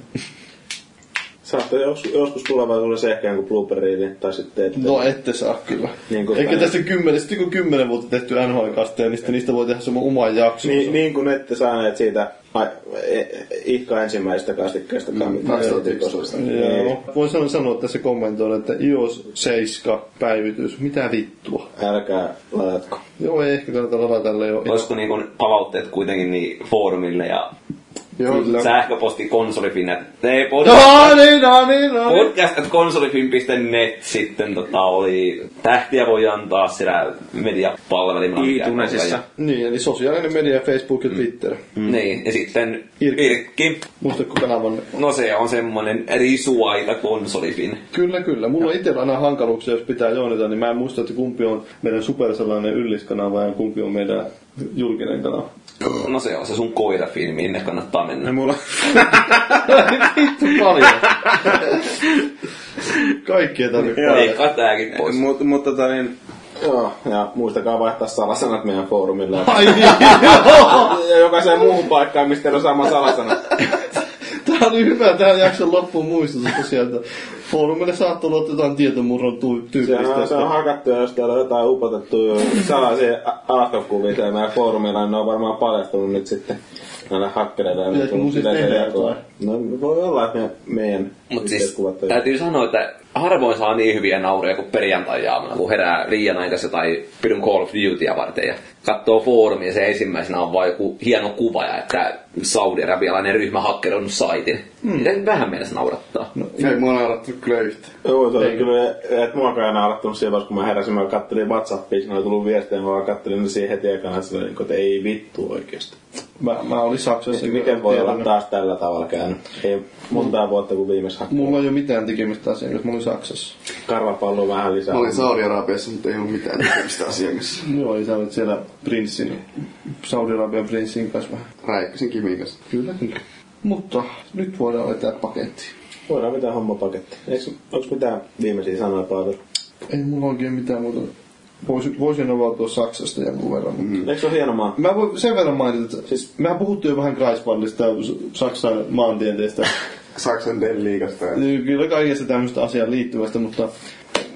M: Saattaa jos, joskus tulevaisuudessa se ehkä joku blooperi, niin- tai sitten... Että...
D: No ette saa kyllä.
M: Niin kuin
D: Eikä
M: tänä-
D: tästä kymmenen, sitten kun kymmenen vuotta tehty NHL-kasteja, niin sitten niistä voi tehdä semmoinen oma jakso.
M: Niin, niin kuin ette saaneet siitä ai, e, e, ihka ensimmäisestä kastikkeesta Niin. mm,
E: 2011.
D: Joo. Voin sanoa, sanoa tässä kommentoida, että iOS 7 päivitys, mitä vittua.
M: Älkää ladatko.
D: Joo, ei ehkä kannata ladata tälle jo.
G: Olisiko niin kun palautteet kuitenkin niin foorumille ja
D: Joo, kyllä.
G: sähköposti konsolifin... Ei, pod-
D: No niin, no niin, no niin.
G: podcast.konsolifin.net sitten tota oli... Tähtiä voi antaa siellä mediapalvelimella. mikä-
C: ITunesissa.
D: Niin, eli sosiaalinen media, Facebook ja Twitter.
G: Mm. Niin, ja sitten
D: Irkki.
G: Irkki.
D: Muistatko kanavan?
G: No se on semmonen risuaita konsolifin.
D: Kyllä, kyllä. Mulla on itsellä aina hankaluuksia, jos pitää joonita, niin mä en muista, että kumpi on meidän supersalainen ylliskanava ja kumpi on meidän julkinen kanava.
G: No se on se sun koirafilmi, minne kannattaa mennä.
M: Mulla
D: Vittu
C: [LAUGHS]
D: paljon. Kaikki ei tarvitse paljon.
G: Leikkaa tääkin pois.
M: Mut, mut tota niin... Joo, ja muistakaa vaihtaa salasanat meidän foorumille.
D: Ai niin.
M: [LAUGHS]
D: joo!
M: Ja jokaiseen muuhun paikkaan, mistä teillä on sama salasana.
D: Tää oli hyvä tähän jakson loppuun muistutus tosiaan, että foorumille saattoi olla jotain tietomurron tu-
M: Se
D: tyyppistä.
M: on, se on hakattu, ja jos täällä on jotain upotettu salaisia alkokuvia täällä meidän foorumilla, niin ne on varmaan paljastunut nyt sitten näillä hakkereilla. Ja
D: Pitäisikö mun siis
M: yleisölle
D: tehdä
M: jakoa.
D: jotain?
M: No voi olla, että me, meidän
G: Mut siis
M: yhteiskuvat on-
G: täytyy sanoa, että harvoin saa niin hyviä nauroja kuin perjantai-aamuna, kun herää liian aikaisin tai pidun Call of Dutyä varten ja katsoo foorumia, se ensimmäisenä on vaan joku hieno kuva ja että saudi-arabialainen ryhmä hakkeroinut saitin. Mm. Vähän mielessä naurattaa. No.
E: Ei mua naurattanut kyllä yhtään.
M: Joo, se oli kyllä, että muakaan ei naurattanut siinä vaiheessa, kun mä heräsin, mä kattelin Whatsappia, siinä oli tullut viestejä, mä vaan kattelin ne siihen heti ekana, että se oli niinku, että ei vittu oikeesti.
D: Mä, mä olin Saksassa.
M: Että Siis miten voi olla
D: tiedän.
M: taas tällä tavalla käynyt? Ei montaa vuotta kuin viimeksi hakki.
D: Mulla ei ole mitään tekemistä asian kanssa, mä olin Saksassa.
M: Karvapallo vähän lisää.
E: Mä olin Saudi-Arabiassa, mutta ei ollut mitään tekemistä asian kanssa.
D: [LAUGHS] Joo, isä olit siellä prinssin, Saudi-Arabian prinssin kanssa vähän.
E: Räikkösen Kimin kanssa.
D: Kyllä, kyllä. Mutta nyt voidaan vetää pakettiin.
M: Voidaan pitää homma paketti. Eiks, onks mitään viimeisiä sanoja Paavilla?
D: Ei mulla oikein mitään muuta. Voisin, voisin avautua Saksasta jonkun verran, mutta... Mm.
M: Eiks se ole hieno maa?
D: Mä voin sen verran mainita, että siis mehän puhuttiin jo vähän Kreisbandista ja S- Saksan
E: [LAUGHS]
D: maantieteestä.
E: Saksan Den liigasta.
D: Niin, Kyllä kaikesta tämmöistä asiaan liittyvästä, mutta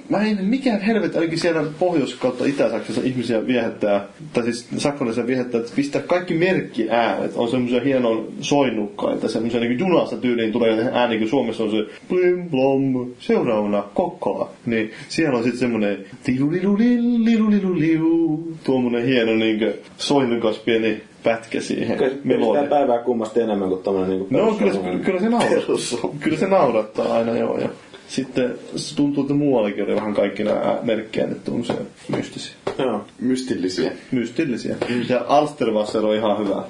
D: Mä en, mikä helvet ainakin siellä Pohjois- kautta Itä-Saksassa ihmisiä viehättää, tai siis saksalaisia viehättää, että pistää kaikki merkki äänet. On semmoisia hienon soinnukkaita, semmoisia niin junassa tyyliin tulee ääni, kun Suomessa on se blim blom, seuraavana Kokkola. Niin siellä on sitten semmoinen liu, tuommoinen hieno niin soinnukas pieni pätkä siihen
M: Melodia.
D: melodia.
M: Sitä päivää kummasti enemmän kuin tämmönen niinku
D: No kyllä,
M: perussuomalainen.
D: se- kyllä, se naurattaa. kyllä se naurattaa aina joo. Ja sitten se tuntuu, että muuallakin oli vähän kaikki nämä merkkejä nyt tuommoisia mystisiä.
M: Joo.
E: Mystillisiä.
D: Mystillisiä. Ja Alsterwasser on ihan hyvä.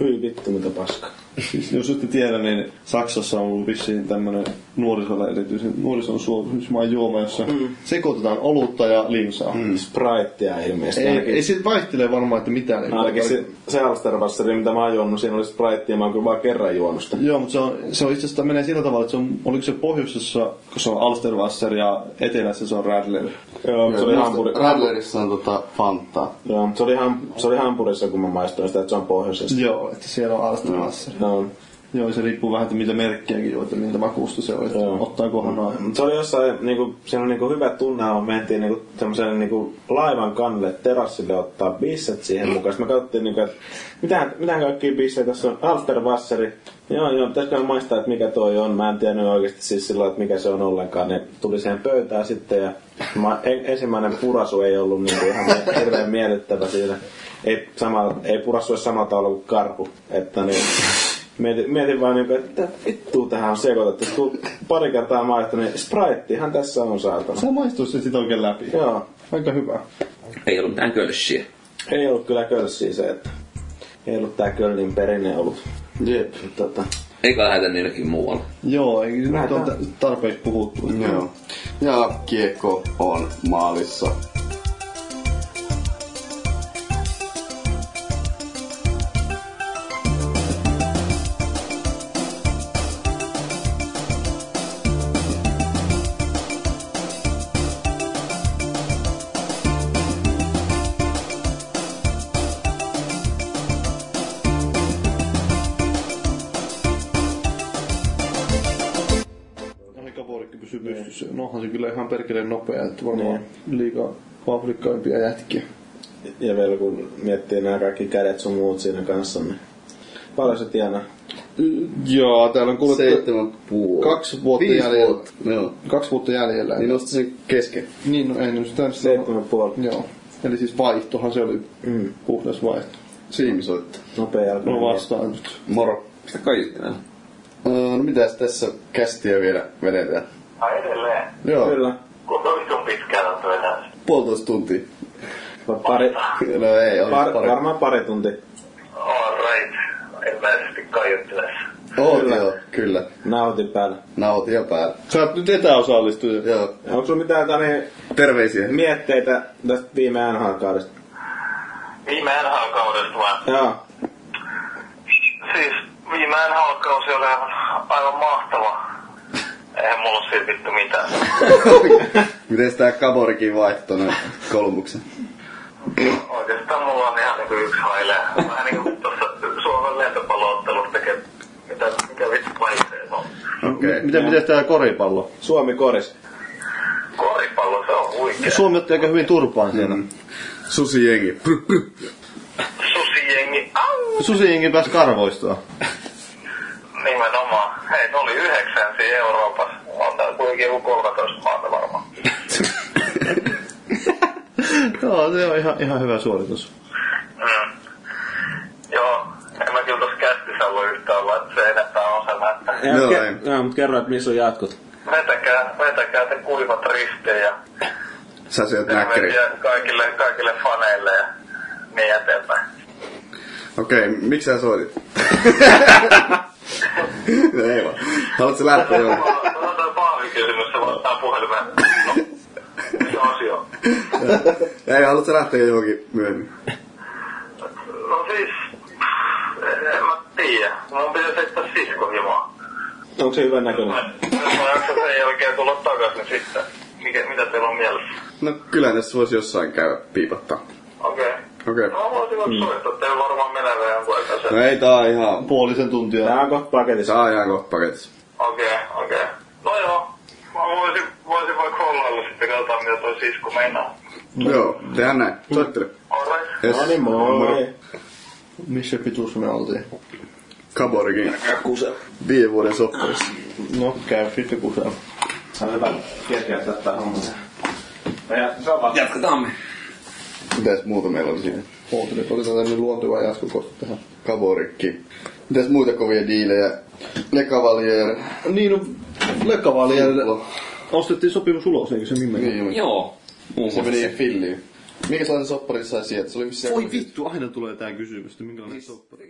M: Hyi vittu mitä paskaa.
D: Siis, jos ette tiedä, niin Saksassa on ollut vissiin tämmöinen nuorisolle erityisen nuorison suosimaan juoma, jossa mm. sekoitetaan olutta ja limsaa. Mm.
M: Spriteä ilmeisesti.
D: Ei,
M: ainakin.
D: ei se vaihtelee varmaan, että mitä ne
M: Ainakin se, se Alsterwasseri, mitä mä oon juonut, siinä oli Sprite ja mä oon kyllä vaan kerran juonut sitä.
D: Joo, mutta se on, se on itse asiassa menee sillä tavalla, että se on, oliko se pohjoisessa, kun se on Alsterwasser ja etelässä se on Radler.
M: Joo, se oli hampuri.
E: Radlerissa on tota Fanta.
M: Joo, mut se oli, ham, se oli hampurissa, kun mä maistoin sitä, että se on pohjoisesta.
D: Joo, että siellä on Alsterwasser.
M: Joo.
D: Joo, se riippuu vähän, että mitä merkkiäkin on, että miltä makuusta se on, että
M: Joo.
D: ottaa kohdannaan.
M: Mut se oli jossain, niinku, siinä oli niinku hyvä tunnelma, mentiin niinku, semmoisen niinku, laivan kannelle terassille ottaa bisset siihen mukaan. Sitten me katsottiin, niinku, että mitähän, mitähän kaikkia bissejä tässä on, Alsterwasseri. Joo, joo, pitäisikö maistaa, että mikä toi on. Mä en tiennyt oikeasti siis sillä lailla, että mikä se on ollenkaan. Ne tuli siihen pöytään sitten ja mä, en, ensimmäinen purasu ei ollut niinku ihan hirveän miellyttävä siinä. Ei, sama, ei purassu edes samalla tavalla kuin karhu. Että niin, Mietin, mietin vaan niinku, että mitä vittua tähän on sekoitettu. Sit Kun pari kertaa maistin, niin Spritehan tässä on saatana.
D: Sä maistuisit se sitten oikein läpi.
M: Joo.
D: Aika hyvä.
G: Ei ollut mitään kölssiä.
M: Ei ollut kyllä kölssiä se, että ei ollut tää köllin perinne ollut. Jep. Tota,
G: Eikä lähetä niillekin muualle.
D: Joo, ei nyt
M: Lähdetään.
D: on tä- tarpeeksi puhuttu.
E: Joo. Ja kiekko on maalissa.
D: Aika vuorikki pysyy pystyssä. No onhan se kyllä ihan perkeleen nopea, että varmaan liikaa vauhdikkaimpia jätkiä.
M: ja vielä kun miettii nämä kaikki kädet sun muut siinä kanssa, niin paljon se tienaa.
D: Joo, täällä on kuulettu
E: Seitsemän puoli.
D: kaksi vuotta
E: Viisi
D: jäljellä.
E: vuotta. Joo.
D: Kaksi vuotta jäljellä.
E: Niin nosta sen kesken.
D: niin no ei nyt sitä nyt
M: Seitsemän puoli.
D: Joo. Eli siis vaihtohan se oli mm. puhdas vaihto.
E: Siimi soittaa.
M: Nopea jalka.
D: No vastaan nyt.
E: Moro.
G: Sitä kaiuttina.
E: Öö, No mitäs tässä kästiä vielä vedetään?
O: No edelleen.
E: Joo,
M: Kyllä.
O: Kuinka vitun pitkään on tuo enää?
E: puolitoista tuntia.
M: Va- Pari,
E: No ei, on
M: par,
E: Par- pari.
M: varmaan pari tuntia.
O: All right. En mä sitten kaiuttilassa.
E: Oot, joo, kyllä.
M: Nautin päällä.
E: Nautin ja päällä.
D: Sä oot nyt etäosallistuja.
E: Joo.
M: Onko sulla mitään jotain
E: Terveisiä.
M: mietteitä tästä viime NHL-kaudesta?
O: Viime NHL-kaudesta vaan.
M: Joo.
O: Siis viime NHL-kausi oli aivan, aivan mahtava. Eihän mulla ole siitä vittu mitään.
E: Miten tää kaborikin vaihto noin kolmuksen?
O: Oikeastaan mulla on ihan niinku yksi haile. Vähän niinku tuossa Suomen lentopalloottelussa tekee mitä, mikä vittu No, mainitsee on.
D: No,
E: Okei.
D: Miten, miten tää koripallo?
M: Suomi koris.
O: Koripallo, se on huikea.
D: Suomi otti aika hyvin turpaan siellä. Mm.
E: Susi jengi. Pyh, pyh.
O: Susijengi, au!
D: Susijengi pääsi karvoistaan.
O: Nimenomaan. Hei, ne oli yhdeksän siinä Euroopassa. On tää kuitenkin joku 13 maata varmaan.
D: [LAUGHS] Joo, se on ihan, ihan hyvä suoritus.
O: Mm. Joo, en mä kyllä tossa kästissä ollut yhtään olla, että se enempää on sen, että
E: Joo,
M: ke-
E: ei.
M: Joo, mutta kerro, että missä on jatkot.
O: vetäkää, vetäkää te kuivat ristejä
E: Sä syöt
O: ja
E: näkkäri.
O: terveisiä kaikille, kaikille faneille ja niin eteenpäin.
E: Okei, miksi sä soitit? [LAUGHS] No ei vaan. Haluatko lähteä
M: [LAUGHS]
O: Mulla
E: johonkin?
O: on- mulla on toi paavikysymys, se vastaa puhelimeen. No, mikä osio?
E: Ei, haluatko lähteä johonkin myöhemmin?
O: No siis, en mä tiedä. Mun pitäisi heittää siskohimoa.
M: Onko se hyvän näköinen?
O: Mä- Jos mä jaksan sen jälkeen tulla takaisin sitten. Mikä, mitä teillä on mielessä?
E: No kyllä tässä voisi jossain käydä piipattaa.
O: Okei.
E: Okei.
O: No voisin vaikka soittaa, teillä varmaan menevä jonkun etäisen.
E: No ei tää on ihan...
D: Puolisen tuntia.
M: Tää on kohta paketissa.
E: Tää on ihan kohta paketissa.
O: Okei, okei. No joo. Mä voisin, voisin vaikka hollailla sitten katsotaan isku meinaa.
E: Joo, tehdään näin. Soittele.
O: Alright.
E: Yes.
M: No niin, moi.
D: Missä pituus me oltiin?
E: Kaborgin.
D: Kusel.
E: Viiden vuoden sopparissa.
D: No, käy sitten kusel.
M: Sano jotain kerkeätä tää hommaa. Ja se on vaan
G: Jatketaan me.
E: Mitäs muuta meillä oli siinä?
D: Muuten nyt otetaan tämmönen luonteva jatkokohta tähän.
E: Kaborikki. Mitäs muita kovia diilejä? Le Cavalier.
D: Niin, no, Le Cavalier. Ostettiin sopimus ulos, eikö se nimen?
E: Niin,
G: Joo. Muun
E: se
G: muassa
E: meni
G: se.
E: filliin. Minkälaisen sopparin sai sieltä? Se oli missä...
D: Voi vittu, aina tulee tää kysymys, että minkälainen soppari.